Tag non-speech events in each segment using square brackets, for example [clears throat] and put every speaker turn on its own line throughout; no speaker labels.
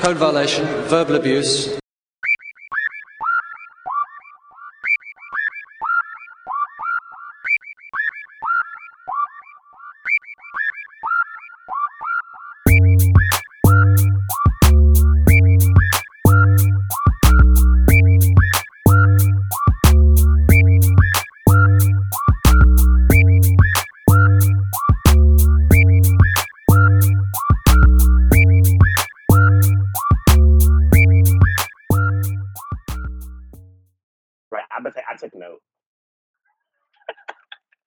code violation, verbal abuse,
Right. I bet I took note.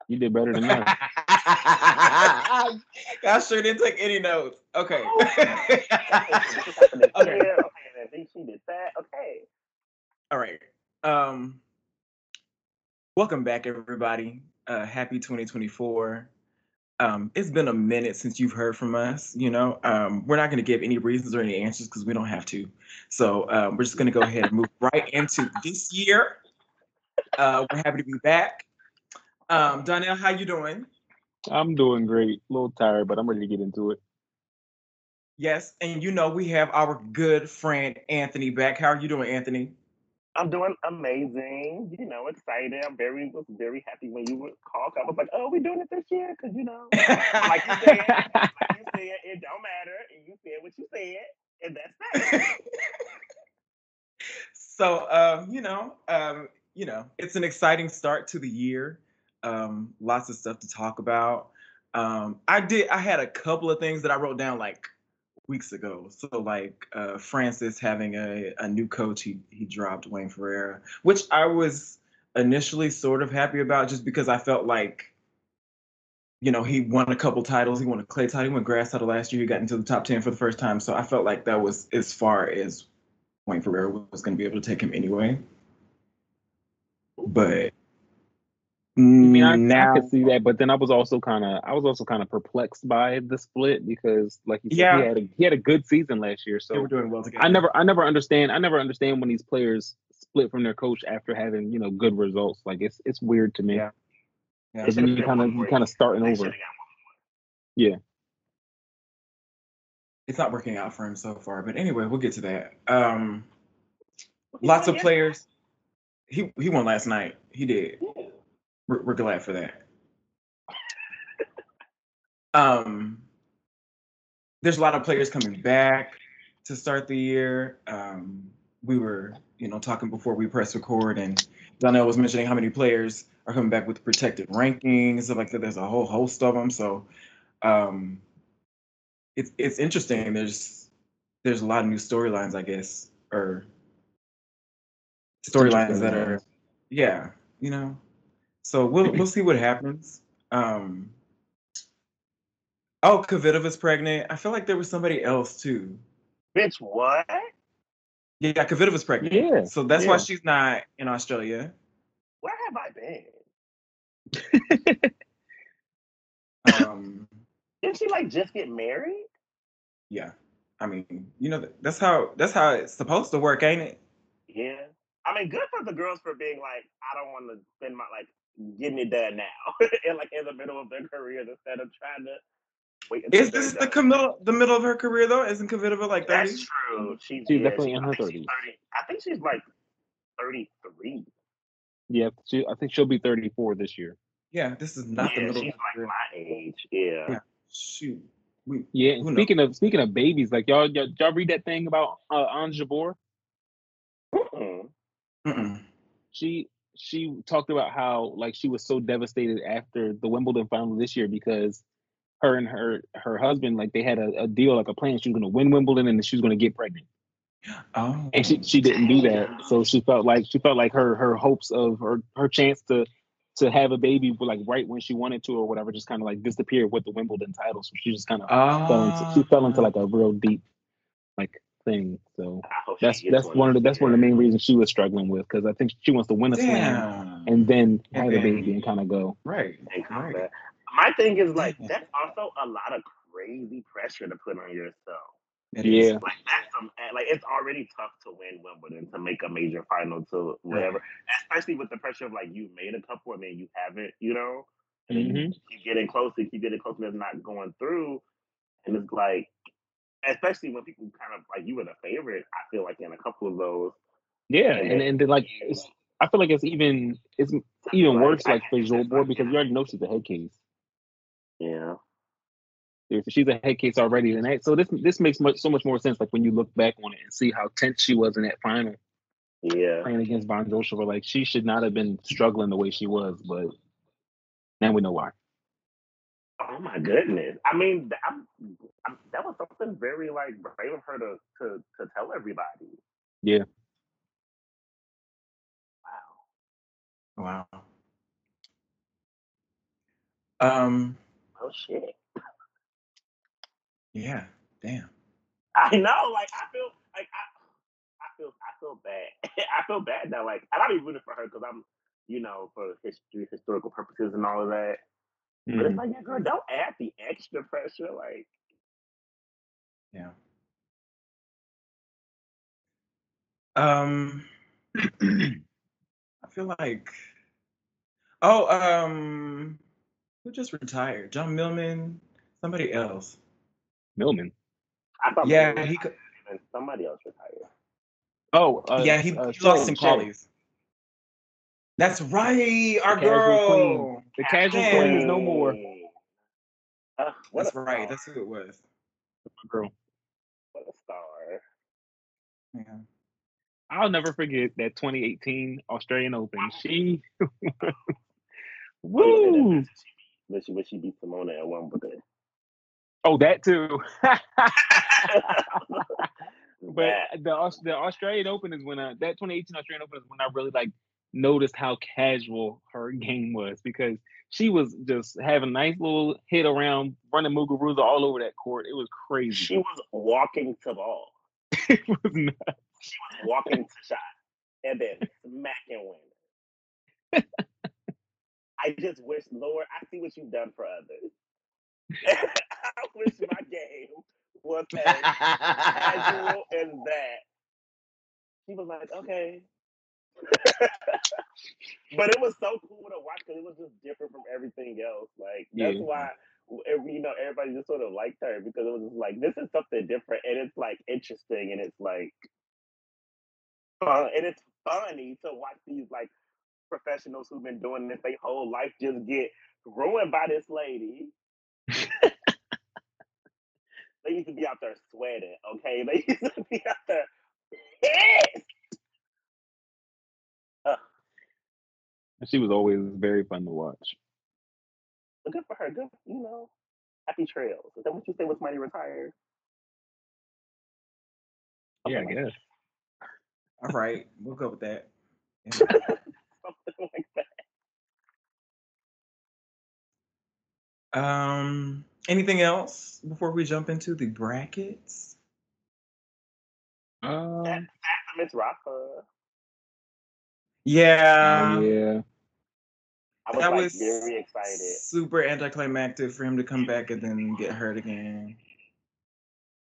You did better than [laughs]
[laughs]
that.
I sure didn't take any notes. Okay. [laughs]
okay.
Okay.
Yeah, okay. then Think she did that. Okay.
All right. Um, welcome back, everybody. Uh, happy 2024. Um, it's been a minute since you've heard from us. You know, um, we're not going to give any reasons or any answers because we don't have to. So um, we're just going to go ahead and move right into this year. Uh, we're happy to be back. Um, Donnell, how you doing?
I'm doing great. A little tired, but I'm ready to get into it. [laughs]
Yes, and you know we have our good friend Anthony back. How are you doing, Anthony?
I'm doing amazing. You know, excited. I'm very was very happy when you would call. I was like, oh, we're doing it this year because you know, like you
[laughs]
said, like you said, it don't matter, and you said what you said, and that's
[laughs]
that.
so um, you know, um, you know, it's an exciting start to the year. Um, lots of stuff to talk about. Um, I did. I had a couple of things that I wrote down like weeks ago. So like uh, Francis having a, a new coach. He he dropped Wayne Ferreira, which I was initially sort of happy about, just because I felt like. You know, he won a couple titles. He won a clay title. He won grass title last year. He got into the top ten for the first time. So I felt like that was as far as Wayne Ferreira was going to be able to take him anyway. But
I mean, I, I
now,
could see that, but then I was also kind of, I was also kind of perplexed by the split because, like you said,
Yeah.
he had a he had a good season last year.
they were
So
doing well together.
I never, I never understand, I never understand when these players split from their coach after having you know good results. Like it's it's weird to me.
Yeah. Yeah.
And then you kind of you kind of starting
They shoulda
over.
got
It's not working out for him so far. But anyway, we'll get to that. Um,
one.
[laughs] lots of
Yeah.
players. He he won last night. He did.
Yeah.
We're, we're glad for that. um, there's a lot of players coming back to start the year. Um, we were, you know, talking before we press record, and Donnell was mentioning how many players are coming back with protected rankings, stuff like that. There's a whole host of them. So, um, it's it's interesting. There's there's a lot of new storylines, I guess, or storylines that are, yeah, you know. So we'll we'll see what happens. Um, oh, Kvitova's pregnant. I feel like there was somebody else too.
Bitch, what?
Yeah, Kvitova's pregnant.
Yeah,
So that's why
yeah.
she's not in Australia.
Where have I been?
Um, [laughs]
Didn't she like just get married?
yeah, I mean, you know, that's how that's how it's supposed to work, ain't it?
Yeah. I mean, good for the girls for being like, I don't want to spend my like getting it done now, [laughs] and like in the middle of their careers instead of trying to wait. until
Is
they're
this the
done.
middle the middle of her career though? Isn't Kvitova like that?
That's true. She's,
She's
yeah,
definitely
she-
in
I
her
think she's
30s.
30 I think she's like thirty-three.
yeah. She, I think she'll be 34 this year.
Yeah, this is not the
yeah,
middle.
she's like
of her career.
my age. Yeah.
Yeah. Shoot, we
Yeah, and
Who knows?
speaking of speaking of babies, like y'all y'all, y'all read that thing about uh, Ann Jabor?
Mm-mm.
mm-mm.
She she talked about how like she was so devastated after the Wimbledon final this year because her and her her husband like they had a, a deal like a plan she was going to win Wimbledon and she was going to get pregnant
oh,
and she she didn't do that so she felt like she felt like her her hopes of her her chance to to have a baby like right when she wanted to or whatever just kind of like disappeared with the Wimbledon title so she just kind of fell into, she fell into like a real deep like thing so
I hope she
That's
gets
that's one of the
this
that's one of the
year.
main reasons she was struggling with because I think she wants to win a slam
damn.
and then
And
have a
then-
baby and kind of go.
right,
and come
right.
back. My thing is like
Yeah.
that's also a lot of crazy pressure to put on yourself.
That is-
Yeah,
Like that's some eh, like it's already tough to win Wimbledon to make a major final to whatever, especially with the pressure of like you made a couple and then you haven't, you know,
Mm-hmm.
and then you keep getting closer, keep getting closer, and it's not going through, and it's like especially when people kind of like you were the favorite. I feel like in a couple of those,
Yeah, and and then like it's, I feel like it's even it's even
Like,
worse
I
like for
can't
Joel
do
Boy
that.
because you already know she's a head case.
yeah,
If she's a head case already, and that, so this this makes much so much more sense. Like when you look back on it and see how tense she was in that final
yeah,
playing against Von Joshua, like she should not have been struggling the way she was, but now we know why.
Oh my goodness! I mean, th- I'm, I'm, that was something very like brave of her to to to tell everybody.
Yeah.
Wow.
Wow. Um.
Oh shit!
Yeah. Damn.
I know. Like I feel like I, I feel I feel bad. [laughs] I feel bad now. Like I'm not even rooting for her because I'm, you know, for history, historical purposes, and all of that.
Mm.
But it's
Mm-hmm.
Mhm.
like, yeah, girl, don't add the extra pressure. Like,
Yeah. [clears throat] Um. I feel like. Oh. Um. Who just retired? John Millman. Somebody else.
Millman.
I thought,
Yeah.
maybe
He. co-
even somebody else retired.
Oh, uh,
yeah. He,
uh,
he lost
Shay,
some
Shay,
collies. That's right. Our
The casual queen.
girl.
The casual
Man.
queen is no more. My
Ugh, what
That's
a
right.
star.
That's who it was.
Girl.
what a star.
Yeah.
I'll never forget that 2018 Australian Open. She, [laughs] woo!
But she, but she beat Simona at Wimbledon.
Oh, that too. [laughs]
but
but the Aus- the Australian Open is when I, that 2018 Australian Open is when I really like noticed how casual her [laughs] game was because she was just having a nice little hit around, running Muguruza all over that court. It was
Mm-hmm.
crazy.
she was walking to ball,
[laughs] it was nuts.
walking to shot, and then smacking women. I just wish, Lord, I see what you've done for others. [laughs] I wish my game was as casual as that. She was like, okay. [laughs] but it was so cool to watch because it was just different from everything else. Like that's
Yeah.
why ev- you know everybody just sort of liked her because it was just like this is something different and it's like interesting and it's like fun and it's funny to watch these like professionals who've been doing this their whole life just get ruined by this lady. They used to be out there sweating, okay? [laughs] They used to be out there pissed.
She was always very fun to watch.
But good for her. Good, you know. Happy trails. Is that what you say was mighty retired?
Yeah, I
Something like
guess.
All right. We'll go with that. Yeah.
something [laughs] like that.
[laughs] Um, anything else before we jump into the brackets?
Um,
Miss Rafa.
Yeah,
yeah.
I was
That
like
was
very excited.
super anticlimactic for him to come back and then get hurt again.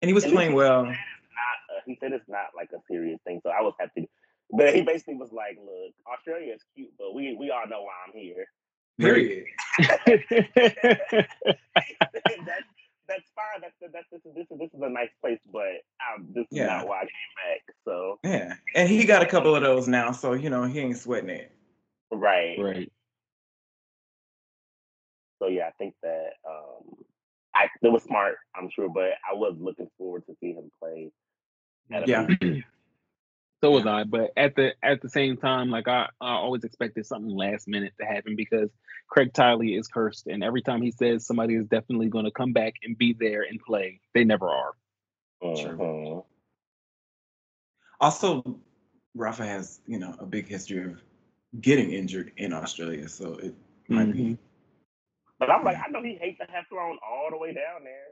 And he was
At least
playing
he-
well.
Not, uh, he said it's not like a serious thing, so I was happy. But he basically was like, "Look, Australia is cute, but we we all know why I'm here. [laughs]
Period.
[laughs]
that's that's fine. That's that's this is this is this is a nice place, but um, this is
Yeah.
not why I came back. So
Yeah, and he got a couple of those now, so you know he ain't sweating it.
right.
right.
So yeah, I think that um, I that was smart, I'm sure, but I was looking forward to see him play. at a
Yeah.
big-
[clears throat] So was I, but at the at the same time, like I, I always expected something last minute to happen because Craig Tiley is cursed, and every time he says somebody is definitely going to come back and be there and play, they never are.
True.
Mhm.
Also, Rafa has you know a big history of getting injured in Australia, so it might be
But I'm like, I know he hates to have thrown all the
Mm.
way down there.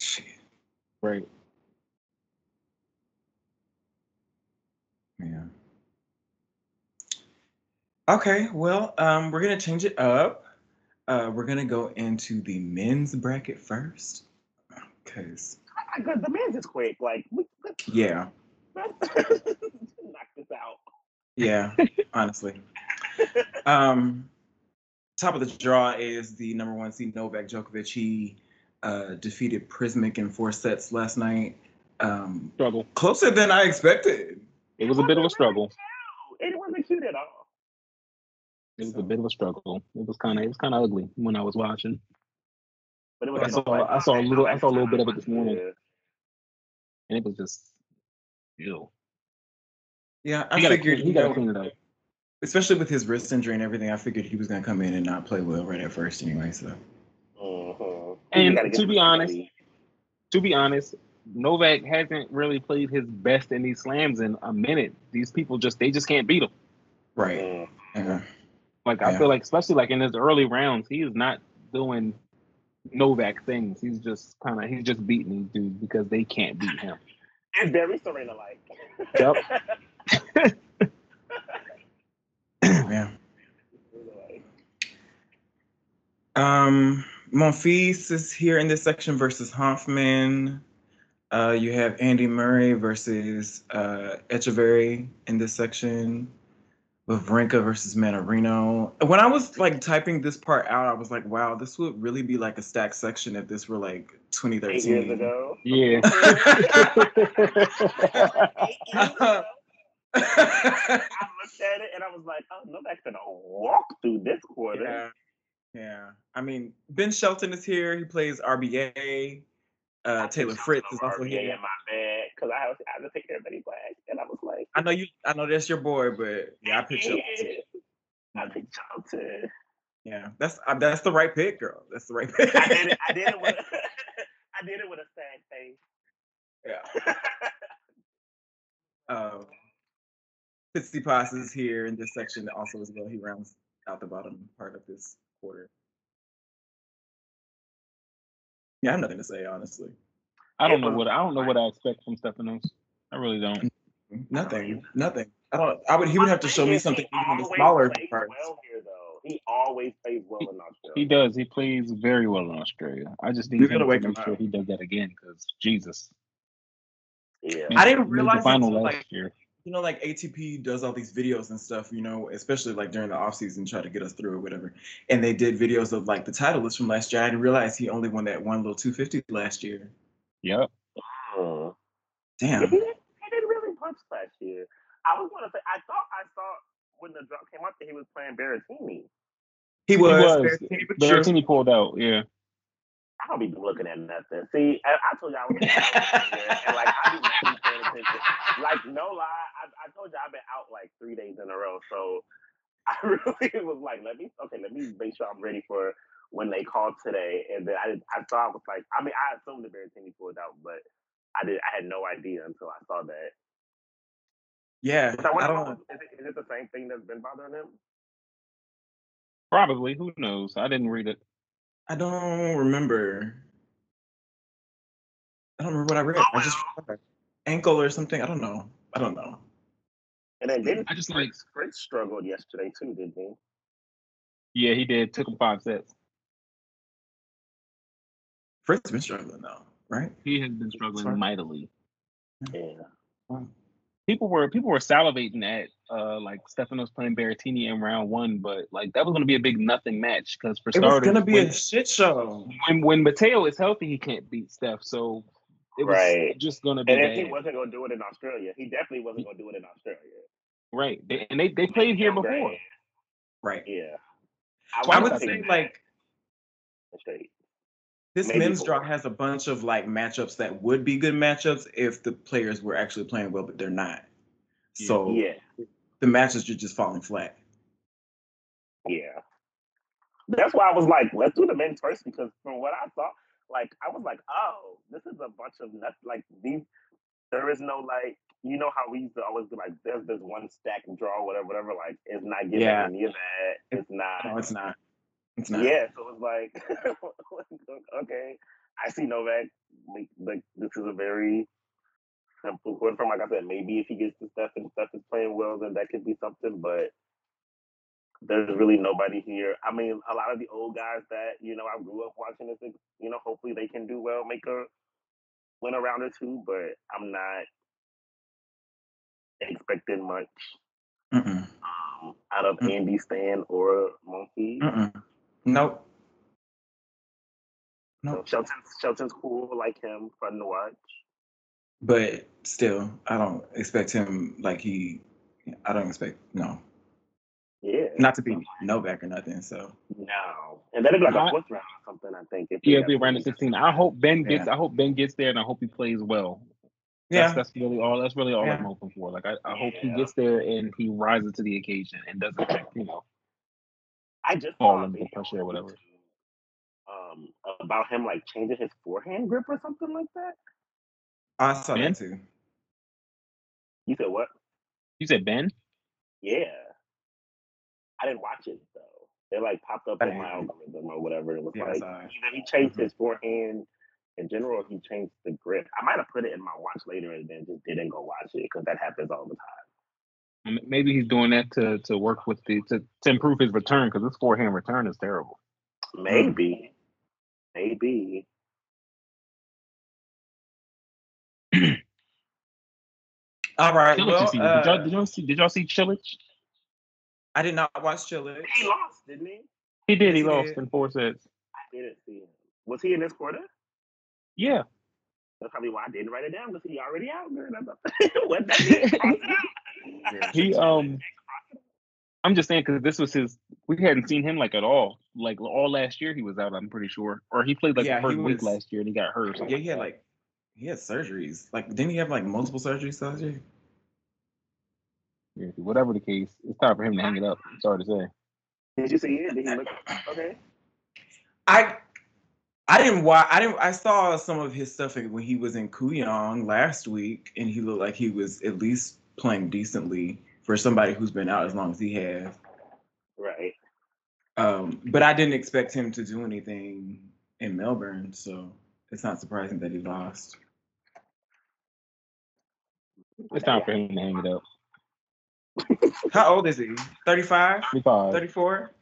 shit.
Right.
Yeah. Okay, well, um, we're gonna change it up. Uh, we're gonna go into the men's bracket first, cause
I got the man's is quick. Like, we- [laughs] let's,
yeah,
let's knock this out.
yeah, honestly. Um, top of the draw is the number one seed Novak Djokovic. He uh, defeated Prismic in four sets last night. Um,
Struggle.
closer than I expected.
It was a bit of a struggle.
It wasn't cute at all.
It was a bit of a struggle. It was kind of it was kind of ugly when I was watching.
But it
I
like
saw-
like, oh,
I saw a
okay,
little-
like
I saw a little bit of it
time.
this morning.
Yeah.
and it was just ew.
Yeah, I
He gotta
figured
clean- he
you
gotta
know,
clean it up.
Especially with his wrist injury and everything, I figured he was gonna come in and not play well right at first anyway. So
Mhm.
And
You gotta
to
get
be
some
honest-
lead.
To be honest, Novak hasn't really played his best in these slams in a minute. These people just they just can't beat him.
right,
Mm.
yeah.
Like I
Yeah.
feel like, especially like in his early rounds, he is not doing Novak things. He's just kind of he's just beating these dudes because they can't beat him.
It's very Serena like.
Yep.
Uh, yeah. Um, Monfils is here in this section versus Hoffman. Uh, you have Andy Murray versus uh, Echeverry in this section. Vavrinka versus Manarino. When I was like typing this part out, I was like, wow, this would really be like a stacked section if this were like
Eight
2013.
years
[laughs]
[laughs]
ago.
Yeah. [laughs]
Eight years ago. Oh, I looked at it and I was like, oh, Novak's gonna walk through this quarter.
Yeah. Yeah. I mean, Ben Shelton is here. He plays RBA. Uh, Taylor Fritz is also
Yeah,
here.
in my bed because I was I just picked everybody black and I was like,
I know you. I know that's your boy, but yeah, I picked Mm. Shelton. too.
yeah, I picked
[laughs]
Charlton.
Yeah, that's uh, that's the right pick, girl. That's the right [laughs] pick.
I did it. I did it with. [laughs] I did it with a sad face.
yeah. Um, Tsitsipas is here in this section also as well. He rounds out the bottom part of this quarter. Yeah, I have nothing to say honestly.
I don't know what I don't know what I expect from Stefanos. I really don't.
Nothing. Nothing. I don't. I would. He would have to show me something
He
even
always
smaller
plays
first.
Well here though, he always plays well in Australia.
He does. He plays very well in Australia. I just need
You're
him
gonna
to
wake
make
him
sure
up.
he does that again because Jesus.
Yeah.
I didn't
Made the
realize
final
until,
last
like-
year.
you know, like ATP does all these videos and stuff, you know, especially like during the off season, try to get us through or whatever. And they did videos of like the title list from last year. I didn't realize he only won that one little 250 last year.
Yep.
Mm. Yeah, he,
Damn.
didn't, he didn't really punch last year. I was gonna say I thought I saw when the drop came up that he was playing Berrettini.
He was.
was.
Berrettini, but sure.
Berrettini pulled out. Yeah.
I don't be looking at nothing. See, I, I told y'all I was [laughs] gonna say that earlier, and like I do not be paying attention. Like no lie, I, I told you I've been out like three days in a row, so [laughs] I really was like, let me okay, let me make sure I'm ready for when they call today. And then I did, I thought I was like, I mean, I assumed the Berrettini pulled out, but I did I had no idea until I saw that.
Yeah.
So what-
I
is,
don't.
it, is it the same thing that's been bothering him?
Probably. Who knows? I didn't read it.
I don't remember. I don't remember what I read. I just ankle or something. I don't know. I don't know.
And then didn't
I just like.
Fritz struggled yesterday too, didn't he?
Yeah, he did. Took him five sets.
Fritz been struggling though, right?
He has been struggling
Sorry.
mightily.
Yeah.
People were people were salivating at uh like Stefanos playing Berrettini in round one, but like that was gonna be a big nothing match because for
It was
starters,
gonna be
when,
a shit show.
when when Mateo is healthy, he can't beat Steph. So it was
Right.
just gonna be
And if he
bad.
wasn't gonna do it in Australia, he definitely wasn't gonna do it in Australia.
right. They, and they, they played here
Belgrade,
before.
Right.
Yeah.
Why
I
was
would
that
say
thing?
like
straight.
This
Maybe
men's
four.
draw has a bunch of like matchups that would be good matchups if the players were actually playing well, but they're not.
Yeah.
So
Yeah,
the matches are just falling flat.
yeah. That's why I was like, let's do the men first because from what I saw, like I was like, oh, this is a bunch of nuts. Like these, there is no like, you know how we used to always be like, there's this one stack and draw, whatever, whatever. Like it's not giving
Yeah.
any of that. It's not.
No, it's not. It's not.
Yeah, so it's like, [laughs] okay, I see Novak. Like, like this is a very simple quarter from. Like I said, maybe if he gets to stuff and stuff is playing well, then that could be something. But there's really nobody here. I mean, a lot of the old guys that you know I grew up watching this. like, You know, hopefully they can do well, make a win a round or two. But I'm not expecting much
Mm-mm.
um, out of
Mm.
Andy Stan or Monkey.
Mm-mm. Nope.
No. So Shelton's, Shelton's cool, like him, fun to watch.
But still, I don't expect him like he. I don't expect no,
Yeah.
not to be Novak or nothing. So
No. And that'd be like
I-
a fourth round or something, I think. if
Yeah,
they
the
have-
round of sixteen. I hope Ben
Yeah.
gets. I hope Ben gets there, and I hope he plays well. That's,
yeah,
that's really all. That's really all
Yeah.
I'm hoping for. Like I, I hope he
Yeah.
gets there and he rises to the occasion and doesn't, you know,
I just
fall
saw a
under the
video
pressure or whatever.
Um, about him like changing his forehand grip or something like that.
I saw
Man.
that too.
You said what?
You said Ben?
Yeah. I didn't watch it though. It like popped up
I
in
didn't
my
either.
algorithm or whatever. It was
Yeah, I
like
saw it.
either he changed
Mm-hmm.
his forehand in general, or he changed the grip. I might have put it in my watch later and then just didn't go watch it because that happens all the time.
M- Maybe he's doing that to to work with the to, to improve his return because his forehand return is terrible. Mm.
Maybe, maybe.
All right.
Chilich
well,
this season. did, y'all,
uh,
did y'all see? Did y'all see Chilich?
I did not watch Chilich.
He lost, didn't he?
He did. He
Yes, he
lost
did.
in four sets.
I didn't see him. Was he in this quarter?
Yeah.
That's probably why I didn't write it down because he already out, girl. That's a- [laughs] what that means. Cross it out.
He um. I'm just saying because this was his. We hadn't seen him like at all. Like all last year, he was out. I'm pretty sure, or he played like
Yeah,
the
he
first week
was-
last year and he got hurt. Or something
Yeah, he had
that.
like he had surgeries. Like, didn't he have like multiple surgeries last year?
Yeah, whatever the case, it's time for him to hang it up. I'm sorry to say.
Did you see it? Did he look okay?
I I didn't watch. I didn't. I saw some of his stuff when he was in Kuyong last week, and he looked like he was at least playing decently for somebody who's been out as long as he has.
Right.
Um, but I didn't expect him to do anything in Melbourne, so it's not surprising that he lost.
It's time for him to hang it up.
How old is he? 35?
35.
34?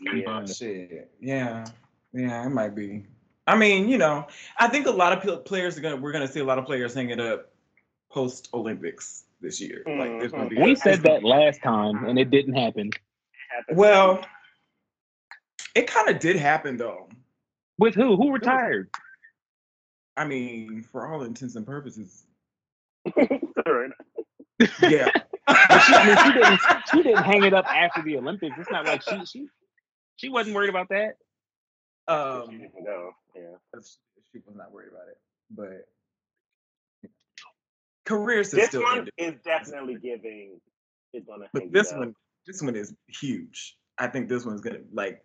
Yeah.
Yeah.
Shit. Yeah. Yeah, it might be. I mean, you know, I think a lot of pl- players are gonna. We're gonna see a lot of players hang it up post Olympics this year. Like,
Mm-hmm.
there's gonna be.
We
there's
said
gonna
that last time and it didn't happen,
[laughs]
Well, it kind of did happen though.
with who? Who retired?
I mean, for all intents and purposes,
Third. [laughs]
yeah.
But she, I mean, she didn't. She didn't hang it up after the Olympics. It's not like she she she wasn't worried about that.
um,
no. Yeah.
she was not worried about it, but careers is
This
still
one
ended,
is definitely giving. It's gonna. hang
but
it
this
up.
one, this one is huge. I think this one's gonna like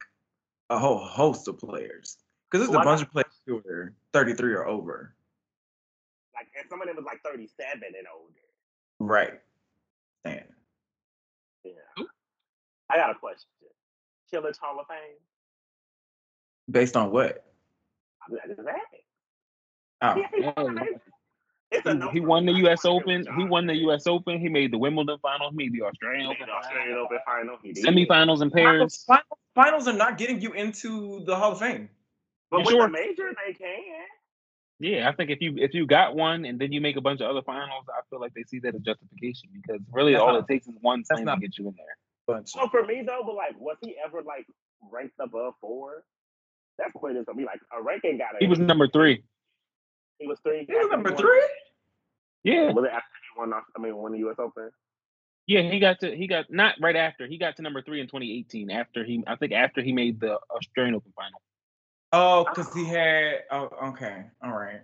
a whole host of players because there's
Well,
a
I
bunch of players who are 33 or over,
like, and some of them was like thirty-seven and older.
right? And
Yeah. I got a question. Chillage Hall of Fame.
based on what?
I'm not just asking.
[laughs] Oh,
Yeah, he's Hall of
Yeah.
Fame. It's a
He,
no
he
for
won the
me.
U.S.
I want
Open.
Chillage
He
Hall.
won the U.S. Open. He made the Wimbledon final. He made the Australian
He
Open.
made the Australian Open final. He did.
Semifinals in Paris.
Finals, finals are not getting you into the Hall of Fame.
But
You
with
sure?
the major, they can.
Yeah, I think if you if you got one and then you make a bunch of other finals, I feel like they see that as justification because really
That's
all
not-
it takes is one
that's
slam
not-
to get you in there.
Bunch.
So for me though, but like, was he ever like ranked above four? That's what it's gonna be like. A ranking got it.
He was number three.
He was three.
He was number
Won-
three.
Yeah,
Was it after he won? I mean, won the U.S. Open.
yeah. He got to he got not right after he got to number three in 2018. After he I think after he made the Australian Open final,
Oh, because he had. Oh, okay. All right.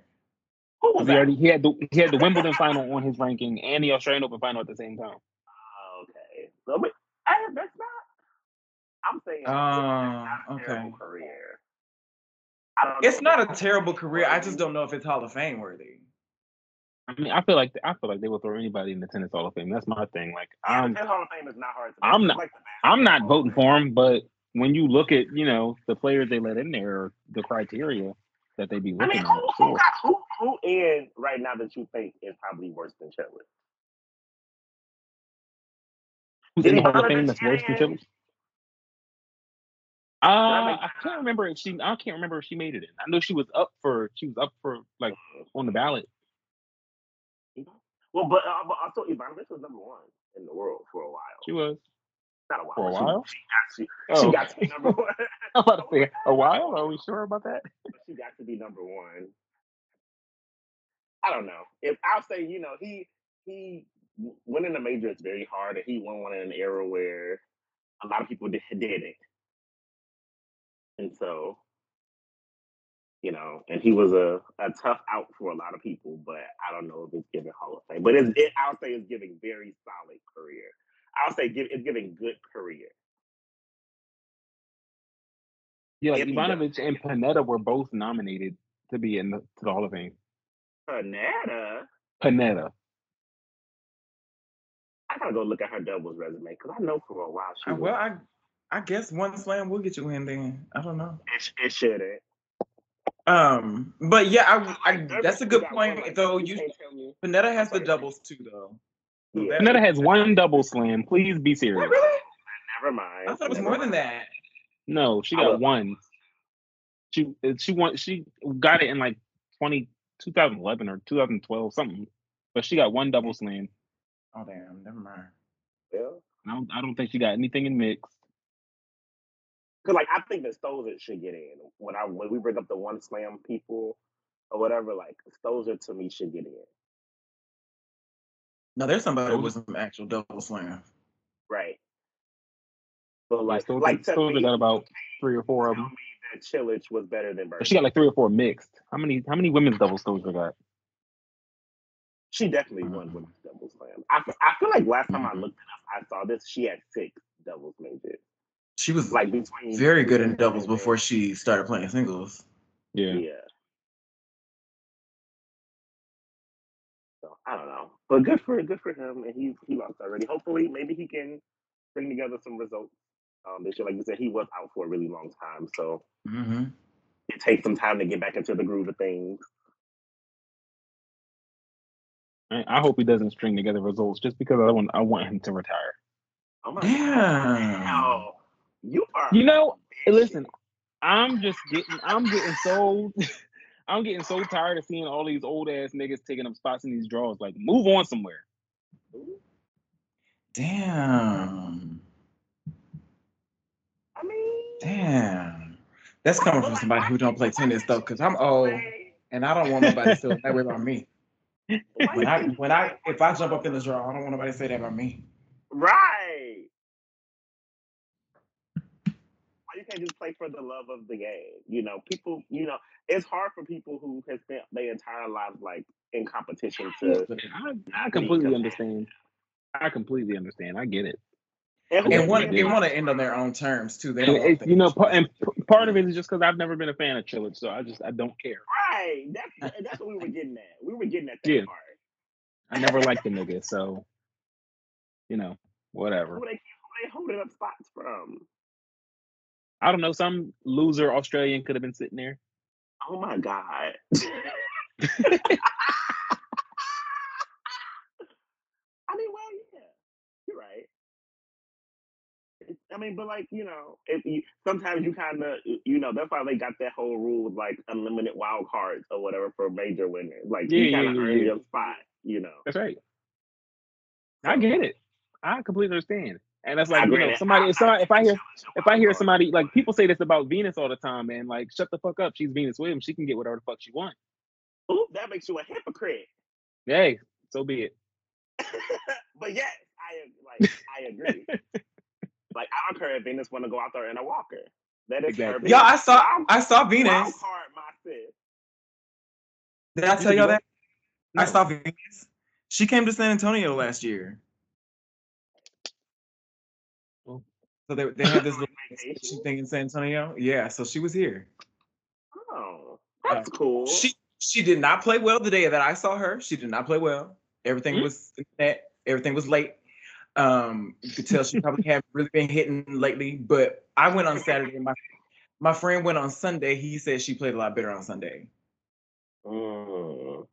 Who
'Cause
was
he
that?
already he had the he had the Wimbledon final on his ranking and the Australian Open final at the same time.
Oh, okay. So, but I, that's not. I'm saying. it's not a
Oh, okay.
terrible Career. I don't know
It's
if
not a
it's-
terrible career. I just don't know if it's Hall of Fame worthy.
I mean, I feel like I feel like they will throw anybody in the tennis Hall of Fame. That's my thing. Like
Yeah, the
I'm
Tennis Hall of Fame is not hard. To
I'm
make.
not-
Like the basketball
I'm
Hall
not
of
voting
Fame.
for him, but when you look at you know the players they let in there, or the criteria that they be
I
looking
mean,
at,
who, who,
sure.
got, who, who in right now that you think is probably worse than Chetwood?
who's
Did
in the
he
Hall of
vote in
Fame
the
that's worse than
Champions?
Chilton? Uh, I,
make-
can't remember if she. I can't remember if she made it in. I know she was up for. She was up for like on the ballot.
Well, but, uh, but also Ivanovic was number one in the world for a while.
She was.
Not a while.
for a while.
She, got to- she
Oh,
got to be number one.
[laughs] I'm about to say a while. Are we sure about that?
but she got to be number one. I don't know. If I'll say, you know, he he w- winning a major is very hard, and he won one in an era where a lot of people did, didn't, and so you know, and he was a, a tough out for a lot of people. But I don't know if it's giving Hall of Fame, but it's, it I'll say it's giving very solid career. I'll say give, it's giving good career.
Yeah, like
If he
Ivanovic and Panetta were both nominated to be in the, to the Hall of Fame.
Panetta,
Panetta.
I gotta go look at her doubles resume because I know for a while she
Uh,
was
Well, I I guess one slam will get you in then. I don't know.
It, sh- it shouldn't.
Um, but yeah, I, I
Like,
that's a
Nurkic
good
got
point.
one, like,
though you
can't tell me.
Panetta has the
Sorry.
doubles too though. So
Yeah.
that-
Panetta has one double slam. Please be serious.
Wait, really?
Never mind.
I thought it was
Oh, Never
more than
mind.
that.
No, she
I
got
will-
one. She uh, she won. She got it in like 20, 2011 or 2012 something. But she got one double slam.
Oh damn, never mind.
Well,
I don't, I don't think she got anything in mixed.
Cause like I think that Stozer should get in. When I when we bring up the one slam people or whatever, like Stozer to me should get in.
No, there's somebody
Double-
with some actual double slam.
Right. But
Like,
like
Soldier,
like to me,
got about three or four
tell
of
me
them.
that Chilich was better than Bird.
She got like three or four mixed. How many how many women's double Soldier got?
She definitely
Uh-huh.
won
Mhm.
with double slam. I, f- I feel like last time I
Mm-hmm.
Mhm.
looked it up, I saw this. She had six doubles majors.
She was like
Like between
very good in doubles before she started playing singles.
Yeah.
Yeah. So I don't know, but good for good for him, and he's he lost already. Hopefully, maybe he can bring together some results um, this year. Like you said, he was out for a really long time, so
Mm-hmm.
it takes some time to get back into the groove of things.
I, I hope he doesn't string together results just because I want I want him to retire.
Oh my
Damn.
god, you are
You know,
bitchy.
listen, I'm just getting I'm getting so [laughs] I'm getting so tired of seeing all these old ass niggas taking up spots in these draws. Like move on somewhere.
Damn.
I mean,
Damn. That's coming
but
from
like,
somebody
why
who don't
you-
play
why
tennis
would
though,
you
because I'm old
play-
and I don't want nobody to feel that way about me.
why
When
you
I
think-
when I if I jump up in the draw, I don't want nobody to say that about me.
right. why you can't just play for the love of the game? You know, people, you know, it's hard for people who have spent their entire lives like in competition to.
I, I completely understand. I completely understand. I get it.
And
Yes,
one
they
they
do.
want to end on their own terms too. They
And
don't want
it's, you know,
things-
pa- and p- part of it is just because I've never been a fan of Chilich, so I just I don't care.
Right. That's that's what we were getting at. We were getting at that
Yeah.
part.
I never liked the nigga, so you know, whatever.
Who they, who they holding up spots from?
I don't know. Some loser Australian could have been sitting there.
Oh my god. I mean, well, yeah, you're right. It's- I mean, but like you know, if you, sometimes you kind of you know that's why they got that whole rule with like unlimited wild cards or whatever for major winners. Like you
Yeah, yeah,
kind of
yeah,
earn
yeah.
your spot, you know.
That's right. I get it. I completely understand. And that's
I
like you
agree
know,
that-
somebody if somebody if I hear if I
Wild
hear
card.
somebody like people say this about Venus all the time, man, like shut the fuck up. She's Venus Williams. She can get whatever the fuck she wants.
Oop, that makes you a hypocrite.
Hey, so be it.
[laughs] but yes, I like I agree. like I don't care if Venus want to go out there in a walker. That is her.
Exactly.
Y'all, I
business.
saw
Wild-
I saw
Wild
Venus.
card, my sis.
Did I
You
tell
said
y'all
what?
that? I
No.
saw Venus. She came to San Antonio last year.
Oh.
So they they had this
[laughs]
little
Vacation?
thing in San Antonio. Yeah, so she was here.
Oh, that's cool.
Uh, She she did not play well the day that I saw her. She did not play well. Everything
Hmm?
Mm-hmm.
was that everything was late. Um, you could tell she probably hadn't really been hitting lately. But I went on Saturday. My my friend went on Sunday. He said she played a lot better on Sunday.
Mm,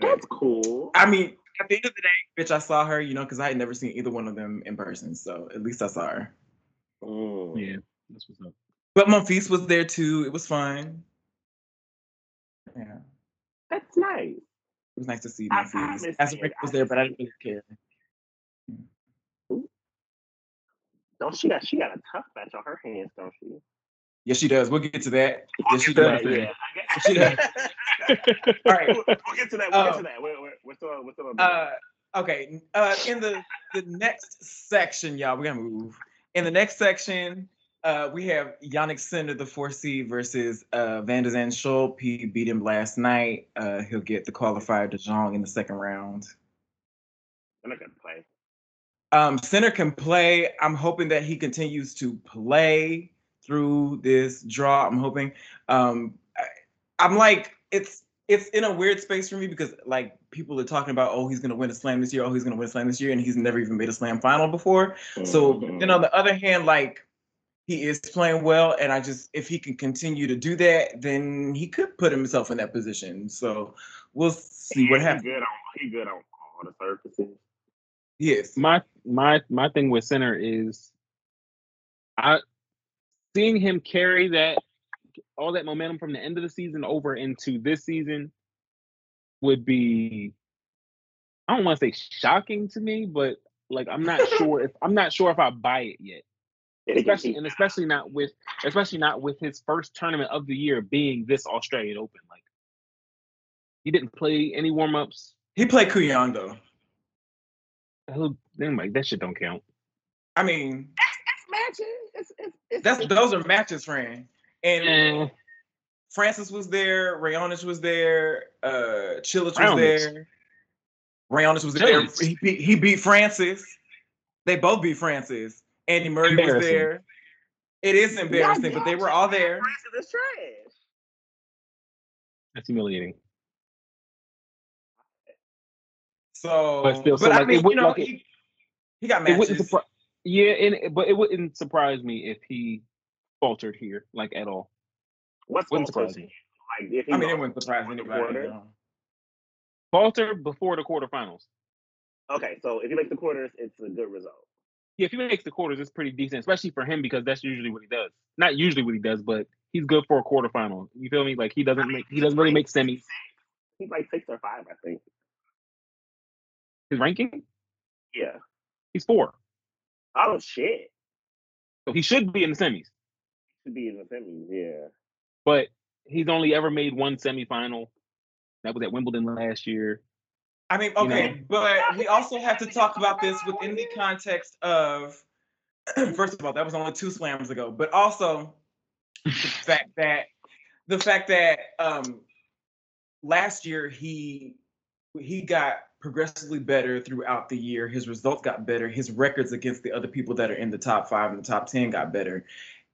that's cool.
I mean, at the end of the day, bitch, I saw her. You know, because I had never seen either one of them in person. So at least I saw her.
Mm.
Oh, Yeah. That's what's up.
But Monfils was there too. It was fun. Yeah, it
That's nice.
was nice to see
I- I miss
Monfils. As
seeing-
was
I
there,
miss
but I
seeing
didn't really care.
Don't she got she got a tough match on her hands, don't she?
Yes, she does. We'll get to that. Yes, she
We'll get
does.
to that,
She does.
[laughs]
All right.
We'll we'll get to that. We'll get
Um,
to that. We're, we're, we're still on- we're still on.
Uh, okay. Uh, in the the next section, y'all, we're gonna move. In the next section, uh, we have Yannick Sender, the four C versus uh, Van de Zandt Schulp. He beat him last night. Uh, he'll get the qualifier De Jong in the second round.
I'm not gonna play.
Um, Center can play. I'm hoping that he continues to play through this draw. I'm hoping. Um, I, I'm like it's it's in a weird space for me because like people are talking about oh he's gonna win a slam this year oh he's gonna win a slam this year and he's never even made a slam final before. So but
Mm-hmm.
then on the other hand like he is playing well and I just if he can continue to do that then he could put himself in that position. So we'll see what
He
happens.
Good on he good on all the surfaces.
[laughs]
Yes.
my my my thing with center is I seeing him carry that all that momentum from the end of the season over into this season would be I don't want to say shocking to me, but like I'm [laughs] not sure if I'm not sure if I buy it yet.
Yeah, they can [laughs]
Especially
keep-
and especially not with especially not with his first tournament of the year being this Australian Open. Like he didn't play any warm ups.
He played Kuyang though.
Like that shit don't count.
I mean,
matches. It's, it's, it's,
That's
it's,
those are matches, friend. And
Eh.
Francis was there, Rayonish was there, uh Chilich was
Rayonic.
there. Rayonish was there.
Chilich.
He beat, he beat Francis. They both beat Francis. Andy Murray was
Embarrassing.
there. It is embarrassing, but they were all there.
It's trash.
That's humiliating.
So,
But still, so,
I
like, it
mean, you
wouldn't-
know,
like, it-
he, he got
It wouldn't
matches.
surpri- yeah, and it- but it wouldn't surprise me if he faltered here, like at all.
What's
Wouldn't
going
surprise
to
me.
Like if he
I mean, it
lost-
wouldn't surprise anybody.
Quarter.
no.
Falter before the quarterfinals.
okay, so if you make the quarters, it's a good result.
Yeah, if he makes the quarters, it's pretty decent, especially for him because that's usually what he does. Not usually what he does, but he's good for a quarterfinal. You feel me? Like he doesn't make he doesn't really make semis.
He's like six or five, I think.
His ranking,
Yeah.
he's four,
Oh shit.
so he should be in the semis.
Should be in the semis. Yeah.
But he's only ever made one semifinal. That was at Wimbledon last year.
I mean,
You
okay, but we also have to talk about this within the context of, [clears throat] first of all, that was only two slams ago, but also
[laughs]
the fact that the fact that um, last year he he got progressively better throughout the year. His results got better. His records against the other people that are in the top five and the top ten got better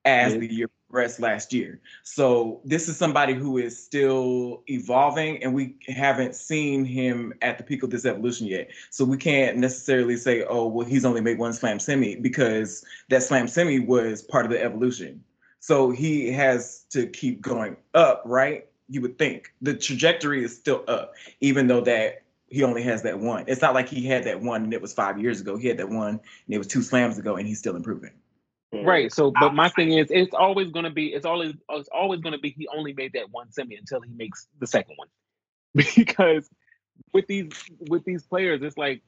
as
Yeah.
the year progressed last year. So this is somebody who is still evolving, and we haven't seen him at the peak of this evolution yet. So we can't necessarily say, "Oh, well, he's only made one slam semi," because that slam semi was part of the evolution. So he has to keep going up, right? You would think the trajectory is still up, even though that he only has that one. It's not like he had that one and it was five years ago. He had that one and it was two slams ago, and he's still improving.
Mm-hmm.
Right. So, but my thing is, it's always going to be, it's always, it's always going to be. He only made that one semi until he makes the second one, [laughs] because with these with these players, it's like,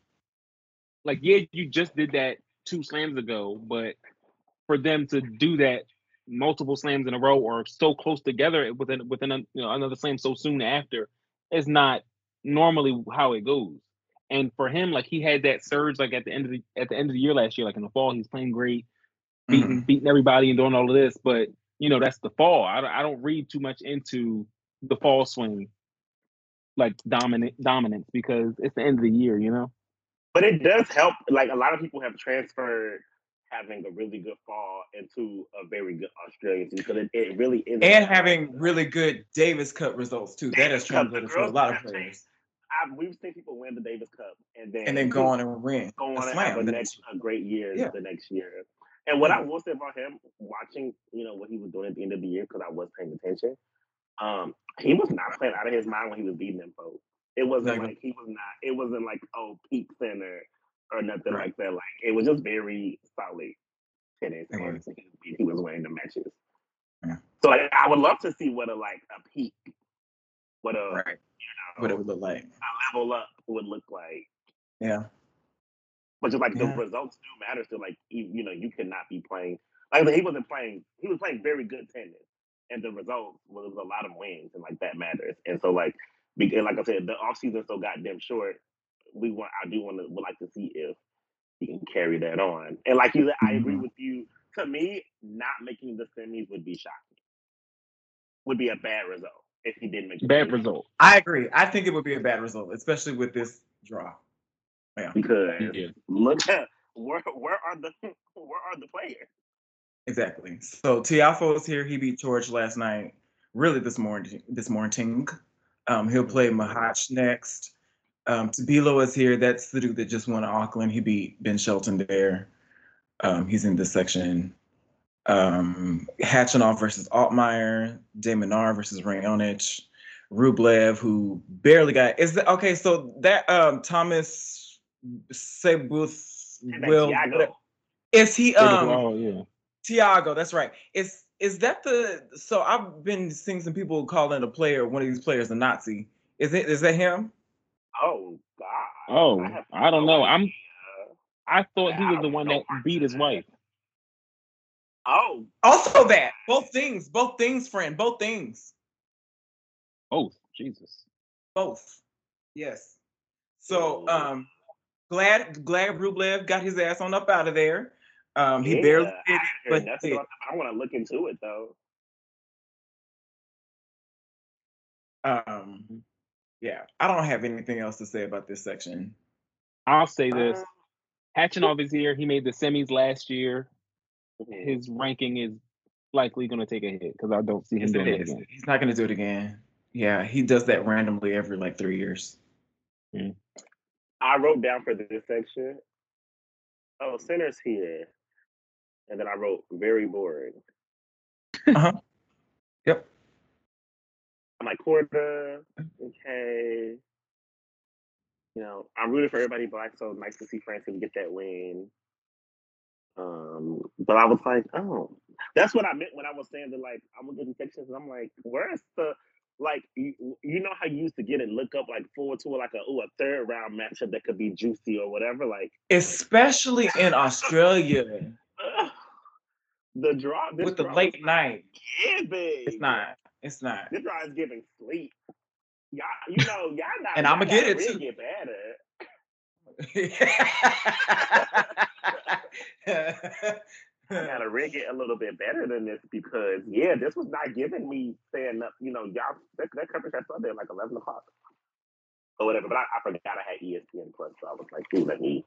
like yeah, you just did that two slams ago, but for them to do that multiple slams in a row or so close together within within a, you know, another slam so soon after, is not normally how it goes. And for him, like he had that surge, like at the end of the at the end of the year last year, like in the fall, he's playing great beating
Mhm.
beating everybody and doing all of this, but you know that's the fall. I, don't- I don't read too much into the fall swing like dominant dominance because it's the end of the year, you know.
But it does help. Like a lot of people have transferred having a really good fall into a very good Australian season because it, it really is.
and having really good Davis Cup results too. That has translated for a lot of players,
I, we've seen people win the Davis Cup and then
and then go on and win.
go
a
on and
slam
have a,
the
next,
next
a great year
Yeah.
the next year. And what I
Yeah.
will say about him, watching you know what he was doing at the end of the year because I was paying attention, um, he was not playing out of his mind when he was beating them folks. It wasn't
Exactly.
like he was not. It wasn't like oh peak center or nothing
Right.
like that. Like it was just very solid tennis,
It
and
was.
he, he was winning the matches.
Yeah.
So like, I would love to see what a like a peak, what a
right. What it would look like.
level up would look like.
Yeah.
But just like
Yeah.
the results do matter. So like you, you know, you cannot be playing. Like he wasn't playing. He was playing very good tennis, and the results was, was a lot of wins, and like that matters. And so like, be- and like I said, the off season so goddamn short. We want. I do want to. Would like to see if he can carry that on. And like you, said, I agree
Mm-hmm.
with you. To me, not making the semis would be shocking. Would be a bad result if he didn't make the
Bad
semis.
result.
I agree. I think it would be a bad result, especially with this draw.
because
[laughs] Yeah.
look at where where are the [laughs] where are the players?
Exactly. So Tiafo is here. He beat George last night. Really, this morning. This morning, um, he'll play Mahach next. Um, Tabilo is here. That's the dude that just won Auckland. He beat Ben Shelton there. Um, he's in this section. Um, Hatchinoff versus Altmaier. Daminar versus Rayonich. Rublev, who barely got is the, okay. So that um, Thomas Sabuth
And like
will
Thiago,
is he um.
oh yeah.
Tiago, that's right. Is is that the so I've been seeing some people calling a player, one of these players a Nazi. Is it is that him?
oh God.
Oh,
have
I don't know.
no
I'm.
idea.
I thought he
I
was the
don't
one
know.
that beat his wife.
Oh,
Also that. Both things, both things, friend, both things.
Oh, Jesus.
Both. Yes. So
Ooh.
um glad glad Rublev got his ass on up out of there. Um he
yeah,
barely
I
did it,
didn't hear
but he
nothing
did.
about that. I want to look into it though.
um yeah. I don't have anything else to say about this section.
I'll say this.
Uh,
Hatchinov is here. He made the semis last year.
mhm.
His ranking is likely going to take a hit because I don't see him
Yes, it
doing it
is.
again.
He's not gonna do it again. Yeah, he does that randomly every like three years.
I wrote down for this section. Oh, center's here, and then I wrote very boring.
Uh-huh. Yep.
I'm like Corda. Okay. You know, I'm rooting for everybody black, so nice to see Francis get that win. Um, but I was like, oh, that's what I meant when I was saying that. Like, I'm looking at the sections, and I'm like, where's the like? You, you know how you used to get and look up like forward to like a ooh, a third round matchup that could be juicy or whatever. Like,
especially in Australia
ugh, the draw this
with the
draw
late night.
is giving.
It's not. It's not.
This draw is giving sleep. Y'all, you know, y'all not.
And I'ma
y'all
get
gotta
it,
really
too.
Get better. I gotta rig it a little bit better than this because yeah, this was not giving me staying up. You know, y'all that, that coverage I saw there like eleven o'clock or whatever. But I, I forgot I had E ESPN Plus, so I was like, dude, let me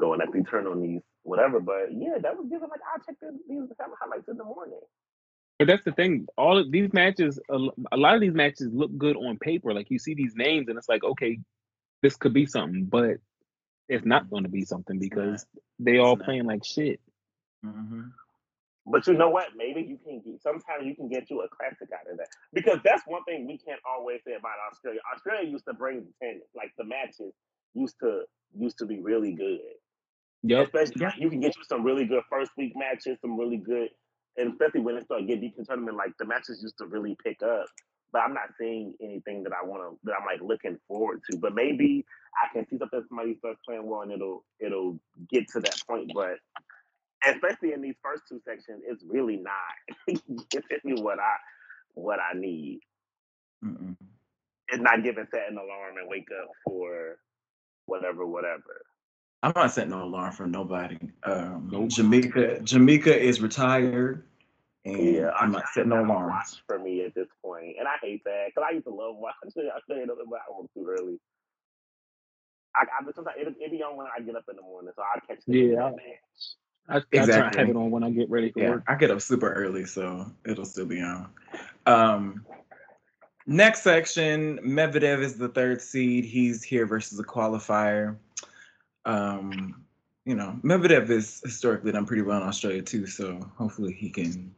go and let me turn on these whatever. But yeah, that was giving like I'll check the, these highlights in the morning.
But that's the thing. All of these matches, a l- a lot of these matches look good on paper. Like you see these names, and it's like, okay, this could be something, but it's not going to be something
[laughs]
because they all
It's Mm-hmm. not.
playing like shit.
Mhm.
But you know what? Maybe you can get sometimes you can get you a classic out of that. Because that's one thing we can't always say about Australia. Australia used to bring the tennis, like the matches used to used to be really good.
Yep.
Especially like, you can get you some really good first week matches, some really good and especially when it started getting deep in the tournament, like the matches used to really pick up. But I'm not seeing anything that I wanna that I'm like looking forward to. But maybe I can see something somebody starts playing well and it'll it'll get to that point. But especially in these first two sections, it's really not [laughs] giving me what I what I need.
Mm-mm.
It's not giving set an alarm and wake up for whatever, whatever.
I'm not setting no alarm for nobody. Um,
Nope.
Jamaica, Jamaica is retired, and
Yeah,
I'm not setting no alarm.
Watch for me at this point, and I hate that because I used to love [laughs] watching. I still end up but I want too early. I, I but sometimes it, it be on when I get up in the morning, so I catch the end of
Yeah.
that match.
I, I try to
Exactly.
have it on when I get ready for
Yeah,
work.
I get up super early, so it'll still be on. Um, next section, Medvedev is the third seed. He's here versus a qualifier. Um, you know, Medvedev is historically done pretty well in Australia too, so hopefully he can.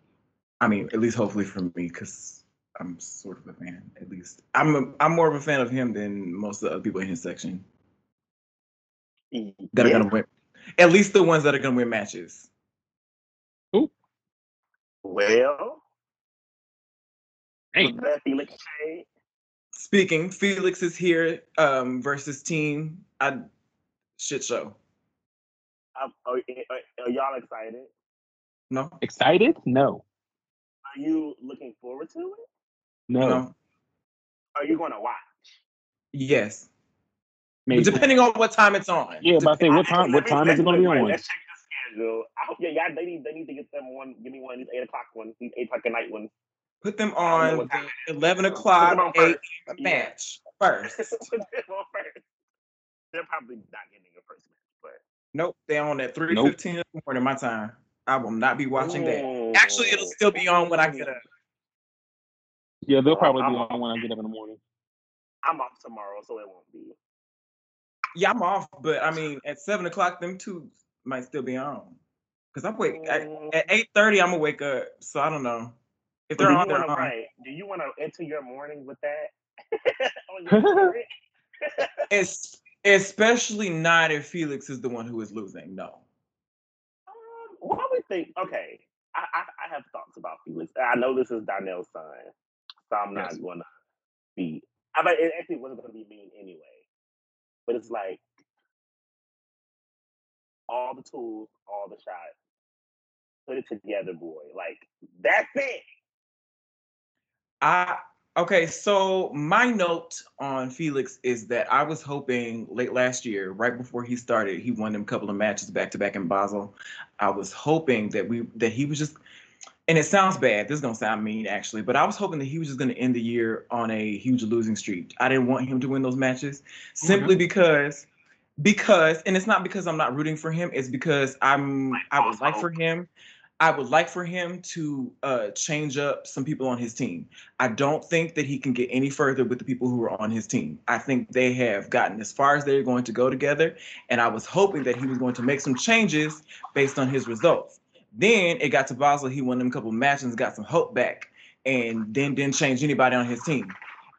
I mean, at least hopefully for me, because I'm sort of a fan. At least I'm a, I'm more of a fan of him than most of the other people in his section that are
E, Yeah.
gonna win. At least the ones that are gonna win matches.
Well,
Hey,
that Felix Shea,
Speaking, Felix is here um, versus Team. I shit show.
I'm, are, are, are y'all excited?
No.
Excited? No.
Are you looking forward to it? Oh.
No.
No.
Are you going to watch?
Yes.
Maybe.
[laughs] Depending on what time it's on.
yeah, but I say what
I-
time?
let
What
me-
time is it
let-
going
[laughs]
to be
wait, wait,
on?
Let's check the schedule. I hope yeah, y'all they need they need to get them one. Give me one of these eight o'clock ones, these eight o'clock at night ones.
Put them
I don't know
on
what time
the 11
Put them
o'clock
on
eight
first. Yeah.
match
[laughs]
first.
Put them on first. They're probably not getting a first match, but
Nope, they on at three fifteen in the morning my time. I will not be watching that.
Ooh.
Actually, it'll still be on when I get up.
Yeah, they'll probably
I'm-
be on when I get up in the morning.
[laughs] I'm off tomorrow, so it won't be.
Yeah, I'm off, but I mean, at seven o'clock, them two might still be on. Cause I'm wake at,
Mm.
at eight thirty. I'm gonna wake up, so I don't know if eh, they're
do
on.
you
They're
wanna,
on.
Right, do you want to enter your morning with that? [laughs] Oh, On your
[laughs]
spirit?
Es- especially not if Felix is the one who is losing. No,
Um, well, I would think, okay, I, I, I have thoughts about Felix. I know this is Donnell's son, so I'm not
Yes.
going to be. I mean, it actually wasn't going to be mean anyway. But it's like all the tools, all the shots, put it together, boy. Like, that's it.
I okay. So my note on Felix is that I was hoping late last year, right before he started, he won them couple of matches back to back in Basel. I was hoping that we that he was just, and it sounds bad. This is gonna sound mean actually, but I was hoping that he was just gonna end the year on a huge losing streak. I didn't want him to win those matches simply because. Because and it's not because I'm not rooting for him. It's because I'm I would like for him, I would like for him to uh, change up some people on his team. I don't think that he can get any further with the people who are on his team. I think they have gotten as far as they're going to go together, and I was hoping that he was going to make some changes based on his results. Then it got to Basel, he won them a couple matches, got some hope back, and then didn't change anybody on his team.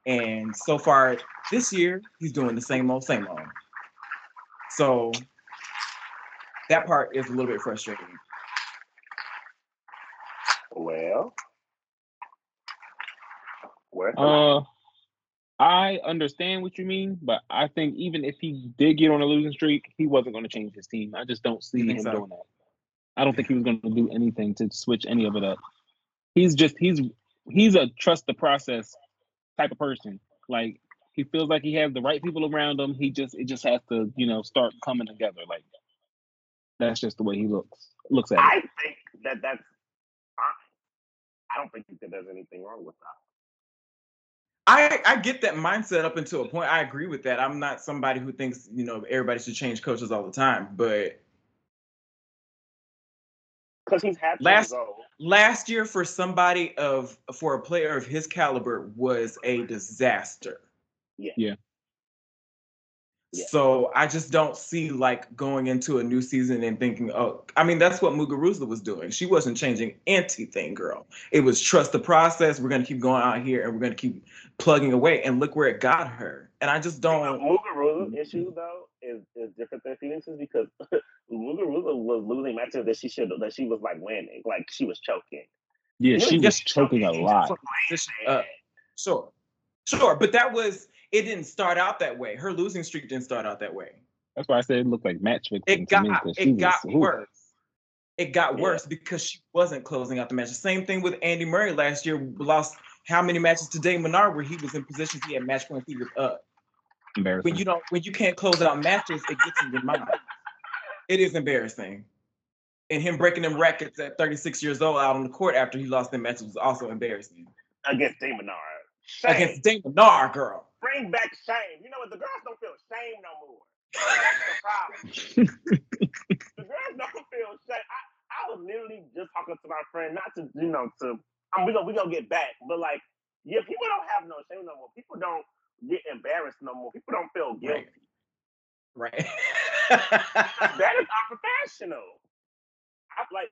And so far this year, he's doing the same old, same old. So that part is a little bit frustrating.
Well, where's the
Um,
Uh, I understand what you mean, but I think even if he did get on a losing streak, he wasn't going to change his team. I just don't see
You
him
think so?
doing that. I don't think he was going to do anything to switch any of it up. He's just he's he's a trust the process type of person. Like he feels like he has the right people around him. He just it just has to you know start coming together. Like that's just the way he looks looks at
[laughs]
it.
I think that that's fine. I don't think that there's anything wrong with that.
I, I get that mindset up until a point. I agree with that. I'm not somebody who thinks, you know, everybody should change coaches all the time. But
Because he's had to
Last-
go.
last year for somebody of for a player of his caliber was a disaster.
Yeah.
Yeah.
Yeah.
So I just don't see like going into a new season and thinking, oh, I mean, that's what Muguruza was doing. She wasn't changing anything, girl. It was trust the process. We're gonna keep going out here and we're gonna keep plugging away. And look where it got her. And I just don't.
oh Muguruza's issue though is, is different than Phoenix's because [laughs] Muguruza was losing matches that she should that she was like winning, like she was choking.
Yeah,
You know,
she
you
was
just-
choking a
you just
lot.
look
position
like
up. Sure. Sure. But that was, it didn't start out that way. Her losing streak didn't start out that way.
That's why I said it looked like match fixing
It
to me.
got
'cause she
it got
was- ooh.
worse. It got
Yeah.
worse because she wasn't closing out the match. Same thing with Andy Murray last year. Lost how many matches to Dave Menard where he was in positions he had match points he was up.
Embarrassing.
When you don't when you can't close out matches, it gets in your mind. It is embarrassing. And him breaking them records at 36 years old out on the court after he lost them matches was also embarrassing.
against Demonard. Shame.
Against Dave Menard, girl.
Bring back shame. You know what? The girls don't feel shame no more. the problem.
[laughs]
the girls don't feel shame. I, I was literally just talking to my friend, not to you know to I'm we gonna we gonna get back, but like yeah, people don't have no shame no more. People don't get embarrassed no more. People don't feel guilty.
Right. Right. [laughs]
That is unprofessional. I'm like.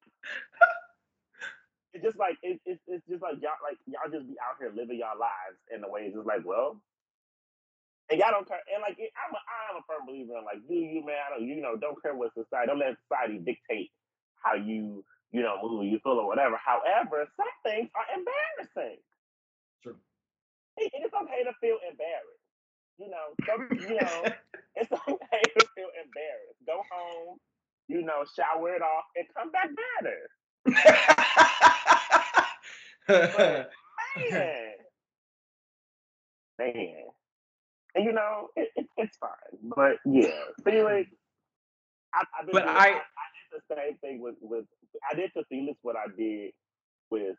It's just like it, it's it's just like y'all like y'all just be out here living y'all lives in a way. It's just like well, and y'all don't care. And like it, I'm a, I'm a firm believer in like do you man? I don't you know don't care what society. Don't let society dictate how you you know move, you feel or whatever. However, some things are embarrassing.
True.
It, it's okay to feel embarrassed. [laughs] You know, some, you know, it's okay to feel embarrassed. Go home, you know, shower it off and come back better.
[laughs]
But, man, man. And you know, it, it, it's fine. But yeah,
[laughs]
Felix, I, I've been
But
doing- I
I-
did the same thing with with I did to Felix what I did with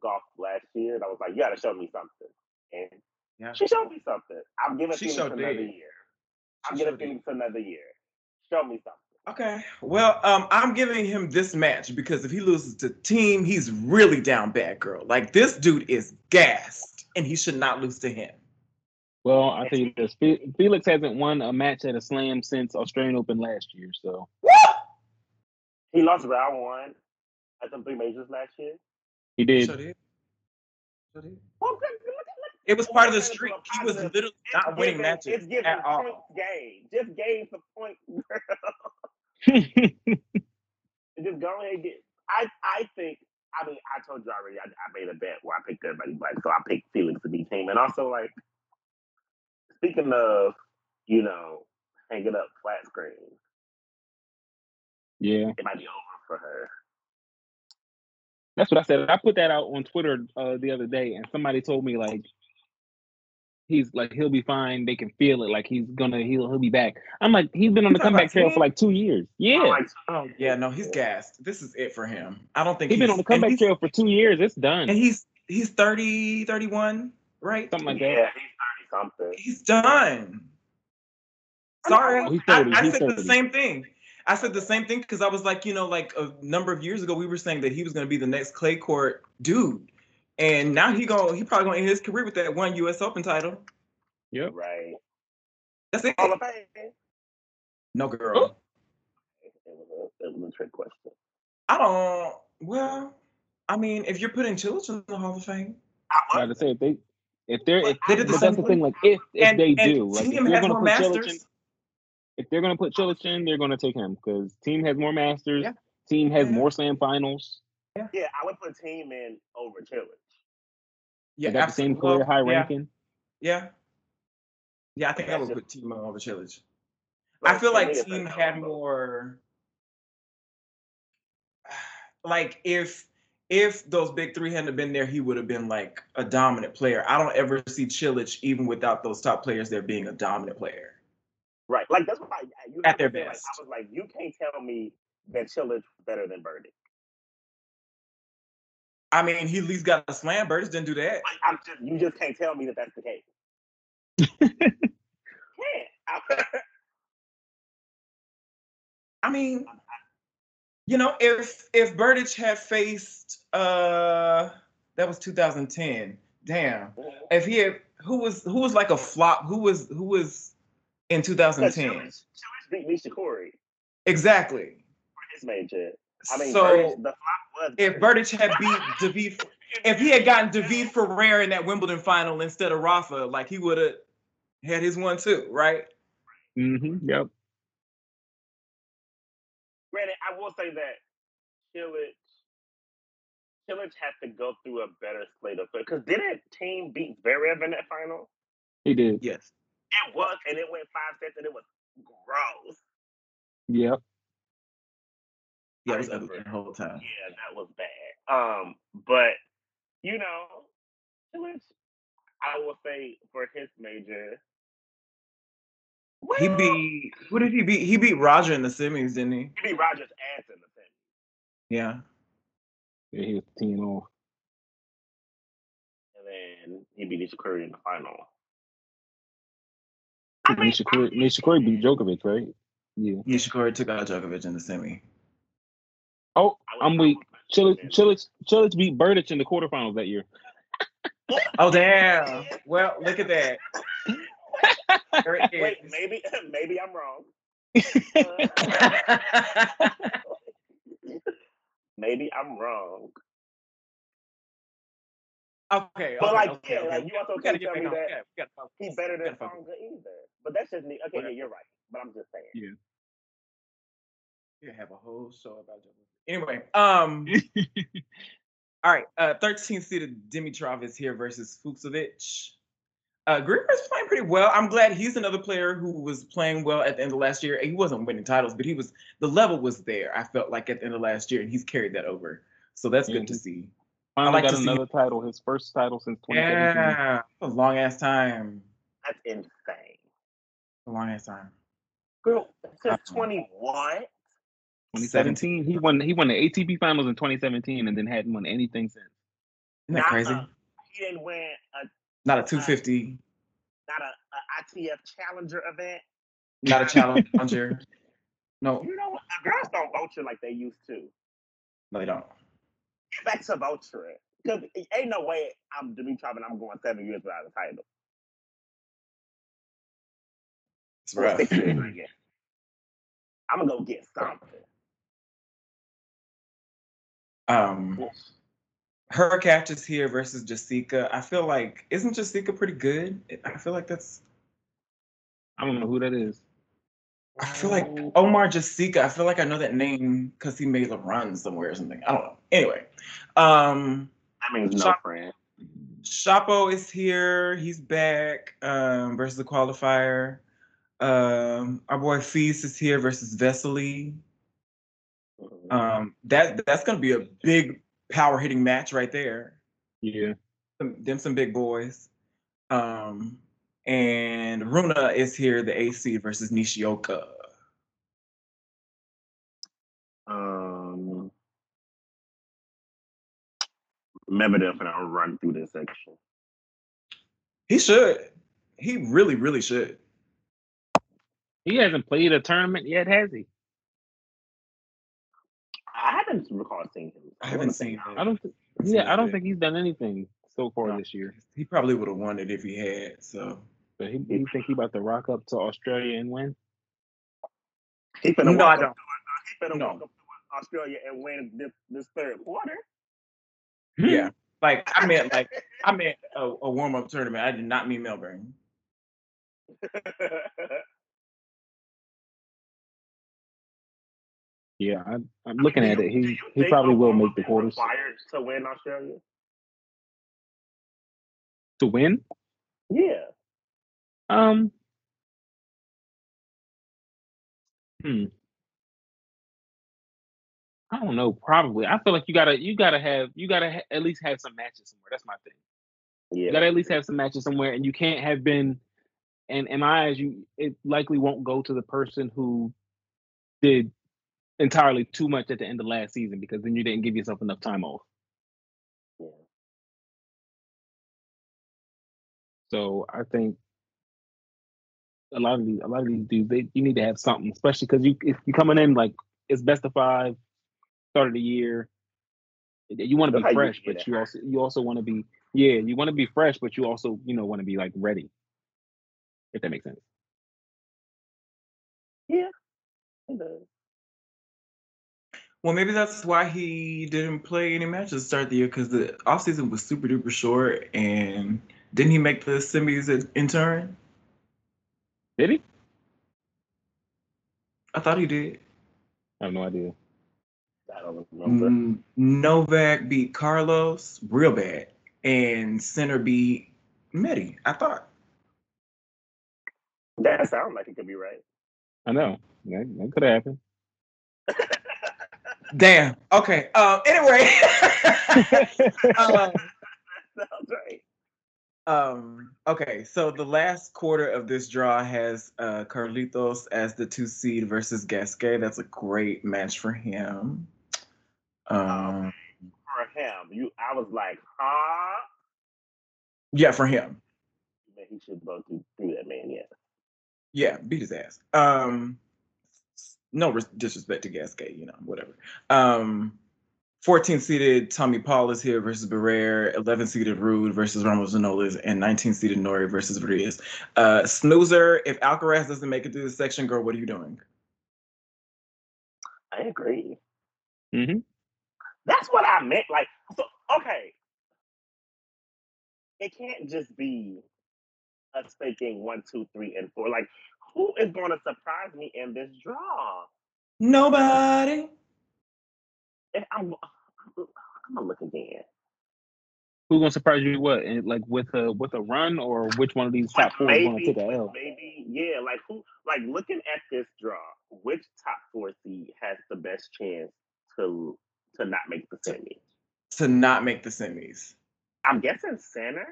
golf last year. And I was like, you got to show me something, and
Yeah.
she showed me something. I'm giving
She
Felix
sure
another
did.
year. I'm
She
giving
sure did.
Felix another year. Show me something.
Okay. Well, um, I'm giving him this match because if he loses to team, he's really down bad, girl. Like this dude is gassed, and he should not lose to him.
Well, I tell you this: Fe- Felix hasn't won a match at a slam since Australian Open last year. So
He lost round one at the three majors last year.
he did. [laughs]
Sure did. Sure did.
Well, good- look at- look
It was part of the streak. He was literally
at-
not winning
giving-
matches
It's giving
at
point
all.
game. Just game for point, girl. just go ahead and get. I I think. I mean, I told you already. I, I made a bet where I picked everybody black, so I picked Felix to be team. And also, like, speaking of, you know, hanging up flat screen,
Yeah,
it might be over for her.
that's what I said. I put that out on Twitter uh, the other day, and somebody told me like he's like he'll be fine. They can feel it. Like he's gonna he'll he'll be back. I'm like he's been on
You
the
talking
comeback
about
trail
Tim?
for like two years.
I'm
Yeah,
like,
Oh yeah, no, he's gassed. This is it for him. I don't think
he's been
he's-
on the
and
comeback
he's-
trail for two years. It's done.
and he's he's 30, 31, right?
Something like that.
yeah, he's thirty something.
He's done. Sorry,
Oh, he's
I,
30,
I
he's
said the
30.
same thing. I said the same thing because I was like, you know, like a number of years ago, we were saying that he was going to be the next clay court dude, and now he going he probably going to end his career with that one U.S. Open title.
Yep.
Right.
That's it.
All of it. It
No girl,
was a, it was a trick question.
I don't. Well, I mean, if you're putting children in the Hall of Fame,
I
Like I said, if they if they're if
They did the
but that's the
same
thing. Like if if
and,
they
and
do, like if
team
you're
has
gonna
more
put Chilichin,
masters.
if they're gonna put Chilichin, they're gonna take him because team has more Masters.
Yeah.
Team has
Yeah.
more Slam Finals.
yeah, I would put team in over Chillage.
They
Yeah,
got the same
absolutely.
career high
yeah,
ranking.
Yeah, yeah, I think I
That's
would
just-
put team over Chillage. I feel like team had more. [sighs] Like if if those big three hadn't been there, he would have been like a dominant player. I don't ever see Chilich even without those top players there being a dominant player.
Right. Like that's why I- you
At their
have to say, like,
best.
I was like, you can't tell me that Chillage is better than Birdie.
I mean, he at least got a slam. Burgess didn't do that.
Like, I'm just you just can't tell me that that's the case. yeah.
I mean, you know, if if Burdich had faced uh that was 2010. Damn. [laughs] If he had who was who was like a flop, who was who was in 2010?
Chillage beat Misha Corey
Exactly.
for his major. I mean,
so
Burditch- the flop was
if Burdich had beat David, if he had gotten David Ferrer in that Wimbledon final instead of Rafa, like he would have had his one too, right?
Mm-hmm. Yep.
Granted, I will say that Chillage Chillage had to go through a better slate of because didn't team beat Zverev in that final?
He did.
Yes.
It was, and it went five sets, and it was gross.
Yep.
Yeah, it was ugly the whole time.
Yeah, that was bad. Um, but you know, Tillich, I will say for his major, well,
He beat who did he beat? He beat Roger in the semis, didn't he?
he beat Rogers' ass in the thing.
Yeah.
Yeah, he was teeing off.
and then he beat Nisha Curry in the final.
Because Nisha Corey, Nisha Corey beat Djokovic, right? Yeah.
Yeah, Shikori took out Djokovic in the semi.
Oh,
I
I'm
I
weak.
would-
Chilich, Chilich, Chilich beat Burdich in the quarterfinals that year.
Oh damn. Well, look at that. There it
Wait,
[laughs] is.
maybe [laughs] maybe I'm
[laughs]
wrong. maybe I'm wrong.
okay.
But
okay,
like,
okay,
yeah,
okay.
like you also
we gotta
can't
get
tell
back
me
on.
that
Yeah, we gotta focus.
he's better
gotta
than
focus.
Songa either. But that's just me. Okay, yeah, you're right. But I'm just saying.
You have a whole show about Djokovic. Anyway, um, all right. Uh, 13 seeded Dimitrov is here versus Fuchsovich. Uh, Griever's playing pretty well. I'm glad he's another player who was playing well at the end of last year. He wasn't winning titles, but he was the level was there. I felt like at the end of last year, and he's carried that over. So that's
Yeah,
good to
he-
see.
Finally
I like
got
to see-
another title, his first title since 2017.
Yeah, a long ass time.
That's insane.
A long ass time.
Girl, since
Uh-uh.
21,
2017. He won. He won the ATP Finals in 2017, and then hadn't won anything since.
Isn't that
Nah.
crazy?
he didn't win a
Not a 250,
not a, a ITF Challenger event.
not a challenger. No,
You know what? Girls don't vulture like they used to.
no, they don't.
Get back to vulturing. Because ain't no way I'm Dimitrov and I'm going seven years without a title.
It's
Or [laughs]
rough.
six years,
[laughs]
I guess. I'm going to go get something.
Um, her catch is here versus Jessica. I feel like isn't Jessica pretty good? I feel like that's.
I don't know who that is.
I feel like Omar Jessica. I feel like I know that name because he made a run somewhere or something. I don't know. Anyway, um,
I mean, no
Shop-
friend.
Shapo is here. He's back um, versus the qualifier. Um, our boy Feast is here versus Vesely. Um, that that's gonna be a big power hitting match right there.
Yeah,
Some, them some big boys. Um, and Runa is here, the AC versus Nishioka.
Um, Medvedev and I'll run through this section.
He should. He really, really should.
he hasn't played a tournament yet, has he?
I haven't recall seeing him.
I
wanna
haven't
say
seen.
no.
him.
I don't. Th-
Let's see
yeah, I don't
if-
think he's done anything so far
No.
this year.
He probably would have won it if he had. So
But he, you think he about to rock up to Australia and win?
He finna
No,
walk
I
up
don't.
To, he finna
No.
walk up to Australia and win this, this third quarter. [laughs]
Hmm.
yeah, like I meant like I meant a, a warm up tournament. I did not mean Melbourne.
Yeah, I, I'm looking
Do
at
you-
it.
do
He
you
he
think
probably will
Obama
make the
is
quarters
Required to win Australia.
to win.
Yeah,
Um. Hmm. I don't know. Probably. I feel like you gotta you gotta have you gotta ha- at least have some matches somewhere. That's my thing.
yeah.
You gotta at least have some matches somewhere, and you can't have been. And in my eyes, you it likely won't go to the person who did entirely too much at the end of last season because then you didn't give yourself enough time off.
Yeah.
So I think a lot of these a lot of these dudes they you need to have something, especially because you if you're coming in like it's best of five, start of the year. You want to
That's how
be
you
fresh,
get
but
it.
you also you also want to be yeah you want to be fresh, but you also you know want to be like ready. If that makes sense.
He does.
Well, maybe that's why he didn't play any matches to start the year because the offseason was super duper short. And didn't he make the semis in- in turn?
Did he?
I thought he did.
I have no idea.
I don't remember.
Mm, Novak beat Carlos real bad, and Center beat Medi. I thought.
That sounds like it could be right. [laughs]
I know that, that could happen.
Damn. Okay. Um. Anyway. [laughs]
[laughs]
Um,
Sounds right.
Um, okay, so the last quarter of this draw has uh, Carlitos as the two seed versus Gasquet. That's a great match for him. Um,
For him, you, I was like, huh?
yeah, for him.
Man, he should go through, through that man. Yeah.
Yeah, beat his ass. Um, no res- disrespect to Gasquet, you know, whatever. Um, 14 seeded Tommy Paul is here versus Barrere, 11 seeded Rude versus Ramos Zanolas, and 19 seeded Nori versus Rodriguez. Uh, snoozer, if Alcaraz doesn't make it through this section, girl, what are you doing?
I agree.
Mhm.
That's what I meant. Like, so okay, it can't just be us thinking one, two, three, and four. Like, who is going to surprise me in this draw?
Nobody.
uh, If I'm, I'm gonna look again.
Who's gonna surprise you? with What and like with a with a run or which one of these top
Like,
four is gonna take a L?
Maybe, yeah. Like who? Like looking at this draw, which top four seed has the best chance to to not make the semi?
to not make the semis.
I'm guessing center.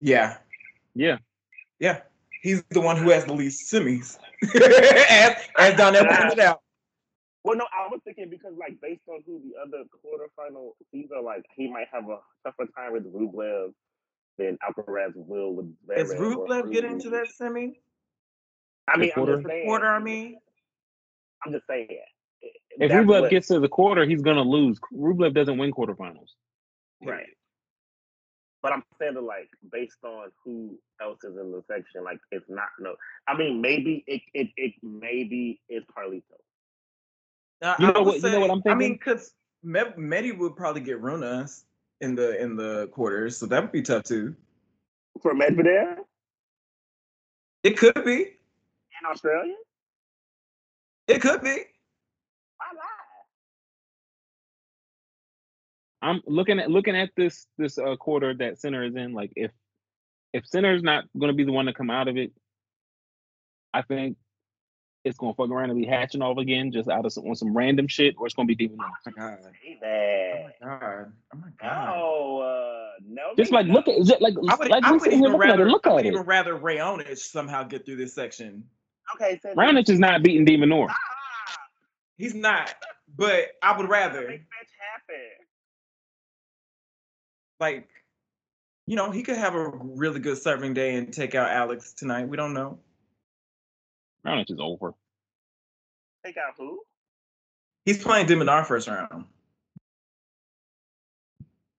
Yeah,
Yeah,
yeah. He's the one who has the least semis. [laughs] as as Donnell pointed out.
Well, no, I was thinking because like based on who the other quarterfinal seeds are, like he might have a tougher time with Rublev than Alcaraz will with.
Is
Zverev or
Rublev getting into
Ruud.
that semi?
I mean, I'm
The
just
quarter?
saying.
Quarter, I mean.
I'm just saying. Eh,
if
That's
Rublev
what-
gets to the quarter, he's gonna lose. Rublev doesn't win quarterfinals.
Right. But I'm saying that, like, based on who else is in the section, like, it's not no. I mean, maybe it, it, it maybe it's Carlito.
Now,
You
I
know
would
what- you know what I'm
I mean,
thinking?
because Medi would probably get Runas in the in the quarters, so that would be tough too.
For Medvedev
It could be.
in Australia?
It could be.
Why not?
I'm looking at looking at this this uh, quarter that center is in. Like if if center's not gonna be the one to come out of it, I think it's gonna fuck around and be hatching off again, just out of some on some random shit, or it's gonna be deep enough.
Oh my god.
Say
Oh
that.
my god. Oh my god.
No, uh, no.
Just like
means
look at just like
I would,
like
I
we
would
sitting here
even
looking at it.
rather
Look
I
at
would
it.
even rather Rayonich somehow get through this section.
no. Okay, so
Raonic is not beating Demonor.
Ah,
He's not, but I would rather
make match happen.
like you know, he could have a really good serving day and take out Alex tonight. We don't know.
Raonic is over.
Take out who?
He's playing Diminar first round.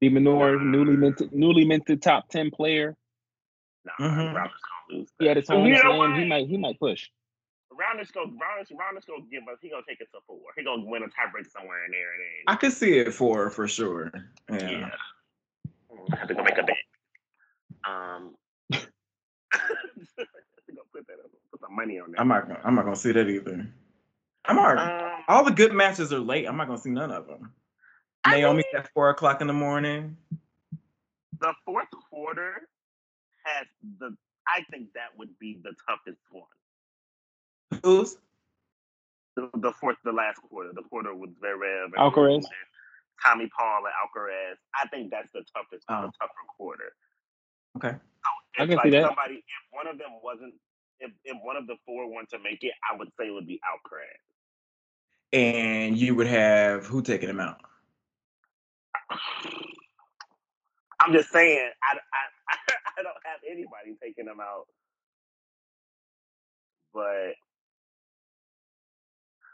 Demonor, newly minted newly minted top ten player.
Nah,
Mhm.
Robert's gonna lose.
He had his home
You know
slam. He
what?
might he might push.
Roundish go, Roundish, Roundish go give us. He gonna take us to four. He gonna win a tiebreak somewhere in there. And
I could see it for for sure. Yeah.
Yeah. I have to go make a bet. Um, [laughs] I have to go put that up, put some money on that.
I'm not gonna I'm not gonna see that either. I'm already
Um,
all the good matches are late. I'm not gonna see none of them.
I
Naomi's at four o'clock in the morning.
the fourth quarter has the. I think that would be the toughest one.
Who's
The, the fourth, the last quarter, the quarter with Zverev, and
Alcaraz.
Tommy Paul, and Alcaraz. I think that's the toughest, the
Oh.
tougher quarter.
Okay.
So
I
if
can
like
see that.
somebody, if one of them wasn't, if if one of the four wanted to make it, I would say it would be Alcaraz.
and you would have who taking him out?
I'm just saying, I, [laughs] I, I don't have anybody taking them out. But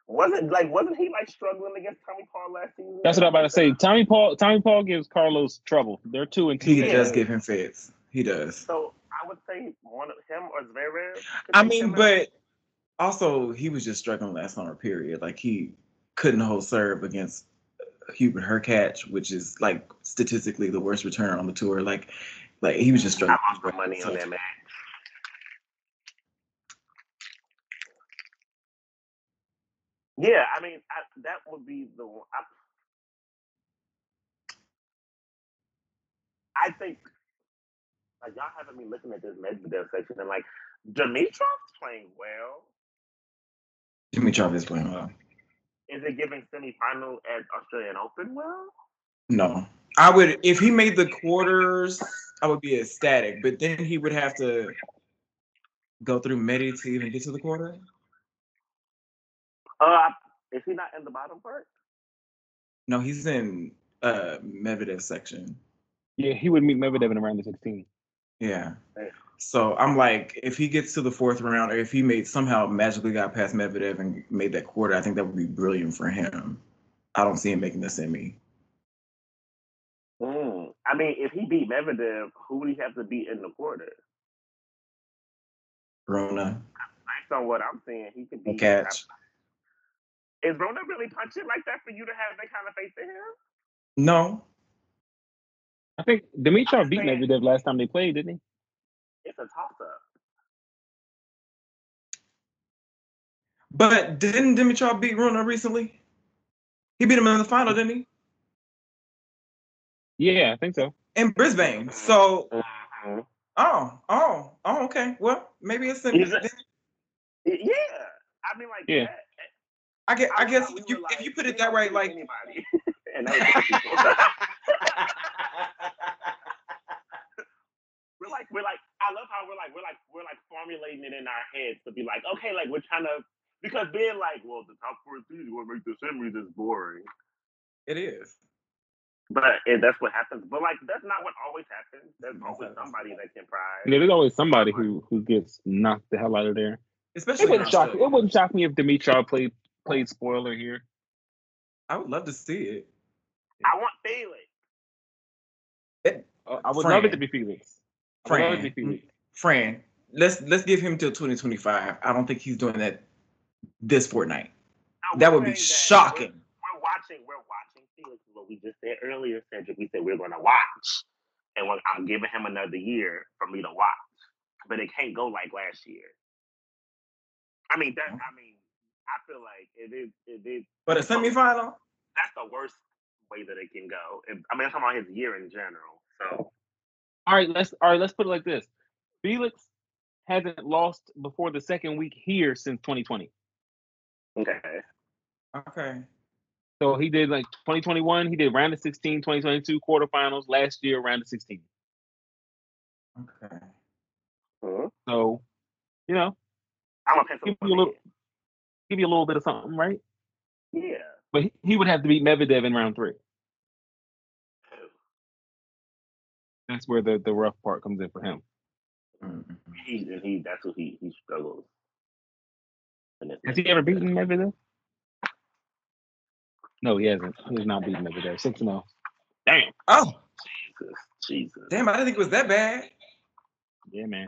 wasn't like wasn't he like struggling against Tommy Paul last season?
That's what I'm about to say. Tommy Paul Tommy Paul gives Carlos trouble. They're two and two.
He
now.
does give him fits. He does.
So I would say one of him or Zverev. could
I
take
mean,
him out.
but also he was just struggling last summer. Period. Like he couldn't hold serve against uh, Hubert Hurkacz, which is like statistically the worst returner on the tour. Like, like he was just
I
struggling.
lost my money on that man. Yeah, I mean I, that would be the one. I, I think like y'all haven't been looking at this Medvedev section and like Dimitrov's playing well.
Jimmy Charles is playing well.
Is it giving semifinal at Australian Open well?
No, I would if he made the quarters, I would be ecstatic. But then he would have to go through Medi to even get to the quarter.
Uh, is he not in the bottom part?
No, he's in uh Medvedev section.
Yeah, he would meet Medvedev in around the 16.
Yeah.
Right.
So I'm like, if he gets to the fourth round, or if he made somehow magically got past Medvedev and made that quarter, I think that would be brilliant for him. I don't see him making the semi.
Mm. I mean, if he beat Medvedev, who would he have to beat in the quarter?
Rona,
Based on what I'm seeing, he could
the
be.
catch.
Is Rona really punching like that for you to have that kind of faith in him?
No,
I think Dimitrov
I'm
beat
saying-
Medvedev last time they played, didn't he?
It's a toss up.
but didn't Dimitrov beat Rona recently? He beat him in the final, didn't he?
Yeah, I think so.
in Brisbane. So, oh, oh, oh, okay. Well, maybe it's in.
Is it- Yeah, I mean, like,
Yeah.
that-
I guess, I guess
we
if you
were
if
like,
you put
we
it that
don't
way,
do
like
anybody. [laughs] and that was
[laughs]
the people. we're like we're like I love how we're like we're like we're like formulating it in our heads to be like okay like we're trying to because being like well the top four seeds will make the semis is boring
it is.
but and that's what happens but like that's not what always happens there's always
Exactly.
somebody that can prize
Yeah, there's always somebody who who gets knocked the hell out of there.
Especially
It
in
wouldn't shock.
Australia.
It wouldn't shock me if Dimitrov played played spoiler here.
I would love to see it.
I want Felix
Uh, I would
Fran.
love it to be Felix. I would love it to be
Fran,
Felix.
Fran, let's let's give him till 2025. I don't think he's doing that this fortnight.
Now,
That
we're
would be
saying
shocking.
we're, we're watching we're watching Felix is what we just said earlier Cedric we said we're gonna watch and we're, I'm giving him another year for me to watch but it can't go like last year I mean
Mm-hmm.
that I mean I feel like it is it is
But a semifinal,
that's the worst way that it can go. If, I mean, I'm talking about his year in general. So
All right, let's all right. Let's put it like this: Felix hasn't lost before the second week here since 2020.
okay,
okay.
So he did like 2021. He did round of 16, 2022 quarterfinals last year, round of 16.
Okay.
So, you know,
I'm a pencil.
Mm-hmm. Give me a little- give you a little bit of something, right?
Yeah,
But he, he would have to beat Medvedev in round three. That's where the the rough part comes in for him. Mm-hmm.
Mm.
he he. That's what he he struggles. And it's-
Has he ever beaten Medvedev? No, he hasn't. He's not beaten Medvedev. Six and zero. Damn.
Oh,
Jesus, Jesus.
damn, I didn't think it was that bad.
Yeah, man.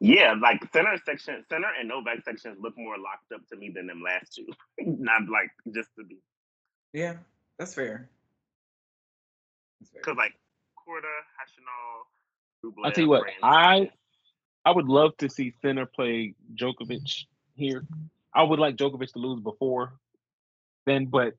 Yeah, like center section, center and Novak sections look more locked up to me than them last two. [laughs] Not like just to be
Yeah, that's fair. That's fair.
because like Korda, Hashinal, Rublev.
I'll tell you what,
Brand- [laughs]
I I would love to see Sinner play Djokovic here. I would like Djokovic to lose before then, but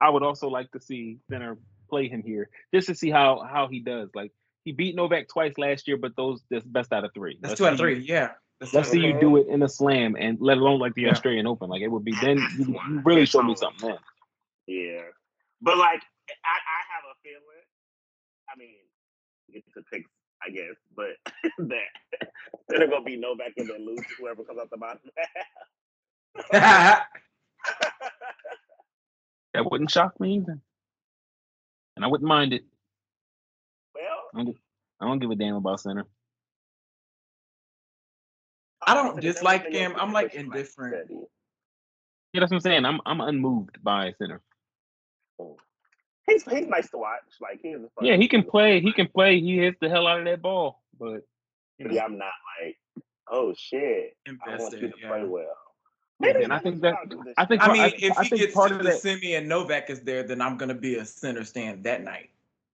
I would also like to see Sinner play him here just to see how how he does. Like he beat Novak twice last year, but those that's best out of three.
That's
Let's
two out of
see you-
three. Yeah. That's
Let's
two
see
out of
you do it in a slam, and let alone like the
Yeah.
Australian Open. Like it would be then you, you
That's
really
one.
show me something. Then.
Yeah. But like I, I have a feeling. I mean, it's a pick, I guess, but [laughs] that they're gonna be Novak and then lose to whoever comes out the bottom. [laughs]
[laughs] three.
That wouldn't shock me either, and I wouldn't mind it.
well,
I don't give a damn about Sinner.
I don't
said it's
dislike
everything
him.
else
I'm,
is
like,
just
indifferent.
steady.
Yeah, that's what I'm saying. I'm I'm unmoved by Sinner.
He's he's nice to watch. Like he's a fun
Yeah, he can
dude.
play. He can play. He hits the hell out of that ball. But you know,
Yeah, I'm not like, oh shit, I want you
Invested.
to play
Yeah.
well.
and I think that- I think-
I mean,
I-
if
I
he
think
gets
part
to
of
the
that-
semi and Novak is there, then I'm gonna be a center stand that night.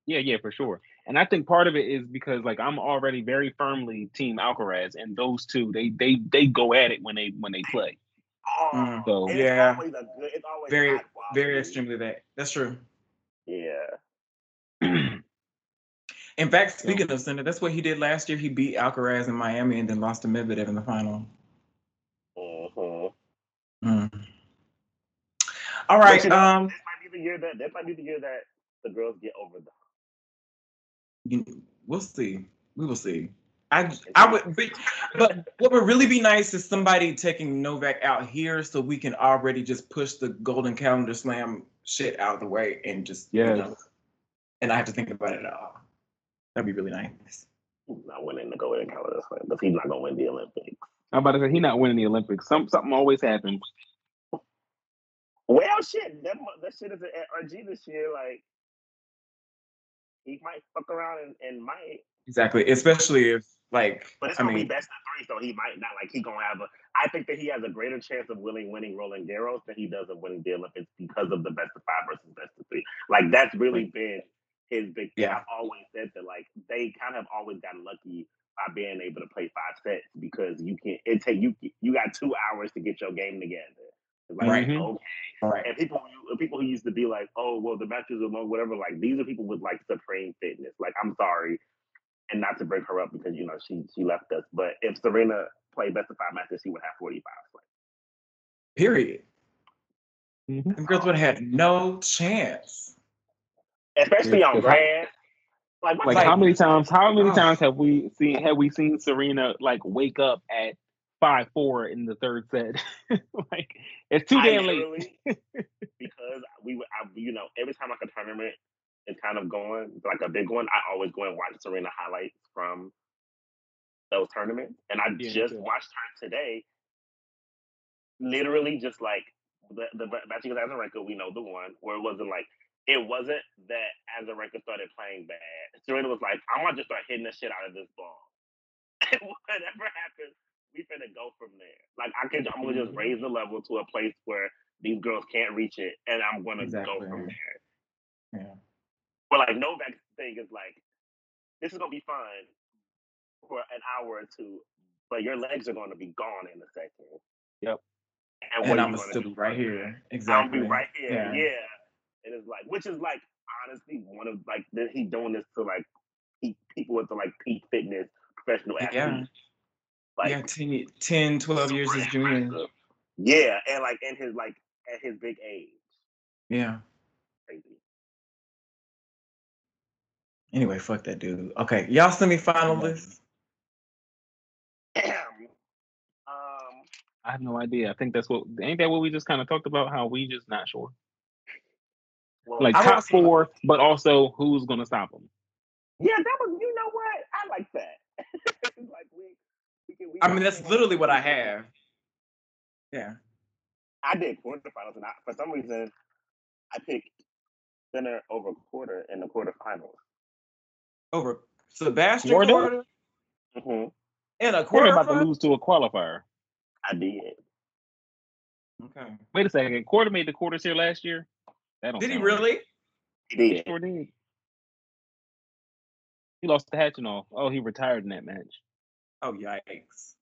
yeah, yeah, for sure. And I think part of it is because like I'm already very firmly team Alcaraz, and those two they they they go at it when they when they play.
oh,
So,
and
yeah.
it's always a good. It's always
Very-
hot while
Very
we-
extremely that. That's true.
Yeah.
In fact, speaking of center, that's what he did last year. He beat Alcaraz in Miami and then lost to Medvedev in the final.
hmm
Mm. All right.
But you know-
um,
This might be the year that that might be the year that the girls get over the
you- we'll see. We will see. I I would, be, but what would really be nice is somebody taking Novak out here so we can already just push the Golden Calendar Slam shit out of the way and just you
Yes.
know, and I have to think about it at all. That'd be really nice.
He's not winning the Golden Calendar Slam because he's not gonna win the Olympics.
I'm about to say he not winning the Olympics. Some something always happens.
Well, shit, that mu- that shit is at RG this year. Like, he might fuck around and, and might,
Exactly, especially if like
but it's
I
gonna
mean,
be best of three, so he might not like he gonna have a. I think that he has a greater chance of winning winning Roland Garros than he does of winning the Olympics because of the best of five versus best of three. Like, that's really been his big. thing.
Yeah.
I've always said that like they kind of always got lucky by being able to play five sets because you can it take you you got two hours to get your game together. Like, oh
Right.
okay.
Right.
And people, who- people who used to be like, oh, well, the matches are long, whatever. Like, these are people with like supreme fitness. Like, I'm sorry, and not to break her up because you know she she left us. But if Serena played best of five matches, she would have 45. Like,
Period.
Mhm.
Them girls would have had no chance.
especially on
If I-
grass. Like, my
Like,
Like-
how many times? How many
Oh.
times have we seen? Have we seen Serena like wake up at five four in the third set? [laughs] like it's too
I
damn late. [laughs]
literally- because we, would- I, you know, every time like a tournament is kind of going like a big one, I always go and watch Serena highlights from those tournaments, and I
me
just
too.
watched her today. Literally, just like the the matching with Azarenka, we know the one where it wasn't like it wasn't that Azarenka started playing bad. Serena was like, "I'm gonna just start hitting the shit out of this ball, [laughs] and whatever happens." We finna go from there. Like I can, I'm gonna just
Mm-hmm.
raise the level to a place where these girls can't reach it, and I'm gonna go
Exactly.
from there.
Yeah.
But like Novak's thing is like, this is gonna be fun for an hour or two, but your legs are gonna be gone in a second.
Yep.
And,
And
what
I'm
you
gonna
gonna
still
do
be right
from there?
here. Exactly.
I'll be right here.
Yeah.
Yeah. And it's like, which is like honestly one of like that he doing this to like peak people into like peak fitness professional athletes.
Yeah.
Like
yeah, 10, 10 12 years his junior.
yeah, and like in his like at his big age.
Yeah.
Crazy. [clears throat]
Anyway, fuck that dude. Okay, y'all send me final
Yeah.
list.
um
I have no idea. I think that's what ain't that what we just kind of talked about? How we just not sure.
well,
Like
I
top
wanna see-
four, but also who's gonna stop them?
Yeah, that was. You know what? I like that. [laughs] like we, we can, we
I
can-
mean, that's literally what I have. Yeah.
I did quarterfinals, and I, for some reason, I picked center over quarter in the quarterfinals.
Over Sebastian
Gordo?
Gordo
Mm-hmm.
and a
We're
quarter.
about to lose to a qualifier.
I did.
Okay.
Wait a second. Quarter made the quarters here last year. That don't
Did he
sound right.
really?
I
He
did.
sure did. He lost to Hatchinall. Oh, he retired in that match.
Oh yikes.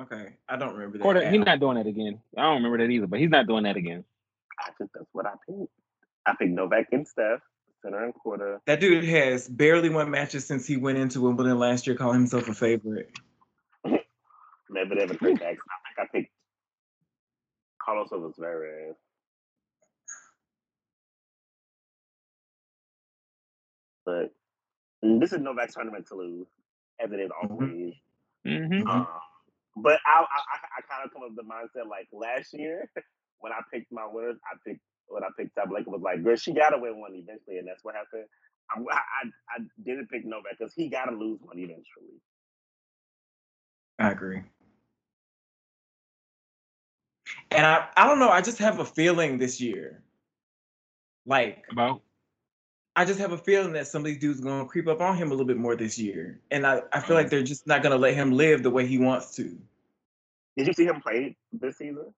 Okay, I don't remember that.
Quarter, he's
now.
not doing that again. I don't remember that either, but he's not doing that again.
I think that's what I picked. I picked Novak and Steph, center and quarter.
That dude has barely won matches since he went into Wimbledon last year, calling himself a favorite.
Medvedev and Kurt Dax. I think I picked Carlos Silva's very. But this is Novak's tournament to lose, as it is always.
hmm
Um, but I I, I kind of come up with the mindset like last year [laughs] when I picked my winners, I picked when I picked up Blake was like, girl, she gotta win one eventually, and that's what happened. I'm, I I- I didn't pick Novak because he gotta lose one eventually.
I agree. And I, I don't know. I just have a feeling this year. Like
About
I just have a feeling that some of these dudes gonna creep up on him a little bit more this year, and I, I feel like they're just not gonna let him live the way he wants to.
Did you see him play this season?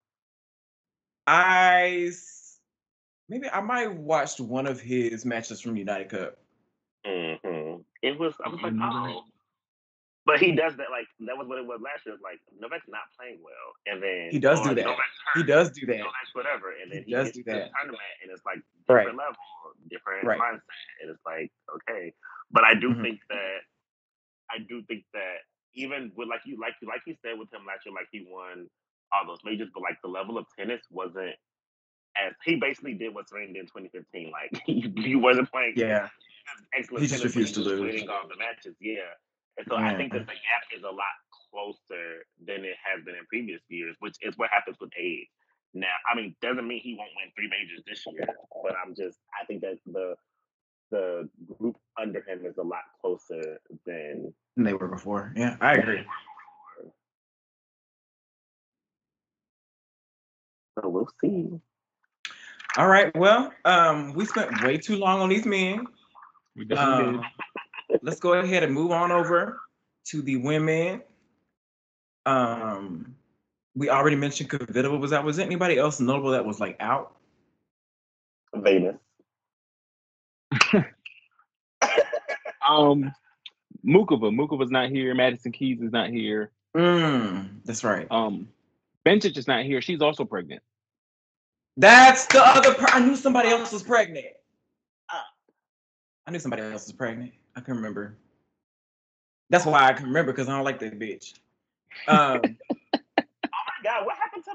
I s- maybe I might watched one of his matches from United Cup.
Mm-hmm. It was I was like,
Mhm.
oh. But he does that like that was what it was last year. It's like Novak's not playing well, and then
He does
or
do that.
Novak's
He
hurt,
does do that.
Novak's whatever, and then he,
He does
gets
do
to the
that.
tournament, and it's like
Right.
different level, different
Right.
mindset, and it's like okay. But I do
Mhm.
think that I do think that even with like you like you like you said with him last year, like he won all those majors, but like the level of tennis wasn't as he basically did what Serena did in 2015. Like [laughs] you, you wasn't playing
Yeah.
excellent.
He just
tennis, but
refused to
was
lose.
Winning all the matches, yeah. And so I
Yeah.
think that the gap is a lot closer than it has been in previous years, which is what happens with age. Now, I mean, doesn't mean he won't win three majors this year, but I'm just I think that the the group under him is a lot closer than
Than they were before. Yeah, I agree.
so we'll see.
All right. Well, um, we spent way too long on these men.
we definitely
Um, let's go ahead and move on over to the women. Um, we already mentioned Kvitova was out. Was there anybody else notable that was like out?
Venus.
did. Um, Mukova, Mukova's not here. Madison Keys is not here.
Mm, that's right.
Um, Benchich is not here. She's also pregnant.
That's the other part. I knew somebody else was pregnant. I knew somebody else was pregnant. I can remember. That's why I can remember because I don't like that bitch. Um,
Oh my God, what happened to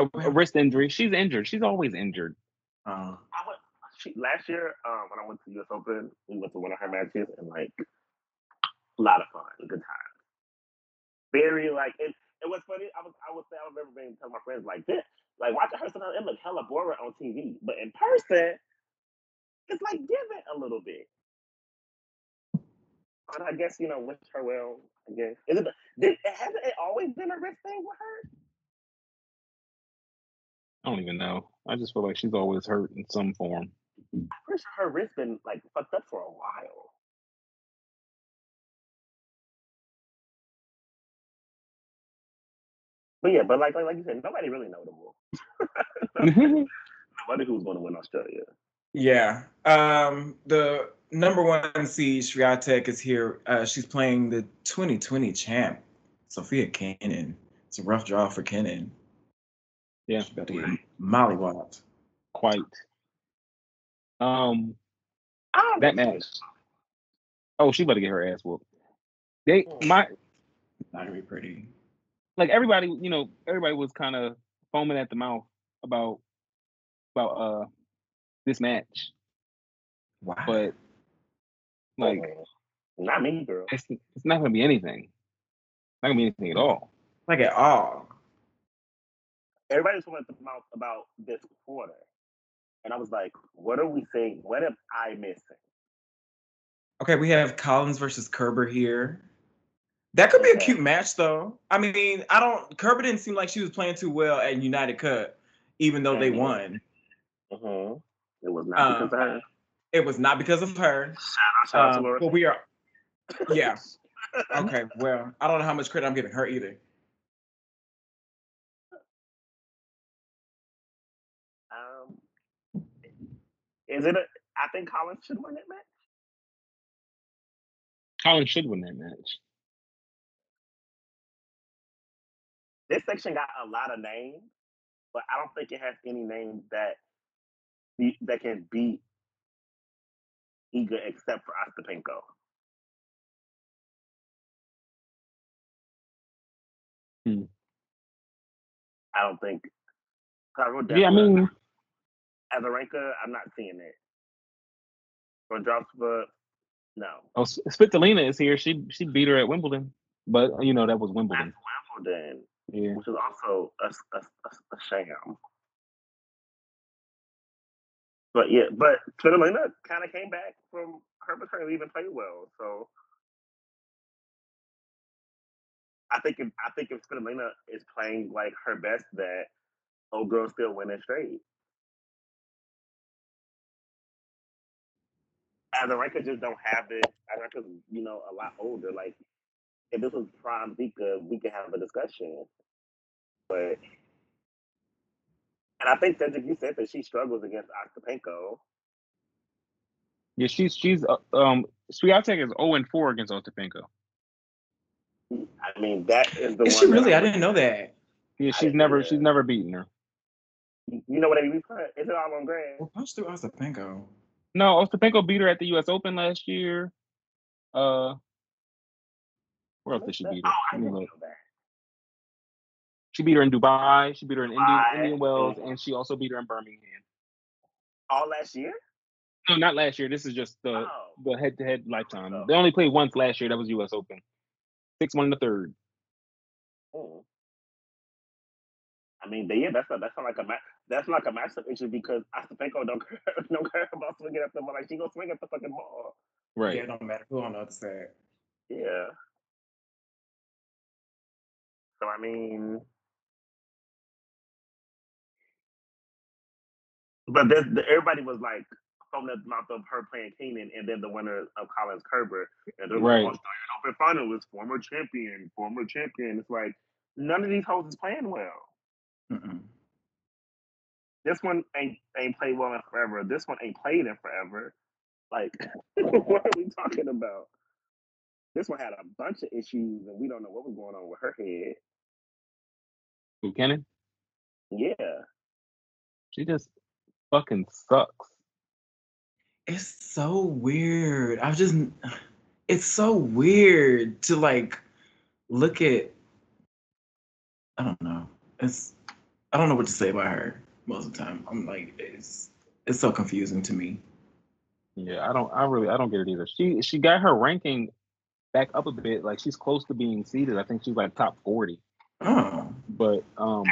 Muhava?
yeah,
A, a wrist injury. She's injured. She's always injured.
uh,
I went she, last year um, when I went to US Open. We went to one of her matches and like a lot of fun, a good time. Very like it. It was funny. I was I was I remember being telling my friends like this, like watching her sometimes it looked hella boring on TV, but in person, it's like giving a little bit. But I guess you know, wish her well. I guess is it, did, hasn't it always been a wrist thing with her?
I don't even know. I just feel like she's always hurt in some form.
I'm pretty sure her wrist been like fucked up for a while. But yeah, but like like, like you said, nobody really know the rule. Nobody who's going to win Australia.
yeah. Um, the number one seed Sriatek is here. Uh, she's playing the 2020 champ Sophia Kennan. It's a rough draw for Kennan.
Yeah.
She's about to get mollywopped.
Quite. Um,
I don't
that
know.
match. Oh, she about to get her ass whooped. They my
Not gonna be pretty.
like everybody, you know, everybody was kind of foaming at the mouth about about uh this match,
Wow.
but like
Mm. not me, girl.
it's it's not gonna be anything. Not gonna be anything at all.
like at all.
Everybody's talking about, about about this quarter, and I was like, "What are we saying? What am I missing?"
Okay, we have Collins versus Kerber here. That could be a
Okay.
cute match, though. I mean, I don't. Kerber didn't seem like she was playing too well at United Cup, even though they
Mhm.
won.
hmm It was not
Uh,
because I
It was not because of her.
shout out
Um,
to her.
but we are. Yeah. Okay. Well, I don't know how much credit I'm giving her either.
Um, is it? A, I think Collins should win that match.
Collins should win that match.
This section got a lot of names, but I don't think it has any names that be, that can beat Iga except for Ostapenko.
Hmm.
I don't think.
yeah, I mean,
Azarenka, I'm not seeing it. Rodrova, no.
oh, S- Spitalina is here. She she beat her at Wimbledon, but you know that was
That's
Wimbledon.
Wimbledon,
Yeah.
which is also a, s- a s- a s- a sham. But yeah, but Svitolina kind of came back from her maternity leave and played well. So I think if I think if Svitolina is playing like her best, that old girl still winning straight. Azarenka just don't have it. Azarenka's you know a lot older. Like if this was prime Zika, we could have a discussion. But and I think Cedric, you said that she struggles against Ostapenko.
Yeah, she's she's uh, um Swiatek is 0 and 4 against Ostapenko.
I mean, that is the
Is
one.
she
that
really? I
I'm-
didn't know that.
Yeah, she's
didn't
never
know
she's
that.
never beaten her.
You know what I mean? We put is it all on grand?
Well, punch through Ostapenko.
No, Ostapenko beat her at the US Open last year. Uh where else did she beat
Oh,
her?
I
Let me
didn't know
look.
that.
She beat her in Dubai, she beat her in Indian,
Dubai.
Indian Wells, and she also beat her in Birmingham.
All last year?
No, not last year. This is just the
oh,
the head to head lifetime.
Oh.
They only played once last year, that was US Open. Six one in the third.
mm. I mean, but yeah, that's not that's not like a ma- that's not like a matchup issue because Ostapenko don't [laughs] care, don't care about swinging at the ball. Like she gonna swing at the fucking ball.
Right.
Yeah, it don't matter who on the other side.
Yeah. So I mean, but this, the, everybody was like from the mouth of her playing Keenan, and then the winner of Collins Kerber, and "Oh, the
Right.
Australian Open final was former champion, former champion. It's like none of these hoes is playing well.
Mm-mm.
this one ain't ain't played well in forever. This one ain't played in forever. Like, [laughs] what are we talking about? This one had a bunch of issues, and we don't know what was going on with her head.
Buchanan?
Yeah.
She just fucking sucks.
It's so weird. I've just it's so weird to like look at I don't know. It's I don't know what to say about her most of the time. I'm like it's it's so confusing to me.
Yeah, I don't. I really, I don't get it either. She she got her ranking back up a bit. Like she's close to being seeded. I think she's like top forty.
Oh.
But um,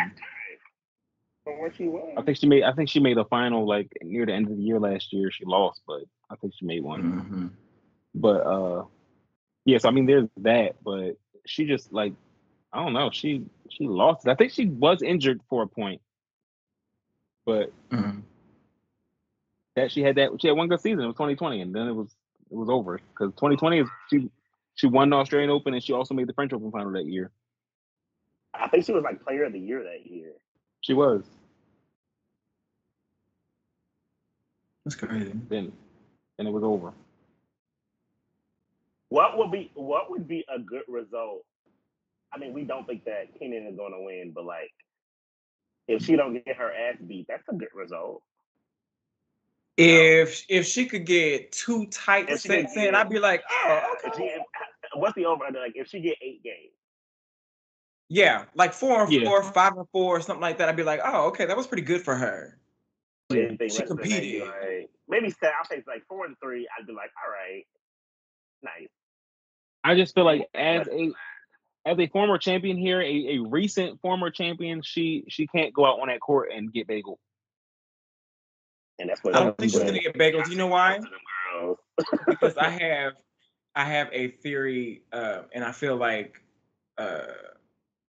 From where she was.
I think she made. I think she made a final like near the end of the year last year. She lost, but I think she made one.
mhm.
But uh, yeah. So I mean, there's that. But she just like, I don't know. She she lost. it. I think she was injured for a point. But
Mhm.
that she had that she had one good season. It was 2020, and then it was it was over because 2020 is she she won the Australian Open and she also made the French Open final that year.
I think she was like player of the year that year.
She was
That's crazy.
then, and it was over.
What would be what would be a good result? I mean, we don't think that Kenan is gonna win, but like if she don't get her ass beat, that's a good result.
If if she could get two tight
If she could
sets in,
get-
I'd be like, oh,
If
okay.
she- what's the over under? Like if she get eight games.
Yeah, like four and
Yeah.
four, five and four, or something like that. I'd be like, oh, okay, that was pretty good for her.
anything less
She
than that, you'd be
competed.
like- maybe seven, I'll say it's like four and three. I'd be like, all right, nice.
I just feel like as a as a former champion here, a, a recent former champion, she she can't go out on that court and get bagel.
And that's what
I don't think she's
but-
gonna get bagels. You know why?
Girls.
Because I have I have a theory, uh, and I feel like uh,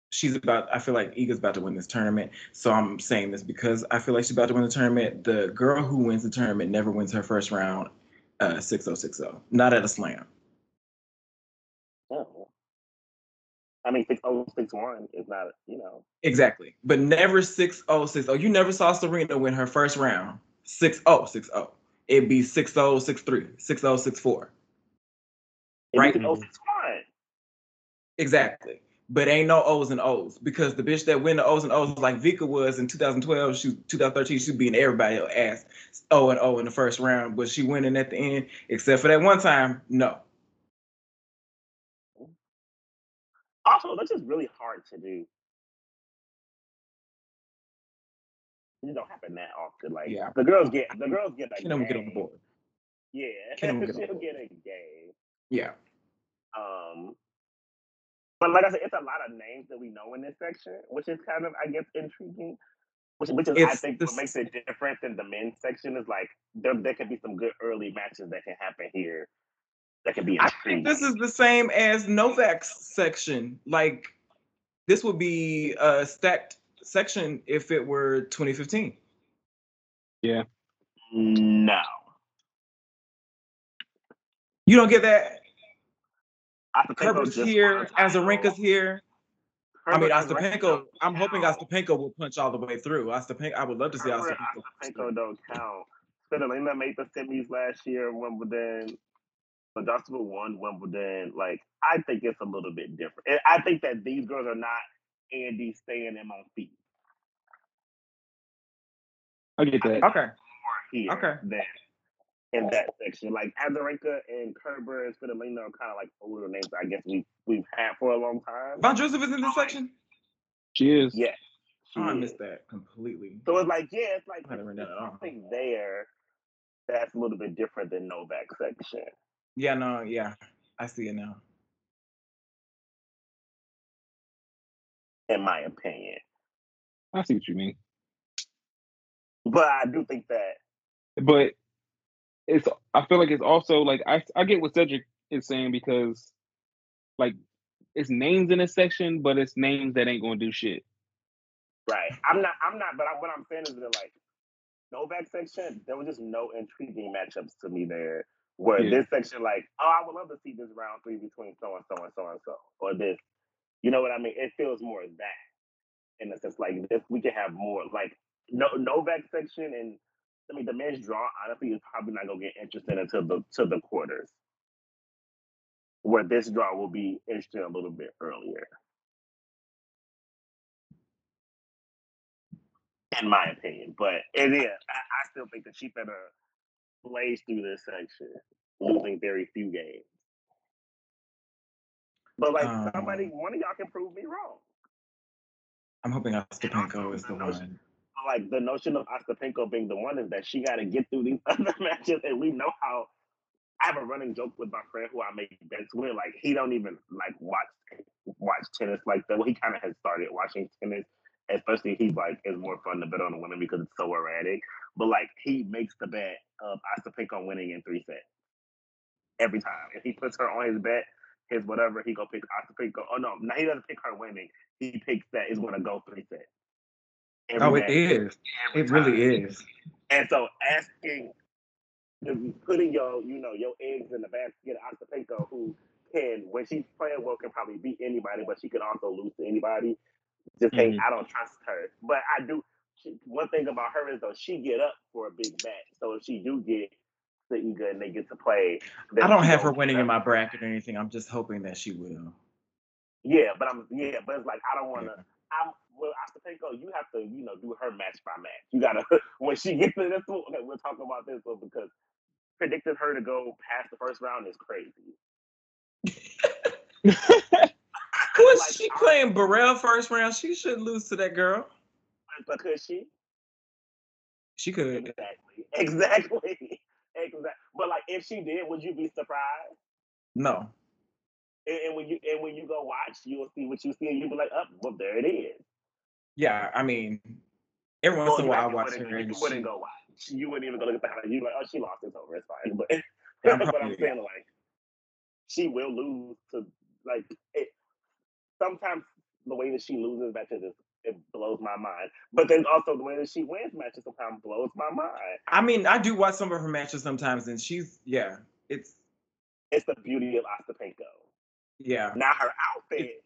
she's about. I feel like Iga's about to win this tournament. So I'm saying this because I feel like she's about to win the tournament. The girl who wins the tournament never wins her first round, uh, six oh six oh. Not at a slam.
No. I mean, six oh six one is not, you know.
Exactly. But never 6 0 6 0. oh. You never saw Serena win her first round 6 0 6 0. oh. It'd be oh, 6 0 6 3, 6 0 6 4. Right.
Six oh six one.
Exactly. But ain't no O's and O's because the bitch that win the O's and O's like Vika was in 2012, she 2013, she beating everybody else ass O and O in the first round. Was she winning at the end? Except for that one time, no.
Also, that's just really hard to do. It don't happen that often. Like
Yeah.
the girls get the girls get like
She never get on the board.
Yeah,
Kenna will get on
[laughs] she'll
board.
get a game.
Yeah.
Um, but like I said, it's a lot of names that we know in this section, which is kind of, I guess, intriguing. Which, which is, I
It's
think,
the
what makes it different than the men's section is like there, there could be some good early matches that can happen here that could be
I think
intriguing.
this is the same as Novak's section. Like this would be a stacked section if it were 2015.
no.
You don't get that.
I think they'll
Kerber's
just
here,
want a title.
Azarenka's here. I mean,
Kerber is right
Ostapenko. I'm hoping
now.
Ostapenko will punch all the way through. Ostapenko. I would love to see
Kerber,
Ostapenko.
Ostapenko don't count. Svitolina made the semis last year in Wimbledon. Podostova won Wimbledon. Like, I think it's a little bit different. And I think that these girls are not Andy staying in my feet
I get that.
Okay.
here.
Okay.
Than in that section. Like, Azarenka and Kerber and Svitolina are kind of like older names I guess we, we've had for a long time.
Von Joseph is in this section.
She is.
Yeah.
Oh, I
Shit.
missed that completely.
So it's like, yeah, it's like
I haven't read that at all.
something there that's a little bit different than Novak section.
Yeah. No. Yeah. I see it now.
in my opinion.
I see what you mean.
But I do think that
but it's I feel like it's also like I I get what Cedric is saying because like it's names in this section, but it's names that ain't gonna do shit.
right. I'm not. I'm not. But I, what I'm saying is that like Novak section, there was just no intriguing matchups to me there. Where
Yeah.
this section, like, oh, I would love to see this round three between so and so and so and so, or this. You know what I mean? It feels more that in a sense. Like this, we can have more. Like no Novak section and. I mean, the men's draw honestly is probably not gonna get interesting until the to the quarters, where this draw will be interesting a little bit earlier. in my opinion. But and yeah, I, I still think that she better blaze through this section, losing very few games. But like
Um,
somebody, one of y'all can prove me wrong.
I'm hoping Ostapenko is the one.
But, Like the notion of Ostapenko being the one is that she got to get through these [laughs] other matches, and we know how. I have a running joke with my friend who I make bets with. Like he don't even like watch watch tennis like that. Well, he kind of has started watching tennis, especially he's like it's more fun to bet on the women because it's so erratic. But like he makes the bet of Ostapenko winning in three sets every time. If he puts her on his bet, his whatever, he go pick Ostapenko. Oh no, no, he doesn't pick her winning. He picks that is going to go three sets. Every
Oh, it
match,
is.
every
It really
time.
is.
And so asking, putting your, you know, your eggs in the basket of Ostapenko, who can, when she's playing well, can probably beat anybody, but she can also lose to anybody. Just saying,
Mm-hmm.
I don't trust her. But I do, she, one thing about her is though, she get up for a big match. So if she do get to Iga and they get to play. then
I don't
she
have
gonna
her winning
get
in
up.
my bracket or anything. I'm just hoping that she will.
Yeah, but I'm, yeah, but it's like, I don't want to,
Yeah.
I'm well, Ostapenko, you have to, you know, do her match by match. You gotta [laughs] when she gets to this one, okay, we'll talk about this one because predicting her to go past the first round is crazy.
Who is
Like,
she
I-
playing? Burrell first round. She should lose to that girl.
But could she?
She could.
Exactly. [laughs] Exactly. Exactly. But like if she did, would you be surprised?
No.
And, and when you and when you go watch, you'll see what you see and you'll be like, oh, well, there it is.
Yeah, I mean, every once in
Going
a
back,
while I
you
watch
wouldn't-
her and
You
she,
wouldn't go watch. You wouldn't even go look at the highlight. You're like, oh, she lost. It's over. It's fine. [laughs]
[laughs]
But,
I'm
but I'm
probably-
saying, like, she will lose to, like, it, sometimes the way that she loses matches, is, it blows my mind. But then also the way that she wins matches sometimes blows my mind.
I mean, I do watch some of her matches sometimes, and she's yeah, it's
It's the beauty of Ostapenko.
yeah.
Now her outfit,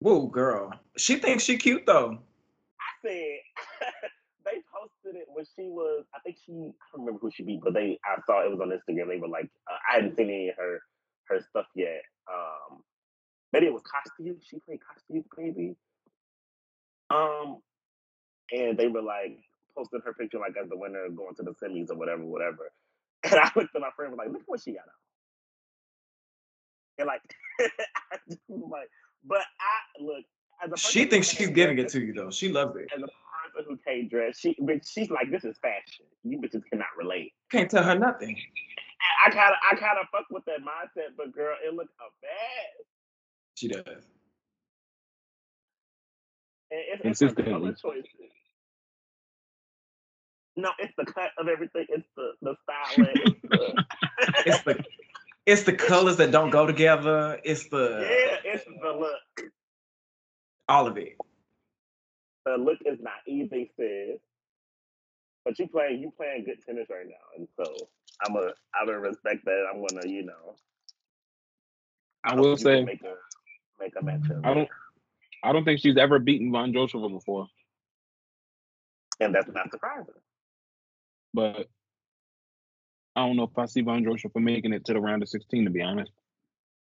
Whoa, girl, she thinks she cute though.
I said [laughs] they posted it when she was. I think she. I don't remember who she beat, but they. I saw it was on Instagram. They were like, uh, I hadn't seen any of her her stuff yet. Um, maybe it was Costume. She played Costume, maybe. Um, and they were like posting her picture like as the winner going to the semis or whatever, whatever. [laughs] And I looked at my friend was like, look what she got on. And like, [laughs] I just was like, but I look. As a person
She
who
thinks
can't
she's giving
dress,
it to you though. She loves it.
as a person who can't dress, she but she's like, this is fashion. You bitches cannot relate.
Can't tell her nothing.
And I kind of I kind of fuck with that mindset, but girl, it looked a bad.
She does.
And it's, it's the
Consistently.
color choices. No, it's the cut of everything. It's the the styling. It's
[laughs]
the,
It's the it's the colors that don't go together. It's the
yeah, it's the look.
all of it.
The look is not easy, sis. But you playing you playing good tennis right now, and so I'm a I'm gonna respect that. I'm gonna you know
I
hope
will
you can
say
make a make a match of
I
it.
don't I don't think she's ever beaten Von Joshua before,
and that's not surprising.
but I don't know if I see Von Joshua for making it to the round of sixteen to be honest.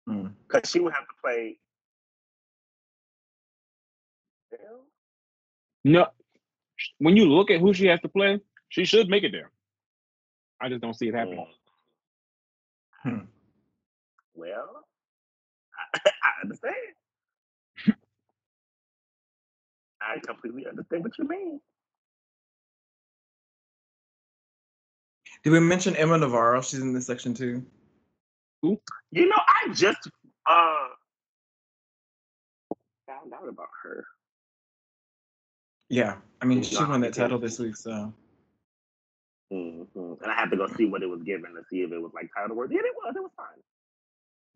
Mm.
Because she would have to play. Well,
No when you look at who she has to play, she should make it there. I just don't see it
Mm.
happening.
Hmm.
Well, I, [laughs] I understand. I completely understand what you mean.
Did we mention Emma Navarro? She's in this section too.
You know, I just uh found out about her.
Yeah, I mean, she
Yeah,
won that
because-
title this week, so
Mm-hmm. And I had to go see what it was given to see if it was like title worthy. And it was. It was fine.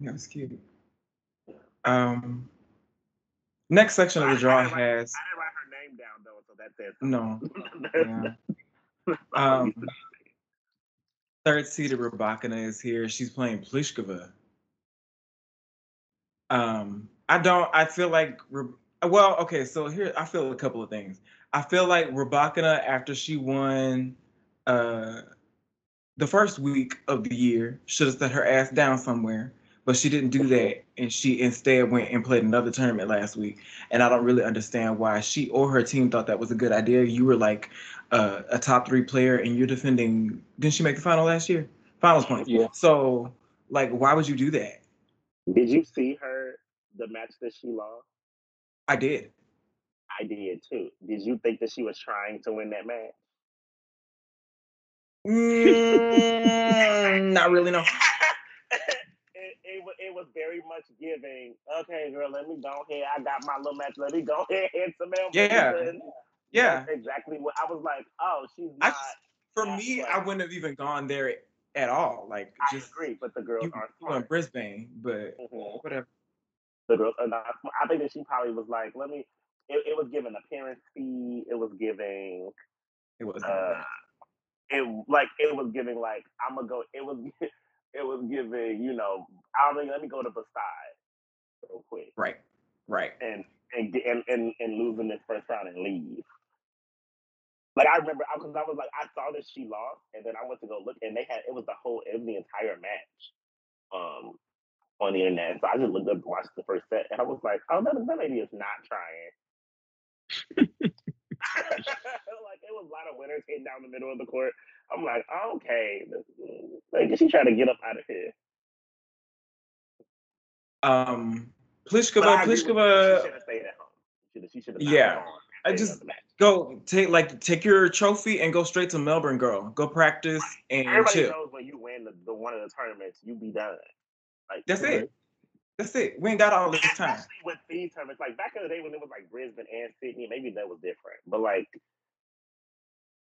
yeah, it's cute. Um, next section of the draw has
I didn't write her name down though, so that says
no.
something. [laughs]
Yeah. Mm, Um, third seeded Rabakina is here. She's playing Plishkova. Um, I don't. I feel like. Rab- Well, okay. So here, I feel a couple of things. I feel like Rabakina, after she won uh, the first week of the year, should have set her ass down somewhere but she didn't do that, and she instead went and played another tournament last week. And I don't really understand why she or her team thought that was a good idea. You were like uh, a top three player, and you're defending. Didn't she make the final last year? Finals points.
Yeah.
So, like, why would you do that?
Did you see her the match that she lost? [laughs]
I did.
I did too. Did you think that she was trying to win that match?
Mm, not really. No.
it, it, wa- it was very much giving. Okay, girl, let me go ahead. I got my little match. Let me go [laughs] ahead and some
Yeah. Yeah.
exactly what I was like. Oh, she's
I
not.
just- For me, I wouldn't have even gone there at all. Like,
I,
just
agree, but the girls
you,
aren't
you in
smart.
Brisbane, but
Mhm.
whatever.
The girls are not smart. I think that she probably was like, let me. It, it was giving appearance fee. It was giving
It was.
uh, it like it was giving like I'm gonna go. It was [laughs] it was giving you know I don't know. Let me go to Bastide real quick
right. Right.
and and get- and and, and losing this first round and leave. Like I remember, because I, was like, I saw that she lost, and then I went to go look, and they had it was the whole it was the entire match, um, on the internet. So I just looked up, and watched the first set, and I was like, oh, that, that lady is not trying. [laughs] like it was a lot of winners hitting down the middle of the court. I'm like, okay, this, like she trying to get up out of here.
Um,
But I
Pliskova,
agree with you. she should
Pliskova,
have stayed at home. She should, she should have.
Yeah. I just-
Match.
go take like take your trophy and go straight to Melbourne, girl. Go practice and
Everybody
chill.
knows when you win the, the one of the tournaments, you be done. Like
That's
you
it. That's it. We ain't got all this time.
Especially with these tournaments, like back in the day when it was like Brisbane and Sydney, maybe that was different. But like,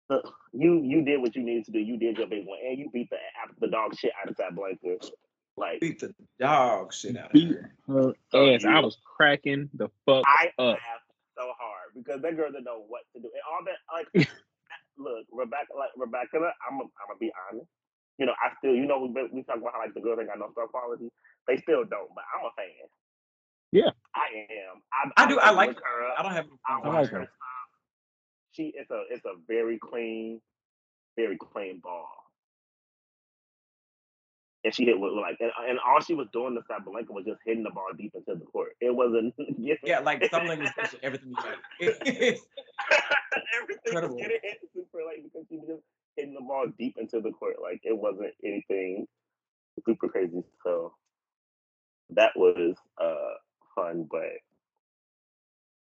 the, you you did what you needed to do. You did your big one, and you beat the ab- the dog shit out of Casablanca. Like
Beat the dog shit out of
Beat
her.
Her ass,
Mm.
I was cracking the fuck.
I
Uh.
up.
laughed so hard because that girl didn't know what to do, and all that.
[laughs]
Like, look, Rebecca, like Rebecca, I'm i I'm gonna be honest. You know, I still, you know, we been- we talk about how like the girls ain't got no star quality. They still don't, but I'm a fan.
Yeah.
I am. I,
I do- I like
look her. up.
I don't have.
I
I
like
like
her.
her.
stuff. She it's a it's a very clean, very clean ball. And she hit with like and, and all she was doing to Sabalenka was just hitting the ball deep into the court. It wasn't [laughs] getting
Yeah, like Stumbling was pushing everything. You
[laughs]
[laughs] had.
everything
Incredible.
was getting hit super like because she was just hitting the ball deep into the court. Like it wasn't anything super crazy. So that was uh fun, but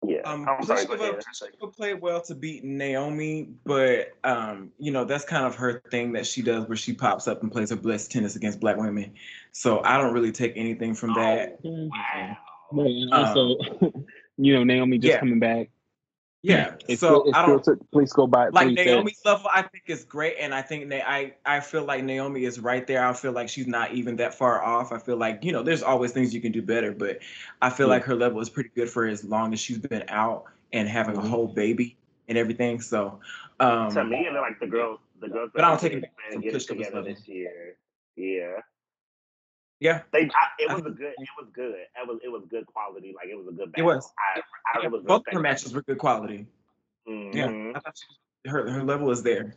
yeah.
Um,
I'm sorry, go
Pliskova-
ahead.
Pliskova played well to beat Naomi, but um, you know that's kind of her thing that she does, where she pops up and plays her blessed tennis against black women. So I don't really take anything
Oh,
from that.
Wow.
Right, and also, [laughs] you know, Naomi just
yeah.
coming back.
Yeah.
It
so
still, it
I
still
don't
took Please go by
like
three
Naomi's
sets.
level. I think is great, and I think Na- I I feel like Naomi is right there. I feel like she's not even that far off. I feel like you know there's always things you can do better, but I feel
Yeah.
like her level is pretty good for as long as she's been out and having
Mhm.
a whole baby and everything. So. Um,
to me, and then, like the girls, the girls.
But I don't
that
take it back
been
from
getting
Kushka's
together
level.
this year. Yeah,
yeah,
they. I, it
I
was a good. It was good. It was. It was good quality. Like it was a good.
It
Battle.
was.
I. I
Yeah,
was
both of her matches were good quality. yeah.
hmm
I thought she, her her level is there.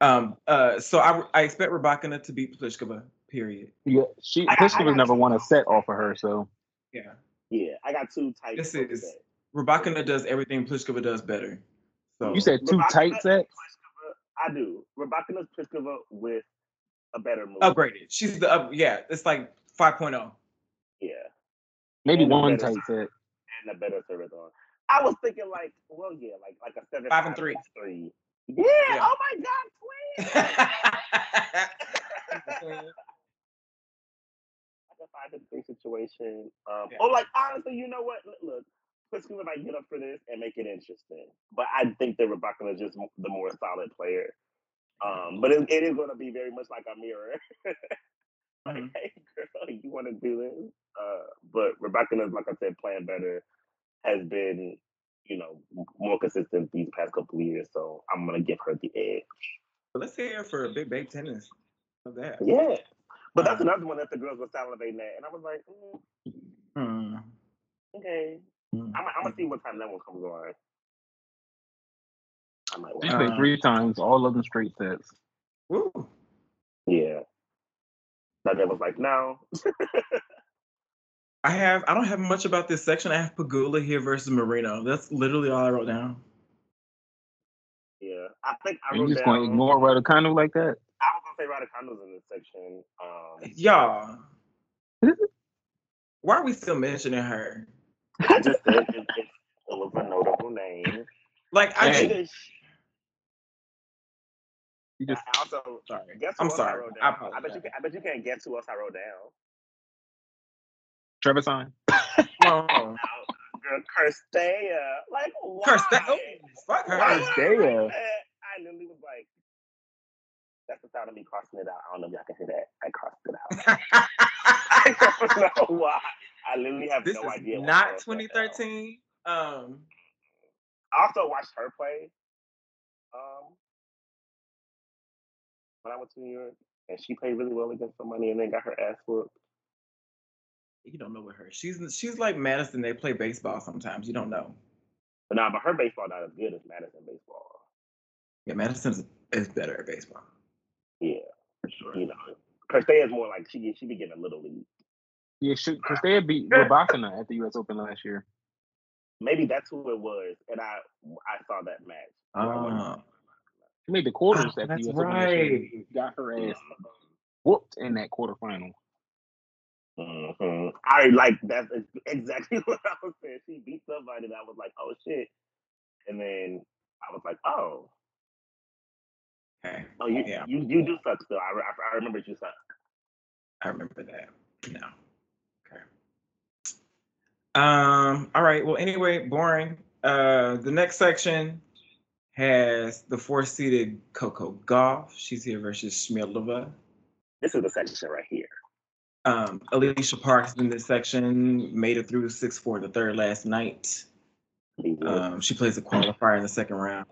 Um. Uh. So I I expect Rabakina to beat Pliskova. Period.
Yeah, she
I- I
Pliskova's
got
never
you.
won a set off of her, so
Yeah.
Yeah, I got two types.
This
of
is-
that.
Rabakina does everything Pliskova does better. So
you said two
Rebecca-
tight sets.
I do. Rebecca's Pliskova with a better
Oh,
move.
upgraded. She's the up. Yeah. It's like oh. 5.0.
Yeah,
Maybe
And a
one
better
tight set.
and a better service on. I was thinking like, well, yeah, like like a seven
Five and three.
six, three. Yeah,
Yeah.
Oh my God, twins.
[laughs]
like a five and three situation. Um,
Yeah.
Or like honestly, you know what? Look, look Pritzker might get up for this and make it interesting. But I think that Rebecca is just m- the more solid player. Um, but it, it is going to be very much like a mirror. like, [laughs]
Mhm.
hey girl, you want to do this? Uh, but Rebecca is, like I said, playing better. Has been, you know, m- more consistent these past couple of years. So I'm gonna give her the edge.
But [laughs] let's hear for Big Babe Tennis. Love that.
Yeah. But that's
Um,
another one that the girls were salivating at, and I was like, mm,
Hmm.
okay.
Hmm.
I'm, I'm gonna
mm.
see what time that one comes on. I might
She
watch.
Uh,
played three times, all of them straight sets.
Woo.
Yeah. But it was like, no.
I have I don't have much about this section. I have Pagula here versus Marino. That's literally all I wrote down.
Yeah. I think I
Are you
wrote
just going to
down.
ignore Raducanu like that?
I was gonna say Raducanu's in this section.
[laughs]
Um,
Y'all. Why are we still mentioning her?
I just said it, it, it was a notable name.
Like I
Hey.
ju-
You
I
just
also
sorry.
guess who
I'm
else I
sorry.
wrote
I
down. I,
apologize.
bet you can, I bet you can't guess who else I wrote down.
Trevor Sign.
Whoa.
No, girl, Kirstea. Like [laughs] why?
Curse that oh,
Why
fuck her. [laughs]
would I write
Kirstea.
that? I literally was like, that's the sound of me crossing it out. I don't know if y'all can hear that. I crossed it out.
[laughs]
[laughs] I don't know why. I literally have
this
no
is
idea. why I
not
wrote that down.
2013. Um
I also watched her play um, when I went to New York, and she played really well against somebody, and then got her ass whooped.
you don't know with her. She's she's like Madison. They play baseball sometimes. You don't know.
But nah, but her baseball not as good as Madison baseball.
Yeah, Madison is- is better at baseball.
Yeah,
For sure.
you know, Kirstea is more like she she be getting a little league.
Yeah, should because they had
[laughs]
beat Rabakina at the U.S. Open last year.
Maybe that's who it was, and I I saw that match.
Ah.
She made the quarters
Oh,
at the
that's
U.S. Open last year.
right.
Got her ass whooped in that quarterfinal.
Mhm. I like that's ex- exactly [laughs] what I was saying. She beat somebody, and I was like, oh shit, and then I was like, oh.
Okay.
Oh, you,
Yeah.
you you do suck though. I, re- I, I remember you suck.
I remember that. No. Okay. Um, all right. Well, anyway, boring. Uh the next section has the four-seated Coco Golf. She's here versus Shmilova.
This is the section right here.
Um, Alicia Parks in this section made it through six four the third last night.
Uh,
Mm-hmm.
Um, she plays a qualifier in the second round.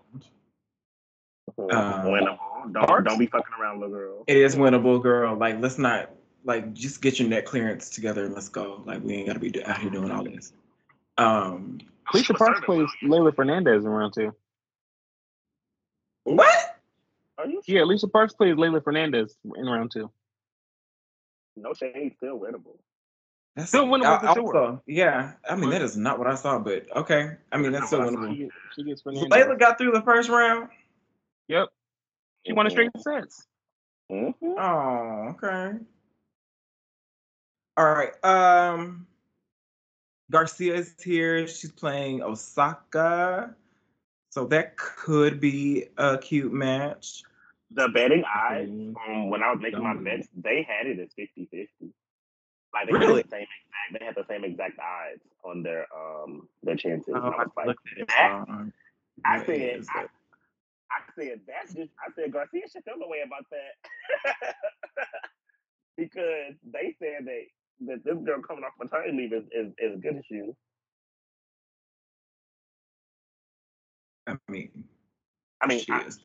um,
Winnable. uh, Don't,
uh, Parks?
don't be fucking around, little girl.
It is winnable, girl. Like, let's not like just get your net clearance together and let's go. Like, we ain't gotta be do- out here doing all this. Um,
Alicia Parks plays Leila Fernandez in round two.
what?
Are you sure?
Yeah, Alicia Parks plays Leila Fernandez in round two.
No shade, still winnable.
That's
Still winnable
I-
for sure.
also- Yeah, I mean that is not what I saw, but okay. I mean that's still
She
winnable.
gets, she gets Fernandez.
Layla got through the first round.
Yep, she won a straight sets.
Mhm.
Oh, okay. All right. Um, Garcia is here. She's playing Osaka, so that could be a cute match.
The betting odds
Mhm.
Mm-hmm.
um, when I was making my
Don't.
bets, they had it as 50 50. Like they
Really?
had the same exact, they had the same exact odds on their um their chances.
Oh,
and I was
I
like,
looked at it
that-
wrong.
I
Uh, Yeah,
said,
it is
I,
that.
I said that's just I said Garcia should feel the way about that [laughs] because they said that that this girl coming off maternity leave is is, is good as you.
I mean,
I mean,
she
I-
is.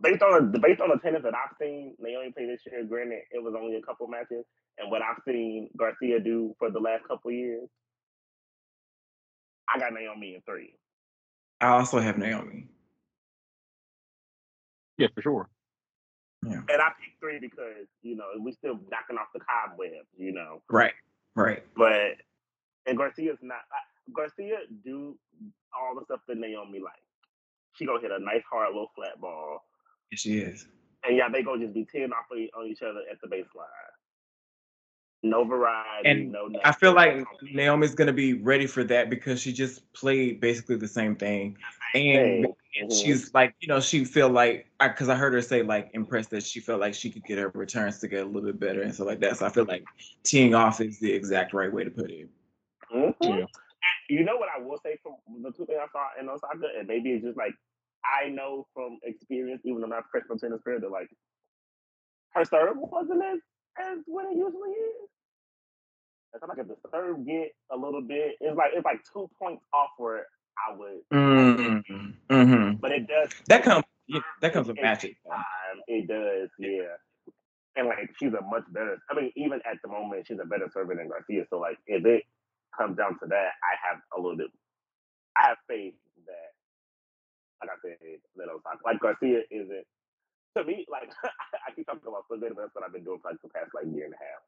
based on the based on the tennis that I've seen, they only played this year. Granted, it was only a couple matches, and what I've seen Garcia do for the last couple years, I got Naomi in three.
I also have Naomi.
Yeah, for sure.
And I picked three because, you know, we still knocking off the cobwebs, you know.
Right. Right.
But and Garcia's not I, Garcia do all the stuff that Naomi like. She gonna hit a nice hard little flat ball,
Yes, She is.
and yeah, they gonna just be teeing off on e- on each other at the baseline. No variety,
And
no.
I
nothing.
feel like Naomi's gonna be ready for that because she just played basically the same thing,
Hey,
and
mhm.
she's like, you know, she feel like because I, heard her say like impressed that she felt like she could get her returns to get a little bit better and stuff like that. So I feel like teeing off is the exact right way to put it.
Mhm.
Yeah.
You know what I will say from the two things I saw in Osaka, and maybe it's just like I know from experience, even though I'm not a professional tennis player, that like her serve wasn't as as what it usually is. And so like if the serve get a little bit, it's like it's like two points off where I would,
Mm-hmm.
but it does
That comes yeah, that comes with matches. though.
time. It does, yeah. And like she's a much better. I mean, even at the moment, she's a better server than Garcia. So like, if it comes down to that, I have a little bit. I have faith that, like I said, that Osaka, like Garcia isn't to me, like [laughs] I keep talking about so good, but that's what I've been doing for like the past like year and a half.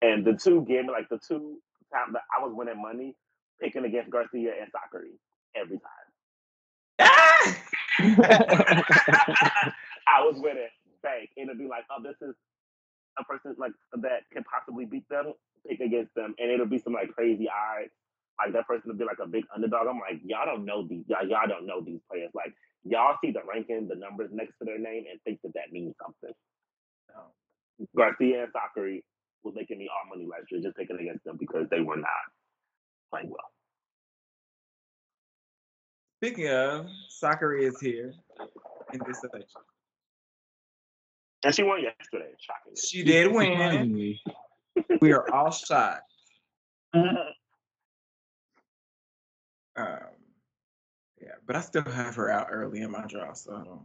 And the two game, like the two times that I was winning money, picking against Garcia and Sakari every time.
[laughs]
I was winning bank, and it'd be like, oh, this is a person like that can possibly beat them, pick against them, and it'll be some like crazy odds. Like that person would be like a big underdog. I'm like, y'all don't know these, y'all, y'all don't know these players. Like y'all see the ranking, the numbers next to their name, and think that that means something.
No.
Garcia and Sakari was making me all money last year just picking against them because they were not playing well.
Speaking of, Sakari is here in this election.
And she won yesterday, shockingly.
[laughs]
[laughs]
She did win.
Surprisingly.
We are all [laughs] shocked. Um, yeah, but I still have her out early in my draw, so I don't.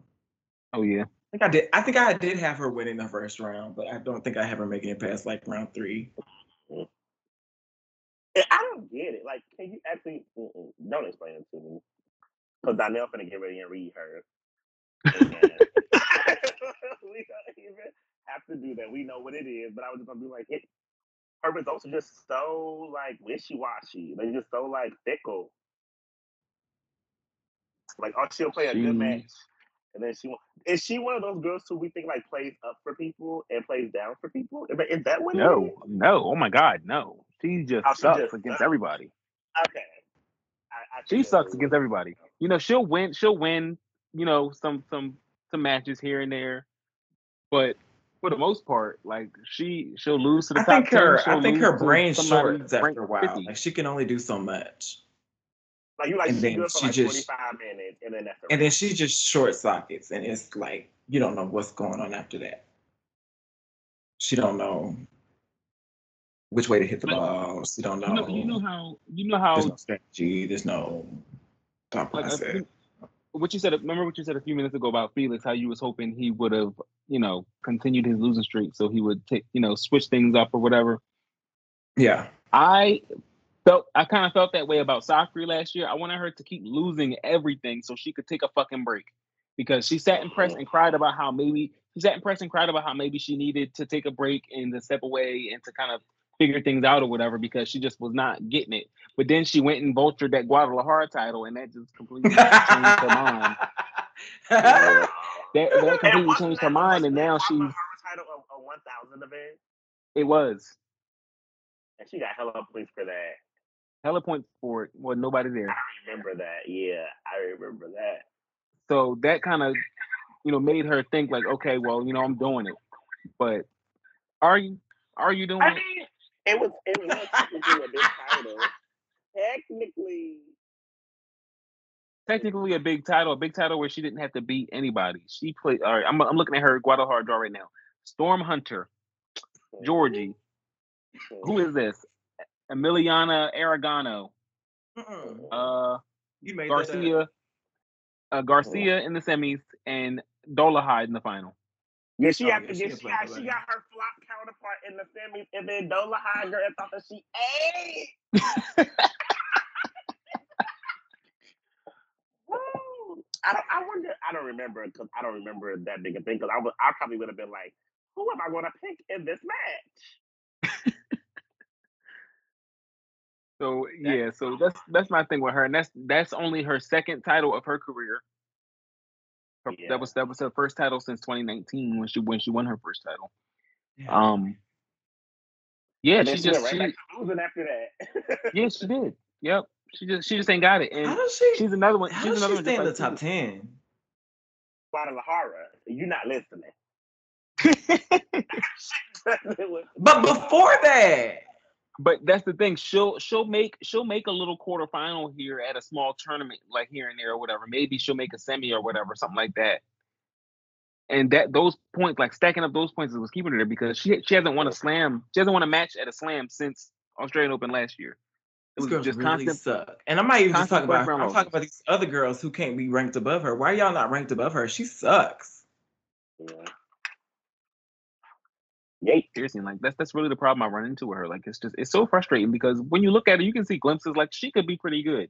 Oh yeah.
I think I did. I think I did have her winning the first round, but I don't think I have her making it past like round three.
And I don't get it. Like, can you actually mm-mm, don't explain it to me? Because Donnell finna get ready and read her. And [laughs]
[laughs]
we don't even have to do that. We know what it is, but I was just gonna be like, it, her results are just so like wishy washy. They're just so like fickle. Like, oh, she'll play a
She-
good match, and then she won. Is she one of those girls who we think like plays up for people and plays down for people? Is that- Is that what? it
No,
is?
no. Oh my God, no. She just
Oh, she
sucks
just
against
sucks.
everybody.
Okay. I, I
She
think
sucks
that's-
against everybody. You know, she'll win. She'll win. You know, some some some matches here and there, but for the most part, like she she'll lose to the
I
top
think her.
10, she'll
I think
lose
her
to
brain
somebody
shortens after
ranked
a while.
50.
Like she can only do so much,
Like you like
And
she
then
good for
she
like
just-
forty five minutes and then that's a
and then she just short sockets, and it's like you don't know what's going on after that. She don't know which way to hit the
But-
ball. She don't know.
You know, you know how you know
there's
how
no strategy. There's no thought
like, I
process.
think what you said. Remember what you said a few minutes ago about Felix? How you was hoping he would have you know continued his losing streak, so he would take you know switch things up or whatever.
Yeah.
I felt I kind of felt that way about Sakri last year. I wanted her to keep losing everything so she could take a fucking break because she sat in
Mm-hmm.
press and cried about how maybe she sat in press and cried about how maybe she needed to take a break and to step away and to kind of figure things out or whatever because she just was not getting it. But then she went and vultured that Guadalajara title and that just completely changed
[laughs]
her [laughs]
Yeah.
mind. [laughs] That, that
And
completely
wasn't
changed
that-
her mind and
wasn't that
now
Guadalajara
she's
title a, a one thousand event
it was
and she got hella points for that.
hella points for it. Well, nobody there.
I remember that. Yeah, I remember that.
so that kind of you know made her think like okay well you know i'm doing it but are you are you doing
I
it
mean, it was it was technically a big title. Technically,
technically a big title a big title where she didn't have to beat anybody she played all right i'm, I'm looking at her guadalajara draw right now storm hunter georgie who is this emiliana aragano
Mm-mm.
uh
You made That up.
garcia uh, garcia in the semis and dolahide in the final
Yeah, she
Oh,
had
yeah,
to
she
get
can
she
play
got,
for
she
that.
got her flop counterpart in the semis, and then Dola High girl thought that she
[laughs]
ate. Woo! I don't. I wonder. I don't remember because I don't remember that big a thing. Because I was. I probably would have been like, "Who am I going to pick in this match?"
so yeah so that's that's my thing with her and that's that's only her second title of her career Her-
Yeah.
That was that was her first title since 2019 when she when she won her first title.
Yeah.
Um, yeah,
And
she
then she went
just
right
she,
back to losing after that. [laughs]
yeah she did. Yep, she just she just ain't got it.
How
And
does she?
she's another one.
how
um, she's
does
another
she
one
stay
just
in the
like
top ten?
Guadalajara, you're not
[laughs]
listening. [laughs] It was-
But before that,
But that's the thing. She'll she'll make she'll make a little quarterfinal here at a small tournament like here and there or whatever. Maybe she'll make a semi or whatever, something like that. And that those points, like stacking up those points, is what's keeping her there because she she hasn't won a slam. She hasn't won a match at a slam since Australian Open last year. It
these
was
girls
just
really
constant
suck. And I'm not even just talking
constant
about.
first
Her.
round
I'm talking about these other girls who can't be ranked above her. Why y'all not ranked above her? She sucks.
yeah. Yay.
seriously and, like that's that's really the problem i run into with her like it's just it's so frustrating because when you look at her you can see glimpses like she could be pretty good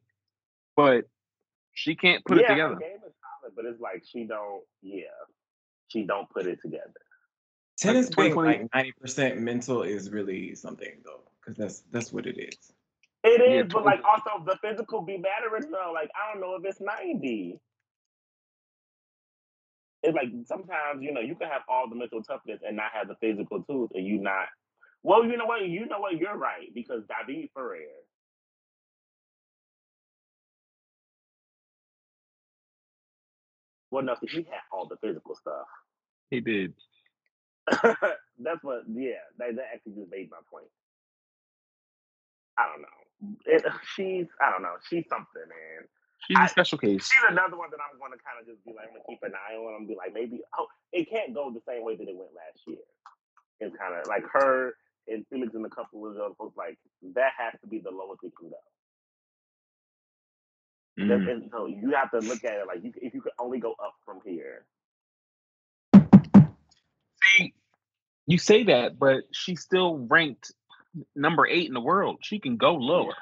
but she can't put
yeah,
it
her
together
game is solid, but it's like she don't. Yeah, she don't put it together.
Tennis being
2020
like ninety percent mental is really something though, because that's that's what it is.
It is,
Yeah,
but like also the physical be mattering though. Like I don't know if it's ninety. It's like sometimes you know you can have all the mental toughness and not have the physical tools, and you not. Well, you know what? You know what? You're right because David Ferrer. Well, no, see, he had all the physical stuff.
He did.
[laughs] That's what. Yeah, that, that actually just made my point. I don't know. It, [laughs] she's. I don't know. She's something, man.
She's
I-
a special case.
She's another one that I'm going to kind of just be like, I'm going to keep an eye on. I'm going to be like, maybe, oh, it can't go the same way that it went last year. It's kind of like her and Felix and a couple of the other folks, like, that has to be the lowest it can go. That-
Mm.
And so you have to look at it like, you, if you could only go up from here.
See, you say that, but she's still ranked number eight in the world. She can go lower.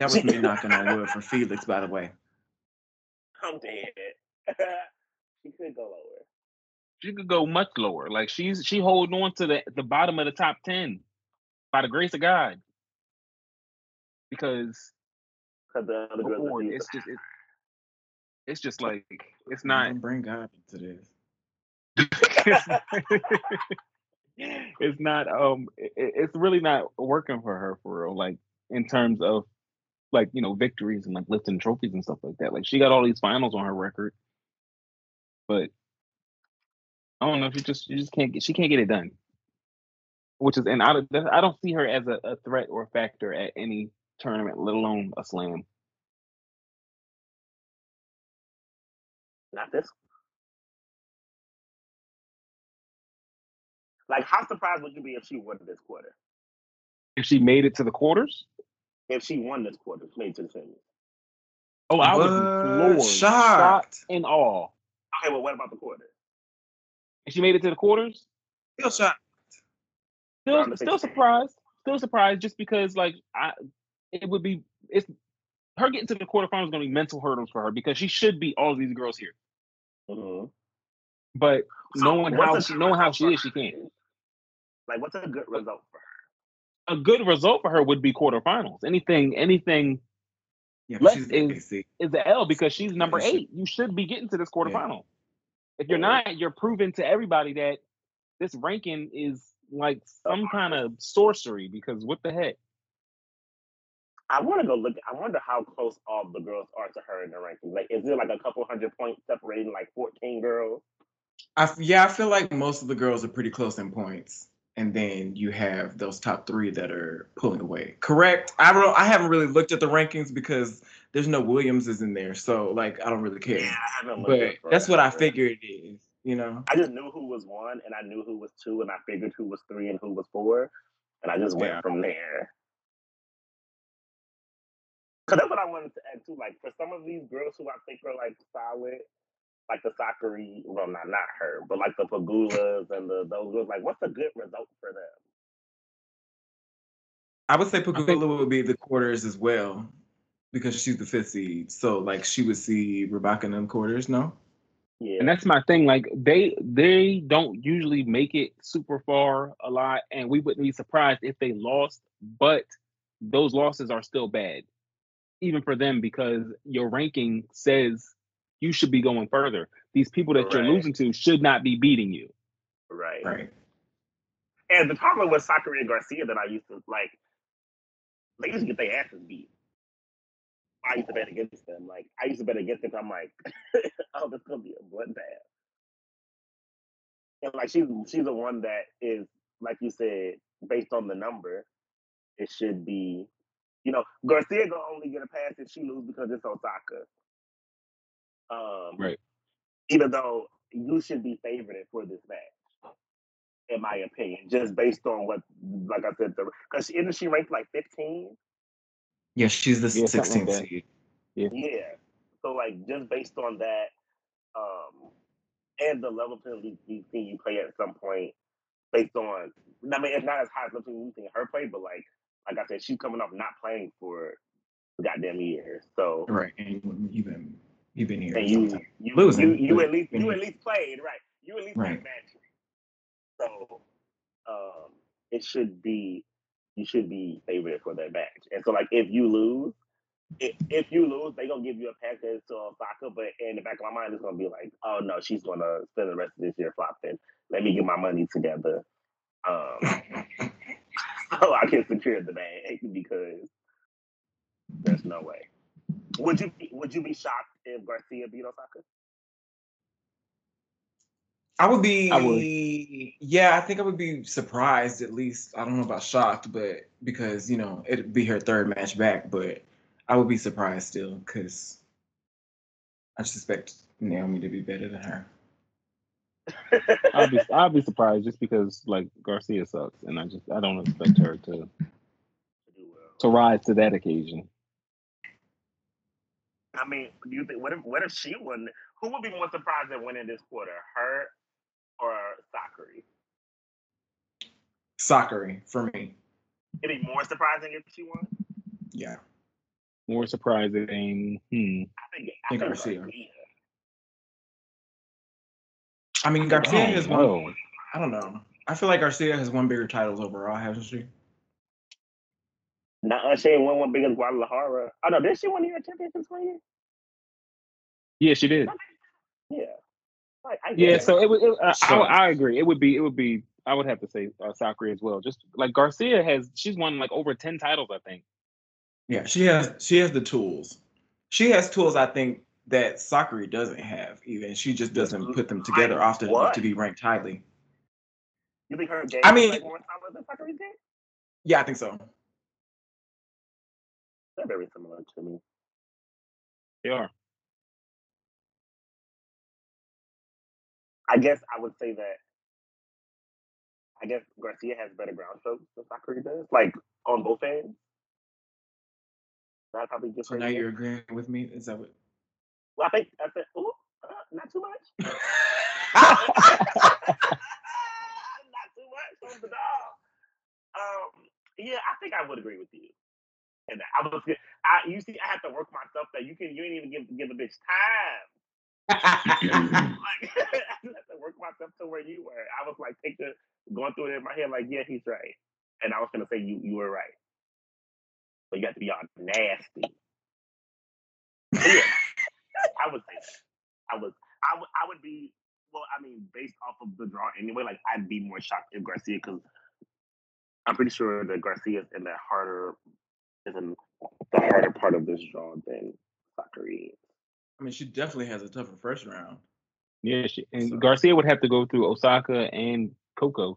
That was me knocking on wood for Felix, by the [laughs] way.
I'm dead. [laughs] she could go lower.
She could go much lower. Like she's she holding on to the, the bottom of the top ten by the grace of God. Because
Because the other girls
Lord,
refuse
it's
to-
just it, it's just like it's not
Don't bring God into this.
[laughs] it's not um i- i it's really not working for her for real like in terms of like you know victories and like lifting trophies and stuff like that like she got all these finals on her record but i don't know she just she just can't get she can't get it done which is and i don't that- i don't see her as a, a threat or a factor at any tournament let alone a slam
Not this. one. Like, how surprised would you be if she won this quarter?
if she made it to the quarters
If she won this quarter, she made it to the semis.
oh i was
What?
floored
Shocked.
shocked and all
Okay, well, what about the quarter?
if she made it to the quarters
Still shocked.
still
Round of
still
16.
surprised. Still surprised just because like I it would be it's her getting to the quarterfinals is gonna be mental hurdles for her because she should beat all these girls here.
Mm-hmm.
But knowing how
what's a
she
good
knowing how
result
she
for
is, she
her?
can't.
Like, what's a good result for her?
A good result for her would be quarterfinals. Anything anything
Yeah,
Lex
she's
is-
the AC.
is an L because she's number
Yeah, she-
eight. You should be getting to this quarterfinal. If you're
Yeah.
not, you're proving to everybody that this ranking is like some kind of sorcery because what the heck?
I want to go look. I wonder how close all the girls are to her in the rankings. Like, is it like a couple hundred points separating like 14 girls?
I f- yeah, I feel like most of the girls are pretty close in points, and then you have those top three that are pulling away. Correct? I don't. I haven't really looked at the rankings because there's no Williamses in there, so like I don't really care.
I haven't looked
but
up for
that's
her.
what I figured it is. You know.
I just knew who was one, and I knew who was two, and I figured who was three and who was four, and I just went
Yeah.
from there. Cause that's what I wanted to add too. Like for some of these girls who I think are like solid, like the Sakari, well, not not her, but like the Pagulas and the those girls. Like, what's a good result for them?
I would say
think-
Pagula would be the quarters as well because she's the fifth seed. So like she would see Rebecca in them quarters. No.
Yeah,
and that's my thing like they they don't usually make it super far a lot and we wouldn't be surprised if they lost but those losses are still bad even for them because your ranking says you should be going further these people that you're
Right.
losing to should not be beating you
right.
Right.
And the problem with Sakari and Garcia that I used to like, they used to get their asses beat. I used to bet against them. Like I used to bet against them. I'm like, [laughs] oh, this gonna be a bloodbath. And like she's she's the one that is like you said, based on the number, it should be, you know, Garcia gonna only get a pass if she lose because it's Osaka. Um,
Right.
Even though you should be favored for this match, in my opinion, just based on what, like I said, because isn't she ranked like 15?
Yeah, she's the
Yeah, something like
sixteenth
that.
seed.
Yeah. So like just based on that, um, and the level penalty you see you play at some point, based on I mean it's not as high as level we've seen her play, but like like I said, she's coming off not playing for a goddamn year. So
Right. And you've been you've been here.
and
some
you
time.
you,
Losing,
you you
but-
at least you at least played, right. You You at least
Right.
right. So um, it should be you should be favored for that match. And so like if you lose, if, if you lose, they gonna give you a package to Osaka, but in the back of my mind it's gonna be like, oh no, she's gonna spend the rest of this year flopping. Let me get my money together. Um [laughs] so I can secure the bag because there's no way. Would you be, would you be shocked if Garcia beat Osaka? [laughs]
I would be.
I
Yeah, I think I would be surprised at least. I don't know about shocked, but because you know it'd be her third match back, but I would be surprised still because I suspect Naomi to be better than her.
I'd be I'd be surprised just because like Garcia sucks, and I just I don't expect her to to rise to that occasion.
I mean, do you think what if what if she won? Who would be more surprised at winning this quarter, her or Sakari?
Sakari for me.
It'd be more surprising if she won.
Yeah.
More surprising. Hmm.
I think
Think Garcia.
Garcia.
I mean Garcia
I don't
has won.
know.
I don't know. I feel like Garcia has won bigger titles overall, hasn't she?
Nah, uh, she ain't won one biggest Guadalajara. Oh no, did she win the year championships one year?
Yeah, she did.
Yeah. Like, I
Yeah,
get it.
so it would. It, I-
So-
I, I agree. It would be. It would be. I would have to say uh, Sakura as well. Just like Garcia has, she's won like over ten titles, I think.
Yeah, she has she has the tools. She has tools I think that Sakari doesn't have even. She just doesn't put them together
Like
often enough
what?
to be ranked highly.
you think her game
I
is,
mean-
like, more solid than Sakari's game?
Yeah, I think so.
They're very similar to me.
They are.
I guess I would say that. I guess Garcia has better ground strokes than Sakari does, like on both ends. That probably gives
So
her.
now
the
you're agreeing with me? Is that what
Well, I think I said, ooh, uh, not too much. [laughs] not
I
too much on the dog. Um, yeah, I think I would agree with you. And I was, I you see, I have to work myself that you can, you ain't even give give a bitch time. [laughs] Like, [laughs] I had to work myself to where you were. I was like, take the going through it in my head, like, yeah, he's right, and I was gonna say you, you were right. But you have to be all nasty. But yeah, I would say that. I would, I would, I would be. Well, I mean, based off of the draw anyway, like I'd be more shocked if Garcia, because I'm pretty sure that Garcia's in that harder, is in the harder part of this draw than E Sakari. is.
mean she definitely has a tougher first round.
Yeah, she, and
So-
Garcia would have to go through Osaka and Coco.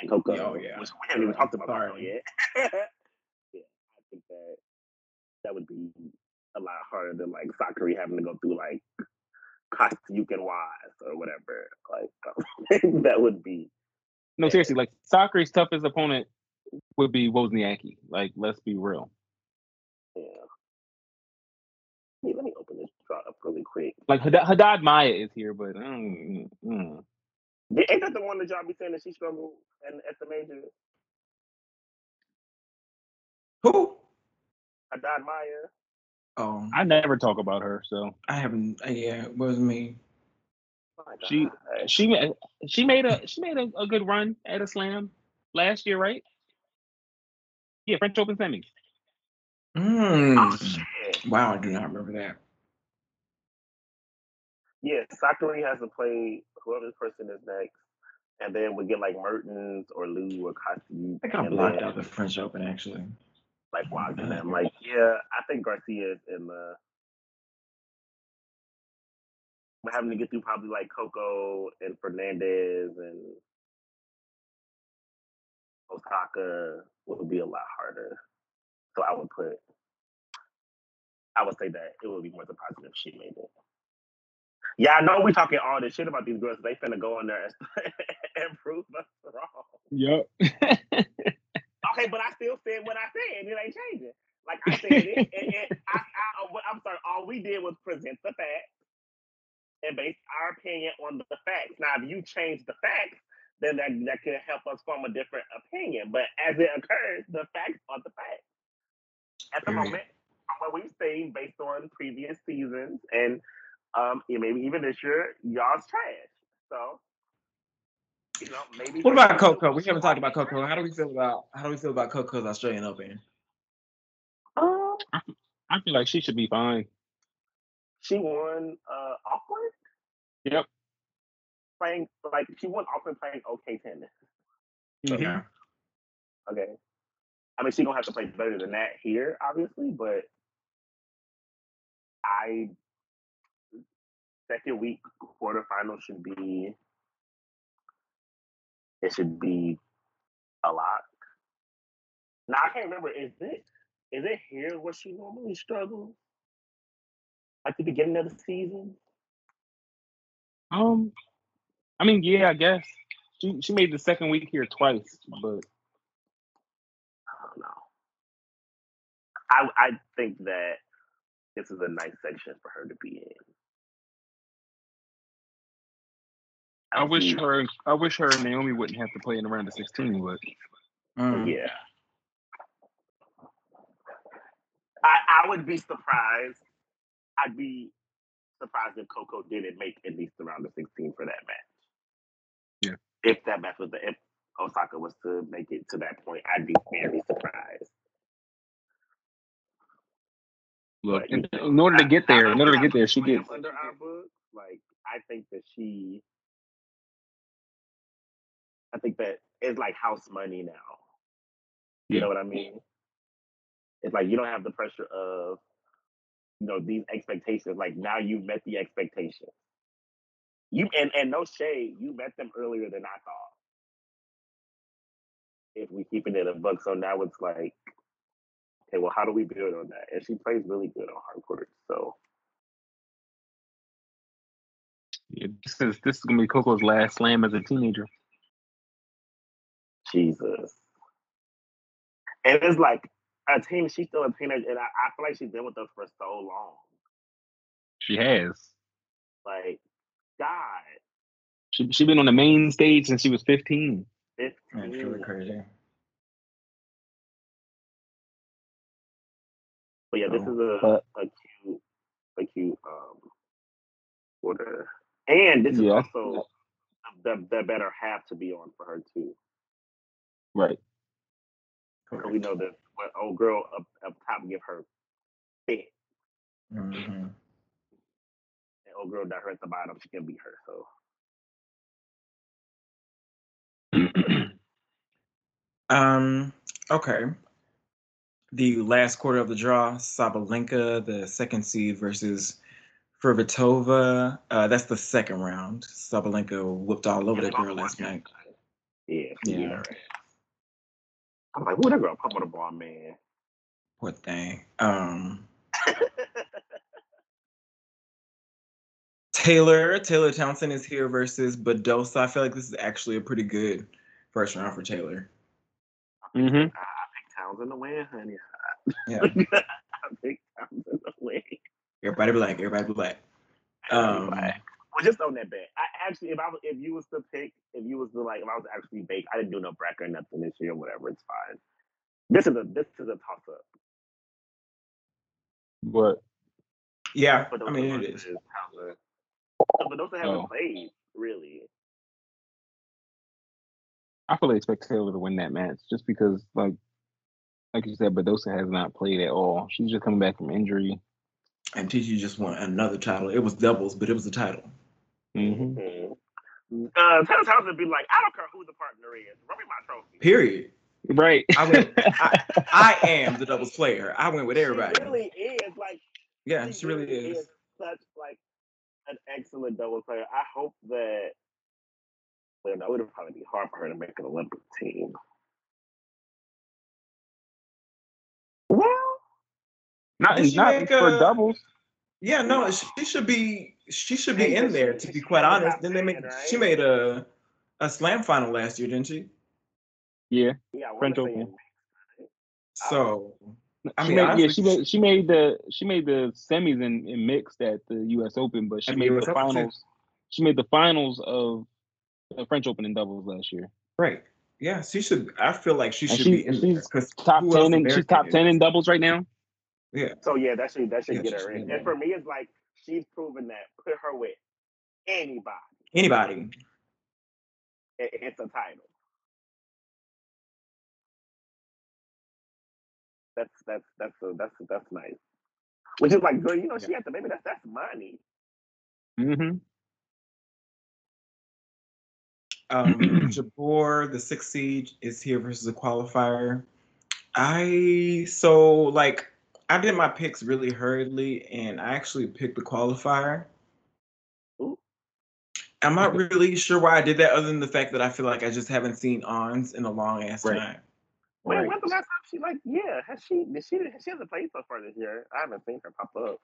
and Coco.
Yeah, oh, yeah.
Which we haven't even talked about Coco
Sorry.
yet. [laughs] yeah, I think that that would be a lot harder than like Sakari having to go through like Kostyukin Wise or whatever. Like [laughs] um, that would be
No,
Yeah.
seriously, like Sakura's toughest opponent would be Wozniacki. Like, let's be real.
yeah. Wait, let me open this draw up really quick.
Like Haddad, Haddad Maya is here, but mm, mm.
Th- Ain't that the one that y'all be saying that she struggled and at the major?
Who?
Adad Maya.
Oh I,
I never talk about her. So
I haven't uh, yeah, it was me.
My
She-
God.
she ma- she made a she made a, a good run at a slam last year, right? Yeah, French Open semis.
Oh,
Mm.
shit.
Wow, I do not remember that.
Yeah, Sakari has to play whoever this person is next, and then we get like Mertens or Lou or Kosti.
I think I
and
blocked
then,
out the French Open actually.
Like Wagner. I'm like, yeah, I think Garcia uh is in the. We're having to get through probably like Coco and Fernandez and Osaka would be a lot harder. So I would put, I would say that it would be more surprising if she made it. Yeah, I know we talking all this shit about these girls. They finna go in there and, [laughs] and prove us wrong.
Yep.
Okay, but I still said what I said. It ain't changing. Like I said it, and,
[laughs]
and I, I, uh, what- I'm sorry. All we did was present the facts and base our opinion on the facts. Now, if you change the facts, then that that could help us form a different opinion. But as it occurs, the facts are the facts. At the
Period.
moment, from what we've seen based on previous seasons and um, and maybe even this year, y'all's trash. So You know, maybe.
What about Coco? We haven't talked about Coco. How do we feel about how do we feel about Coco's Australian Open?
Um,
I feel like she should be fine.
she won uh, Auckland
Yep.
playing like she won Auckland playing okay tennis.
So
Mhm.
Mm-hmm.
now,
Okay, I mean she gonna have to play better than that here, obviously, but I second week quarterfinal should be it should be a lot. Now I can't remember. Is it is it here where she normally struggles? At the beginning of the season,
Um, I mean, yeah, I guess she she made the second week here twice, but
I don't know. I I think that this is a nice section for her to be in.
I wish
see-
her I wish her and Naomi wouldn't have to play in the round of sixteen, but
mm.
Yeah. I I would be surprised. I'd be surprised if Coco didn't make at least the round of sixteen for that match.
Yeah.
If that match was the if Osaka was to make it to that point, I'd be fairly surprised.
look,
Right.
in, in order to get there, in order to get there, she
Like,
gets
under our book. Like I think that she, I think that it's like house money now. You
Yeah.
know what I mean? It's like you don't have the pressure of, you know, these expectations. Like now you met the expectations. You and and no shade, you met them earlier than I thought. If we keeping it a buck, so now it's like, okay, well, how do we build on that? And she plays really good on hard court, so.
yeah, this is this is gonna be Coco's last slam as a teenager.
Jesus. And it's like a teen, she's still a teenager, and I, I feel like she's been with us for so long.
She has.
Like, God,
She she been on the main stage since she was fifteen.
Man,
15.
it's really crazy.
But yeah, this is a,
but-
a cute, a cute um order. And this is
Yeah.
also the, the better half to be on for her too.
Right.
So we know that what old girl up, up top give her fit.
Mhm.
And old girl down her at the bottom, she can beat her. So
Um, okay. The last quarter of the draw, Sabalenka, the second seed versus Fervitova. Uh, that's the second round. Sabalenka whooped all over that girl last night.
yeah,
Yeah.
yeah. I'm like, who that girl pummel the ball,
[laughs]
man?
Poor thing. Um, Taylor, Taylor Townsend is here versus Bedosa. I feel like this is actually a pretty good first round for Taylor.
Mm-hmm.
I, I picked Townsend to win,
[laughs]
honey. [laughs]
Yeah.
I picked Townsend to win.
Everybody black, everybody black. Um,
Well, just on that bet. I actually, if I was, if you was to pick, if you was to like, if I was to actually bake, I didn't do no bracket or nothing this year, whatever. It's fine. This is a this is a toss up.
But
yeah, I mean, it is.
Townsend. So, but those that haven't
Oh.
played really.
I fully expect Taylor to win that match just because like like you said, Bedosa has not played at all. She's just coming back from injury.
And TG just won another title. It was doubles, but it was a title.
Mm-hmm.
Mhm. Uh, Taylor Townsend be like, I don't care who the partner is, run me my trophy.
Period.
Right. [laughs]
I went, I,
[laughs]
I am the doubles player. I went with everybody.
She really is like.
yeah, she really is.
such like an excellent double player. I hope that. Well, no, it would probably be hard for her to make an Olympic team. Well,
not
Did she
not
make uh,
for
a-
doubles.
Yeah, no, she should be. She should be
Hey,
in
but
there.
she-
To be quite
she got
honest, then they make.
banned, right?
She made a a slam final last year, didn't she?
Yeah.
yeah, I wanna
French
say
Open.
it.
So I
she
mean,
made,
honestly,
yeah, she made she made the she made the semis in, in mixed at the U.S. Open, but she
At the
made
US
the
Open, too.
finals. She made the finals of the French Open in doubles last year.
right. Yeah, she should. I feel like she
And
should
she-
be in there
she's
because
Top ten, in, she's top ten in doubles right now.
So yeah, that should that should
Yeah,
get
she
her
should
in.
be
And
in.
for me, it's like she's proven that. Put her with anybody.
Anybody?
It, it's a title. That's that's that's a, that's that's nice. Which is like, girl, you know, she had the baby. That's that's money.
Mm-hmm.
Um, Jabor, the sixth seed, is here versus a qualifier. I so like I did my picks really hurriedly, and I actually picked the qualifier.
Ooh.
I'm not really sure why I did that, other than the fact that I feel like I just haven't seen Ons in a long ass
Right.
time.
Wait,
Right.
when's the last time she like? Yeah, has she? Did she? She hasn't played so far this year. I haven't seen her pop up.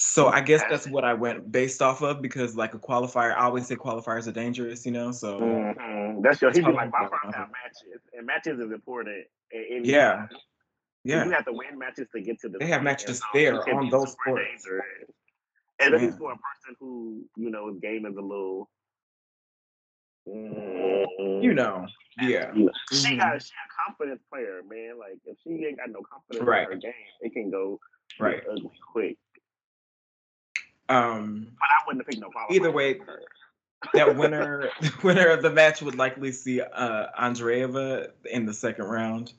So I guess
Okay.
that's what I went based off of because, like, a qualifier, I always say qualifiers are dangerous, you know. So
Mhm. That's your. He's
Probably
like my
not.
first time matches, and matches is important. And, and
Yeah,
you
yeah,
have to win matches to get to the.
They have
state,
matches
and so
there
it can
on
be
those
super
courts.
dangerous. And this is
Yeah.
for a person who you know his game is a little. Mm,
you know, Mm-hmm. yeah,
you know. she got she a confidence player, man. Like if she ain't got no confidence
Right.
in her game, it can go
right.
ugly quick.
Um,
But I wouldn't have picked no qualifier.
Either way,
for her.
that winner [laughs] winner of the match would likely see uh Andreeva in the second round.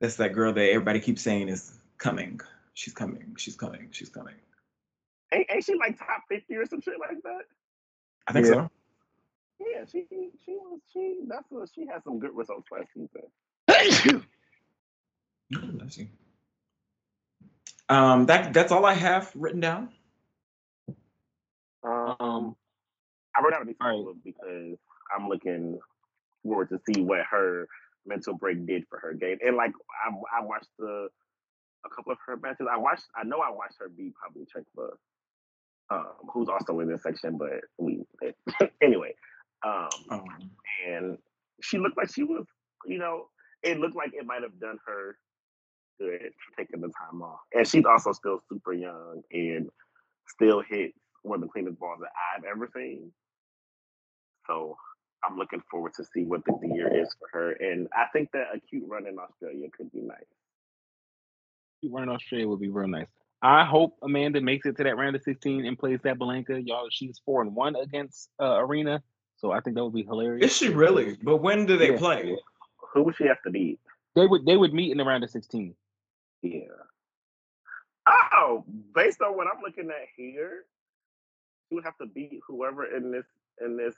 That's that girl that everybody keeps saying is coming. She's coming. She's coming. She's coming.
Ain't, ain't she like top fifty or some shit like that?
I think
Yeah.
so.
Yeah, she she was she that's a, she had some good results last season.
Ooh, bless you. Mm-hmm. Um, that that's all I have written down.
[laughs]
Um, I wrote out a
Alright.
book because I'm looking forward to see what her mental break did for her game. And like I I watched the a couple of her matches. I watched I know I watched her beat probably Chekva, um, who's also in this section, but we [laughs] anyway. Um
Um,
and she looked like she was, you know, it looked like it might have done her good for taking the time off. And she's also still super young and still hits one of the cleanest balls that I've ever seen. So I'm looking forward to see what the year is for her. And I think that a cute run in Australia could be nice.
Running Australia would be real nice. I hope Amanda makes it to that round of 16 and plays that Blanca. Y'all, she's four and one against uh, Arena, so I think that would be
is
hilarious.
she really? But when do they
Yeah.
play?
Who would she have to beat?
They would they would meet in the round of 16.
Yeah. Oh, based on what I'm looking at here, she would have to beat whoever in this in this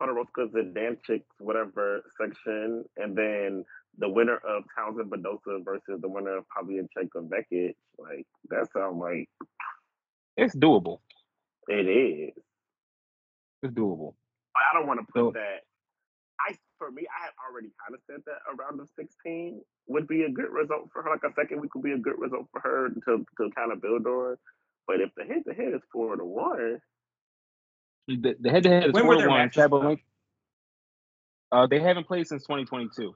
Podoroska Zidanchik whatever section, and then the winner of Townsend Bedosa versus the winner of Pavlyuchenko Beckett. Like that sounds like
It's doable.
it is.
It's doable.
But I don't want to put
So-
that. I for me, I had already kind of said that around the 16 would be a good result for her. Like a second week would be a good result for her to to kind of build on. But if the head to head is four to one,
The the head to head is
When
four
were
to
their
one.
matches,
Chad
though?
Blanca. Uh, they haven't played since 2022.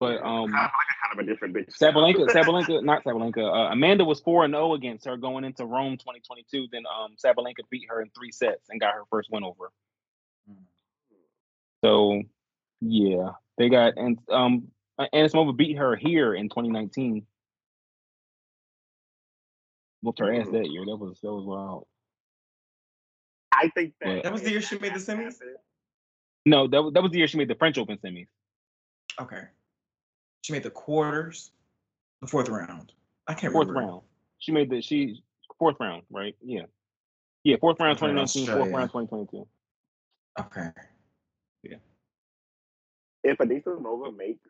But um,
I kind of a different bitch. now.
Sabalenka, Sabalenka, not Sabalenka. Uh, Amanda was four and zero against her going into Rome 2022. Then um, Sabalenka beat her in three sets and got her first win over. her.
Hmm.
So, yeah, they got and um, Anisimova beat her here in 2019. Whooped her ass that year. That was that was wild.
[laughs] I think that
But-
That was the year she made the semis?
No, that was that was the year she made the French Open semis.
Okay. She made the quarters, the fourth round. I can't
Fourth
remember.
round. She made the she fourth round, right? Yeah, yeah, fourth round
Fourth round
2019, fourth
Australia.
round 2022.
Okay.
If Anissa Nova makes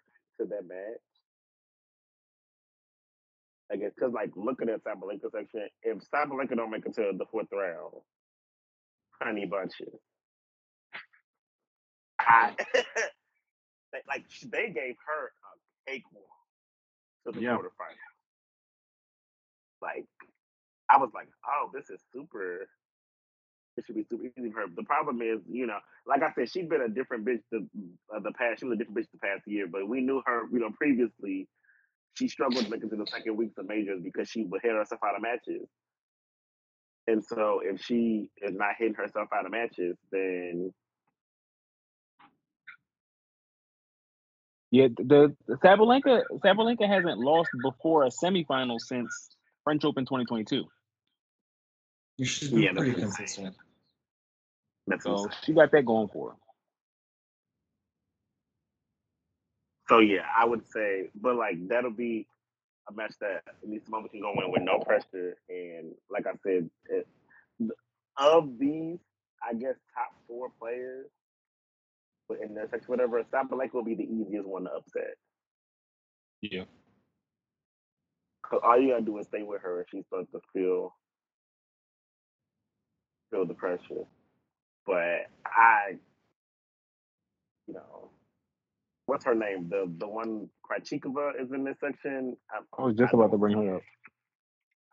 to that match, I guess because like looking at Sabalenka section, if Sabalenka don't make it to the fourth round, honey bunches. I like- like she- [laughs] they gave her a cakewalk to the
Yeah.
quarterfinal. Like I was like, oh, this is super. It should be super easy for her. The problem is, you know, like I said, she's been a different bitch the uh, the past. She was a different bitch the past year, but we knew her, you know, previously. She struggled making to the second weeks of majors because she would hit herself out of matches. And so, if she is not hitting herself out of matches, then
Yeah, th- the, the Sabalenka Sabalenka hasn't lost before a semifinal since French Open 2022.
You should
Yeah,
be
that's
pretty
what I'm
consistent.
That's
So
insane.
she got that going for her.
So yeah, I would say, but like that'll be a match that Lisa Mama can go in with no pressure. And like I said, it, of these, I guess top four players but in their section, whatever, Sabalek will be the easiest one to upset.
Yeah.
Cause all you gotta do is stay with her, and she's supposed to feel feel the pressure. But I, you know, what's her name? The the one Krachikova is in this section. I,
I was just about to bring her up.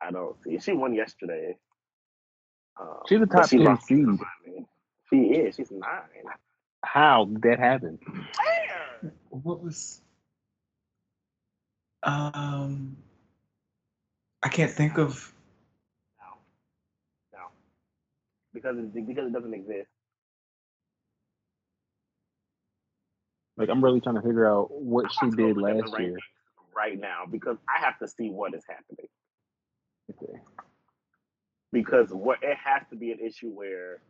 I don't see. She won yesterday. Um,
She's a
but
top
she
10
lost to
seed.
somebody. She is. She's nine.
How did that happen?
Where?
What was? Um, I can't think of.
No, no, because it, because it doesn't exist.
Like I'm really trying to figure out what she
I'm gonna
did
look at the
last year.
rankings Right now, because I have to see what is happening.
Okay.
Because what it has to be an issue where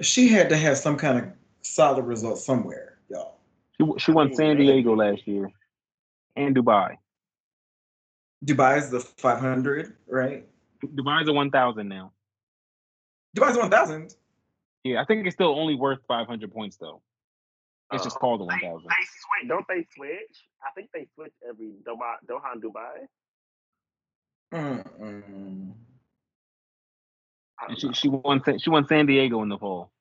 She had to have some kind of solid result somewhere, y'all.
She she
I
won
mean,
San
maybe-
Diego last year and Dubai.
Dubai is the 500, right?
Dubai's a 1,000 now.
Dubai's 1,000.
Yeah, I think it's still only worth 500 points though. It's just
uh,
called the
they,
1,000.
they switch. Don't they switch? I think they switch every Doha, Doha and Dubai.
Mm-mm.
I
And
don't
she
know.
she won Sa- she won San Diego in the fall.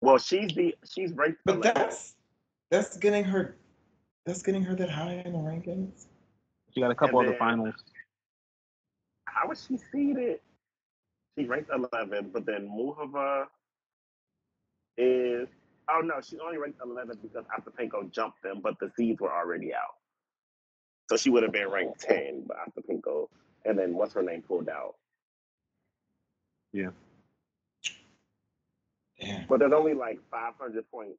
well, she's the she's ranked.
But
11.
that's that's getting her that's getting her that high in the rankings.
She got a couple
And
other
then-
finals.
how is she seeded? She ranked 11, but then Muhava is. Oh no, she only ranked 11 because Astapenko jumped them, but the seeds were already out. So she would have been ranked 10, but Astapenko. And then what's her name pulled out?
Yeah.
But there's only like 500 points.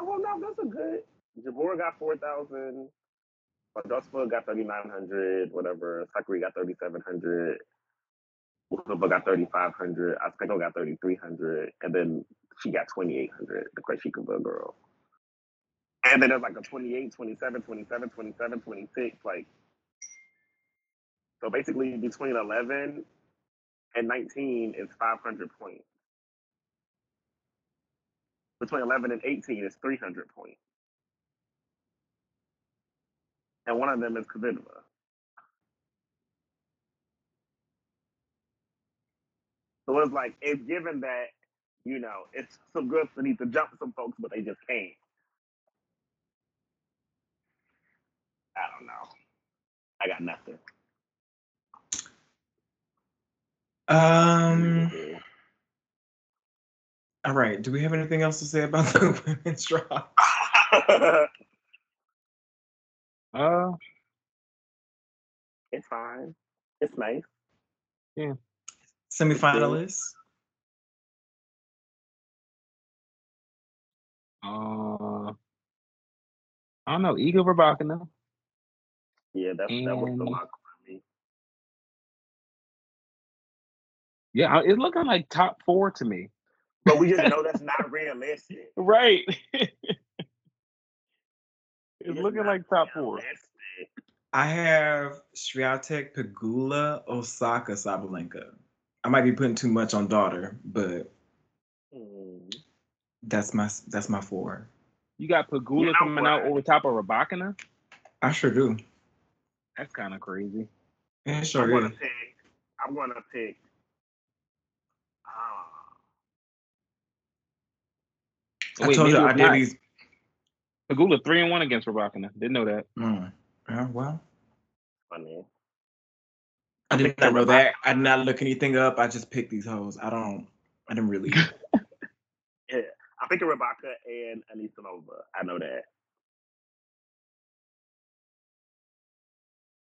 Oh, well, no, that's a good. Jabora got 4,000. Badospa got 3,900, whatever. Sakuri got 3,700. Mustafa got 3,500. Aspeko got 3,300. And then she got 2,800, the Kreshikova girl. And then there's like a 28, 27, 27, 27, 26. Like, so basically between 11 and 19 is 500 points. between 11 and 18 is 300 points. And one of them is Kvitova. So it's like, it's given that, you know, it's some girls that need to jump some folks, but they just can't. I don't know. I got nothing.
Um. All right. Do we have anything else to say about [laughs] the women's draw?
Uh
[laughs] it's fine. It's nice.
Semifinalists.
uh I don't know, Igor Verbakina.
Yeah, that's, that was the
And-
mock.
Yeah, I- it's looking like top four to me.
But we just know that's not realistic.
[laughs] Right. it's
It's
looking
not
like top four.
realistic.
I have Swiatek, Pegula, Osaka, Sabalenka. I might be putting too much on daughter, but
Hmm.
that's my that's my four.
You got Pagula
You know
coming out
what?
over top of Rabakina.
I sure do.
That's kind of crazy.
It
I'm
sure
gonna
is.
pick. I'm gonna pick. Uh,
I
Wait,
told you
maybe
I
it's
did
not.
these.
Pagula three and one against Rabakina. Didn't know that.
Mm. Yeah, well,
funny.
I did
think
not
that
know
remi-
that. I did not look anything up. I just picked these hoes. I don't. I didn't really.
I'm picking Rebecca and Anissa Nova. I know that.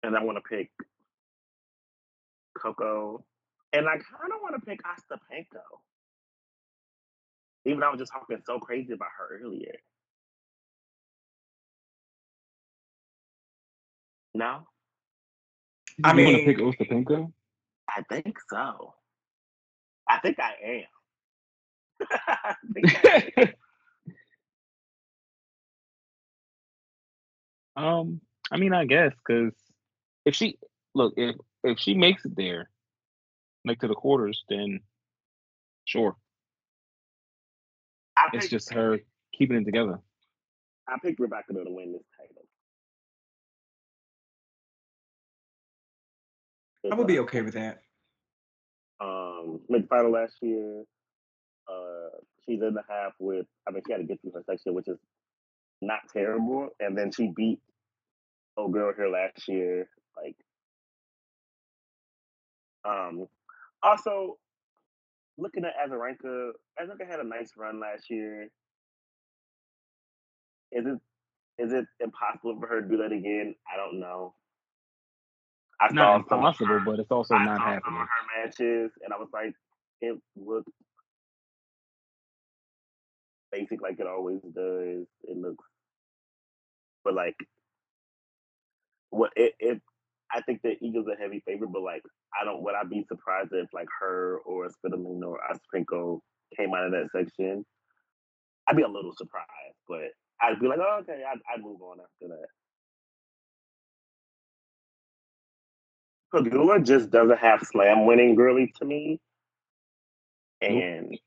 And I want to pick Coco. And I kind of want to pick Ostapenko. Even though I was just talking so crazy about her earlier. No?
I
you want to
mean-
pick Ostapenko?
I think so. I think I am. [laughs] I think I am.
[laughs] Um, I mean, I guess because if she look if if she makes it there, like to the quarters, then sure.
I
It's
picked-
just her keeping it together.
I picked Rebecca to win this title.
I would be okay with that.
um made the final last year. Uh she's in the half with I mean she had to get through her section, which is not terrible. And then she beat old girl here last year. Like um also looking at Azarenka, Azarenka had a nice run last year. Is it is it impossible for her to do that again? I don't know. I saw
Not
some of her-
impossible, but it's also
I
not
saw some
happening.
of her matches, and I was like, it looked basic like it always does. It looks, but like, what it, it I think that Eagles a heavy favorite, but like, I don't. Would I be surprised if like her or Spitalino or Osprinko came out of that section? I'd be a little surprised, but I'd be like, oh, okay, I'd, I'd move on after that. Pagula just doesn't have slam winning girly to me. And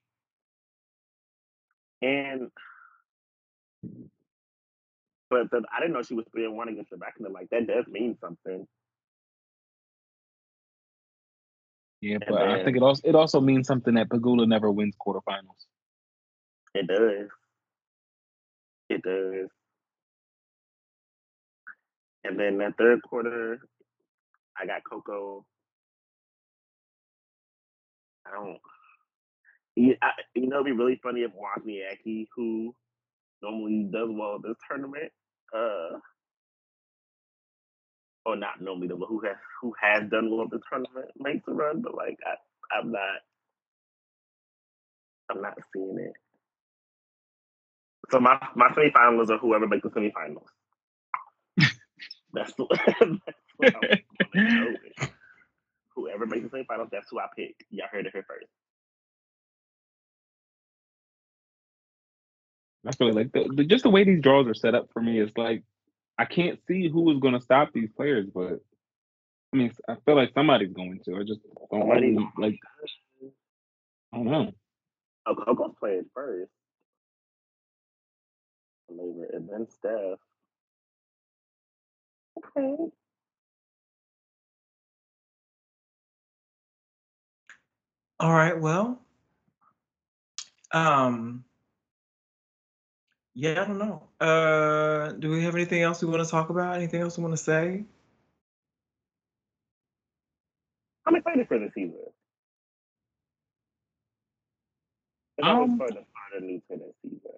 and but the, I didn't know she was three and one against Rebecca. and, Like that does mean something.
Yeah,
And
but I
then-
think it also it also means something that Pagula never wins quarterfinals.
It does. It does. And then that third quarter, I got Coco. I don't. You, I, you know, it'd be really funny if Wozniacki, who normally does well at this tournament, uh, or not normally, but who has who has done well at this tournament, makes a run. But like, I, I'm not. I'm not seeing it. So my my semifinals are whoever makes the semifinals. That's [laughs] the that's what I'm gonna go with. Whoever makes the semifinals, that's who I pick. Y'all heard it here first.
I feel like the, the just the way these draws are set up for me is like I can't see who is going to stop these players, but I mean I feel like somebody's going to. I just don't
Somebody-
really, like. I don't know.
Oh, Coco's playing first. Labor and then Steph. Okay.
All right. Well, um, yeah, I don't know. Uh, do we have anything else we want to talk about? Anything else we want to say?
I'm excited for the season. It's always
Um,
fun to start a new tennis season. [laughs]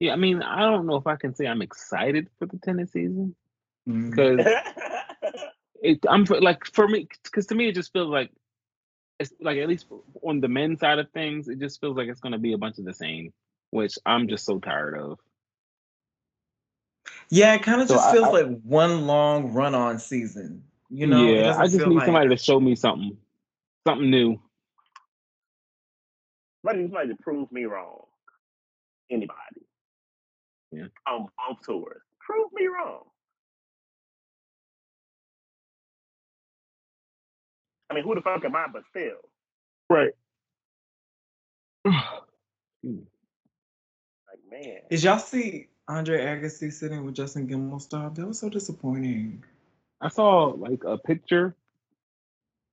Yeah, I mean I don't know if I can say I'm excited for the tennis
[laughs]
season because it, I'm for- like for me because to me it just feels like it's like at least on the men's side of things it just feels like it's going to be a bunch of the same, which I'm just so tired of.
Yeah, it kind of
So
just
I-
feels
I-
like one long run on season. You know, It
yeah,
doesn't
I just
feel
need
like-
somebody to show me something, something
[sighs] [laughs]
new. [sighs]
Somebody, somebody to prove me wrong. Anybody.
Yeah.
On both tours. Prove me wrong. I mean, who the fuck am I but still?
Right.
Like, man.
Did y'all see Andre Agassi sitting with Justin Gimel stop? That was so disappointing.
I saw like a picture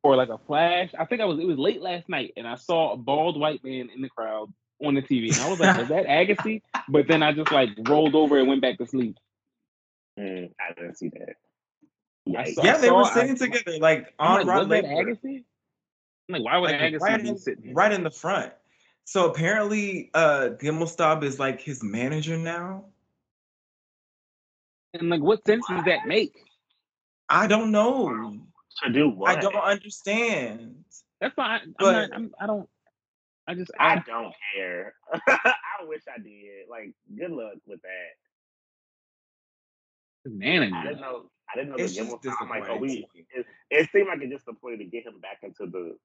or like a flash. I think I was it was late last night and I saw a bald white man in the crowd on the TV. And I was like, was that Agassi? But then I just like rolled over and went back to sleep.
Mm, I didn't see that.
I
Yikes.
saw-
yeah, they were
I-
sitting together, like
I'm
on
like,
Rod
was that
Laver,
Agassi? I'm like, why would
like,
Agassi
right,
be
in,
sitting here?
right in the front. So apparently, uh, Gimelstob is like his manager now.
And like, what sense does that make?
I don't know.
To do what?
I don't understand.
That's why I, I'm
But-
not, I'm, I don't. I just I,
I don't care. [laughs] I wish I did. Like, good luck with that.
manage
I
it.
didn't know. I didn't know
It's
the
just
Gimbal. I'm like, oh,
disappointing.
we.
[laughs]
to me.
Is, It seemed like it just a play to get him back into the.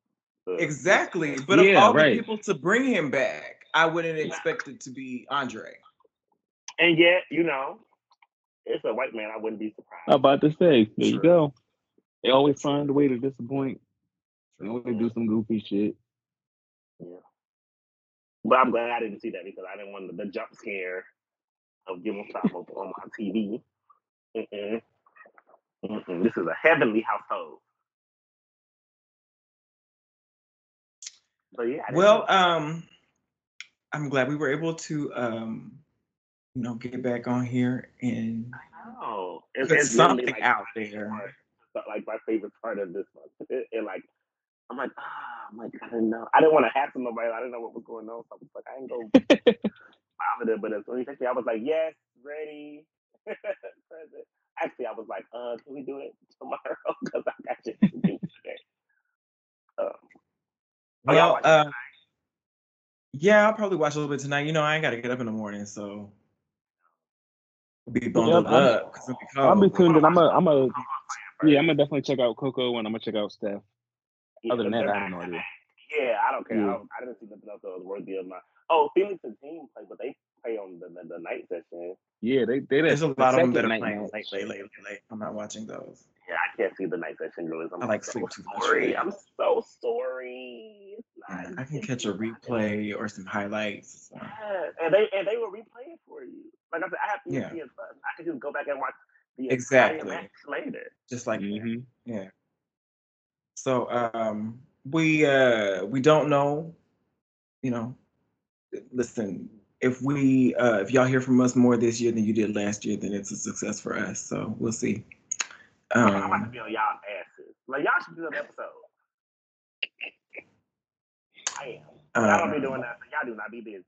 the
Exactly. But
Yeah,
of all
right.
the people to bring him back, I wouldn't expect it to be Andre.
And yet, you know, it's a white man. I wouldn't be surprised.
I'm about to say, there you
True.
go. They always find a way to disappoint. They always do some goofy shit.
But I'm glad I didn't see that because I didn't want the, the jump scare of Gilmore Time up on my TV. Mm-mm. Mm-mm. This is a heavenly household. So yeah. I didn't
Well, um, I'm glad we were able to, um, you know, get back on here and
know. Oh, It's,
put
it's literally,
something
like,
out
part.
there.
It's, like my favorite part of this month. [laughs] And, and, like, I'm like, ah, I'm like, I didn't know. I didn't want to hassle nobody. I didn't know what was going on. So I was like, I ain't go
[laughs]
bother them. But as soon as he texted me, I was like, yes, ready. [laughs] Present. Actually, I was like, uh, can we do it [laughs] tomorrow? Because I got shit to do today. Oh, y'all
Well,
watch it
uh, yeah, I'll probably watch a little bit tonight. You know, I ain't got to get up in the morning, so I'll be bundled
I'm-
up. 'cause it'll be
I'll be
cold.
tuned in. I'm a, I'm a, yeah, I'm gonna definitely check out Coco and I'm gonna check out Steph.
Yeah,
Other than
but
that,
they're
I have
not-
no idea.
[laughs] Yeah, I don't care.
Yeah.
I, don't, I didn't see nothing else that was worthy of my. Oh, Felix and team play, but they play on the, the, the night session.
Yeah, they, they
There's a lot of them that are
night
playing
now.
late, late, late, late, late. I'm not watching those.
Yeah, I can't see the night session girls. I'm
I like
so
sleep too much.
sorry. I'm so sorry. It's
Yeah,
not-
I can catch a replay or some highlights. so.
Yeah, and they and they will replay it for you. Like I said, I have E to
Yeah.
see it first. I can just go back and watch the
Exactly.
entire match later.
Just like that.
Mhm.
So um, we uh, we don't know, you know. eh, Listen, if we uh, if y'all hear from us more this year than you did last year, then it's a success for us. So we'll see.
I'm about to
Um,
be on y'all asses. Like y'all should do an episode. I am. I
uh,
don't be
Um
doing that. So y'all do not be busy.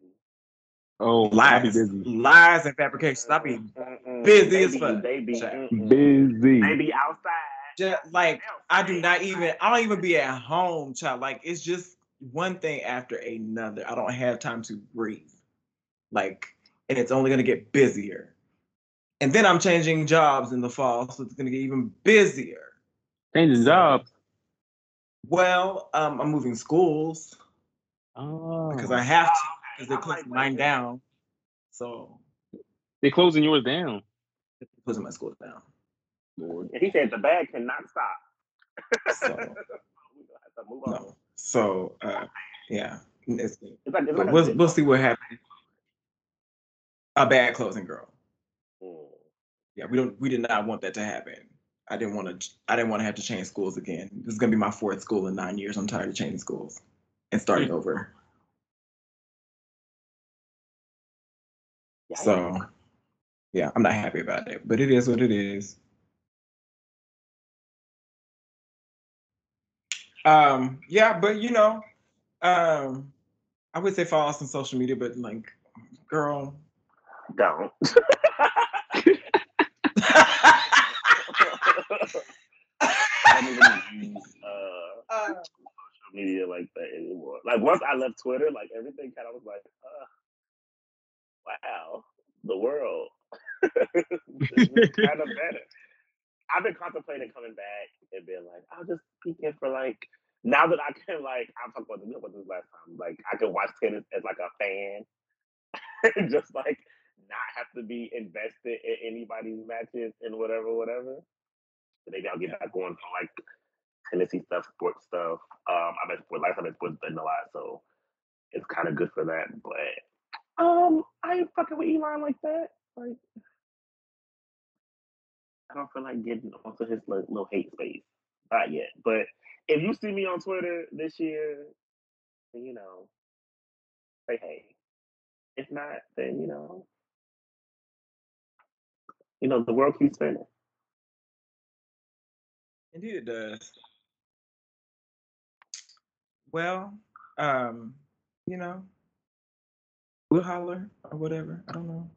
Oh, I'll be
lies,
busy.
lies and fabrications. I be
Mm-mm.
busy
They
as
be-
fuck.
They be,
Check.
mm-mm.
Busy.
they be outside.
just like
They outside.
I do not even I don't even be at home, child. Like it's just one thing after another. I don't have time to breathe. Like, and it's only gonna get busier. And then I'm changing jobs in the fall, so it's gonna get even busier.
Change the job.
Well, um, I'm moving schools
Oh.
because I have to because they're
I'm like,
closing mine
wait.
down. So
They're closing yours down.
they're closing my school down.
Lord.
He said the bag cannot stop. [laughs]
So
We gonna have to move on.
no. So uh, yeah. It's-
It's like, it's
But
like
we'll, we'll see what happens. A bad closing girl.
Mm.
Yeah, we don't. We did not want that to happen. I didn't want to. I didn't want to have to change schools again. This is gonna be my fourth school in nine years. I'm tired of changing schools and starting over.
Yeah,
So, yeah, I'm not happy about it. But it is what it is. Um. Yeah, but you know, um, I would say follow us on social media, but like, girl.
don't. [laughs] I don't even use uh, social media like that anymore. Like once I left Twitter, like everything kind of was like, uh, wow, the world. [laughs] kind of better. I've been contemplating coming back and being like, I'll just peek in for like. Now that I can like, I talked about this, we talked about this last time. Like, I can watch tennis as like a fan, and [laughs] just like not have to be invested in anybody's matches and whatever, whatever. So maybe I'll get back on to like Tennessee stuff, sports stuff. Um, I've been sport, like I've been sports betting a lot, so it's kind of good for that. But um, I ain't fucking with Elon like that. Like, I don't feel like getting onto his li- little hate space. Not yet. But if you see me on Twitter this year, then, you know, say hey. If not, then you know, you know, the world keeps spinning.
Indeed, it does. Well, um, you know, we'll holler or whatever. I don't know.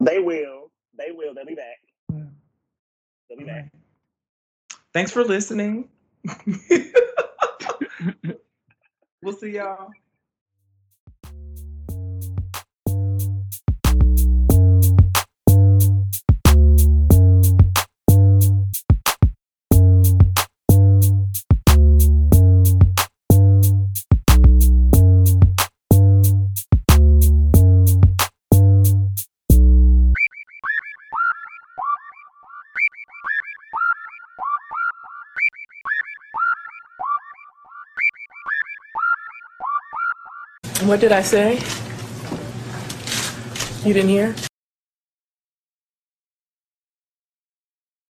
They will. They will. They'll be back.
Yeah.
They'll be back.
Thanks for
[laughs]
listening. [laughs] we'll see y'all.
What did I say? You didn't hear?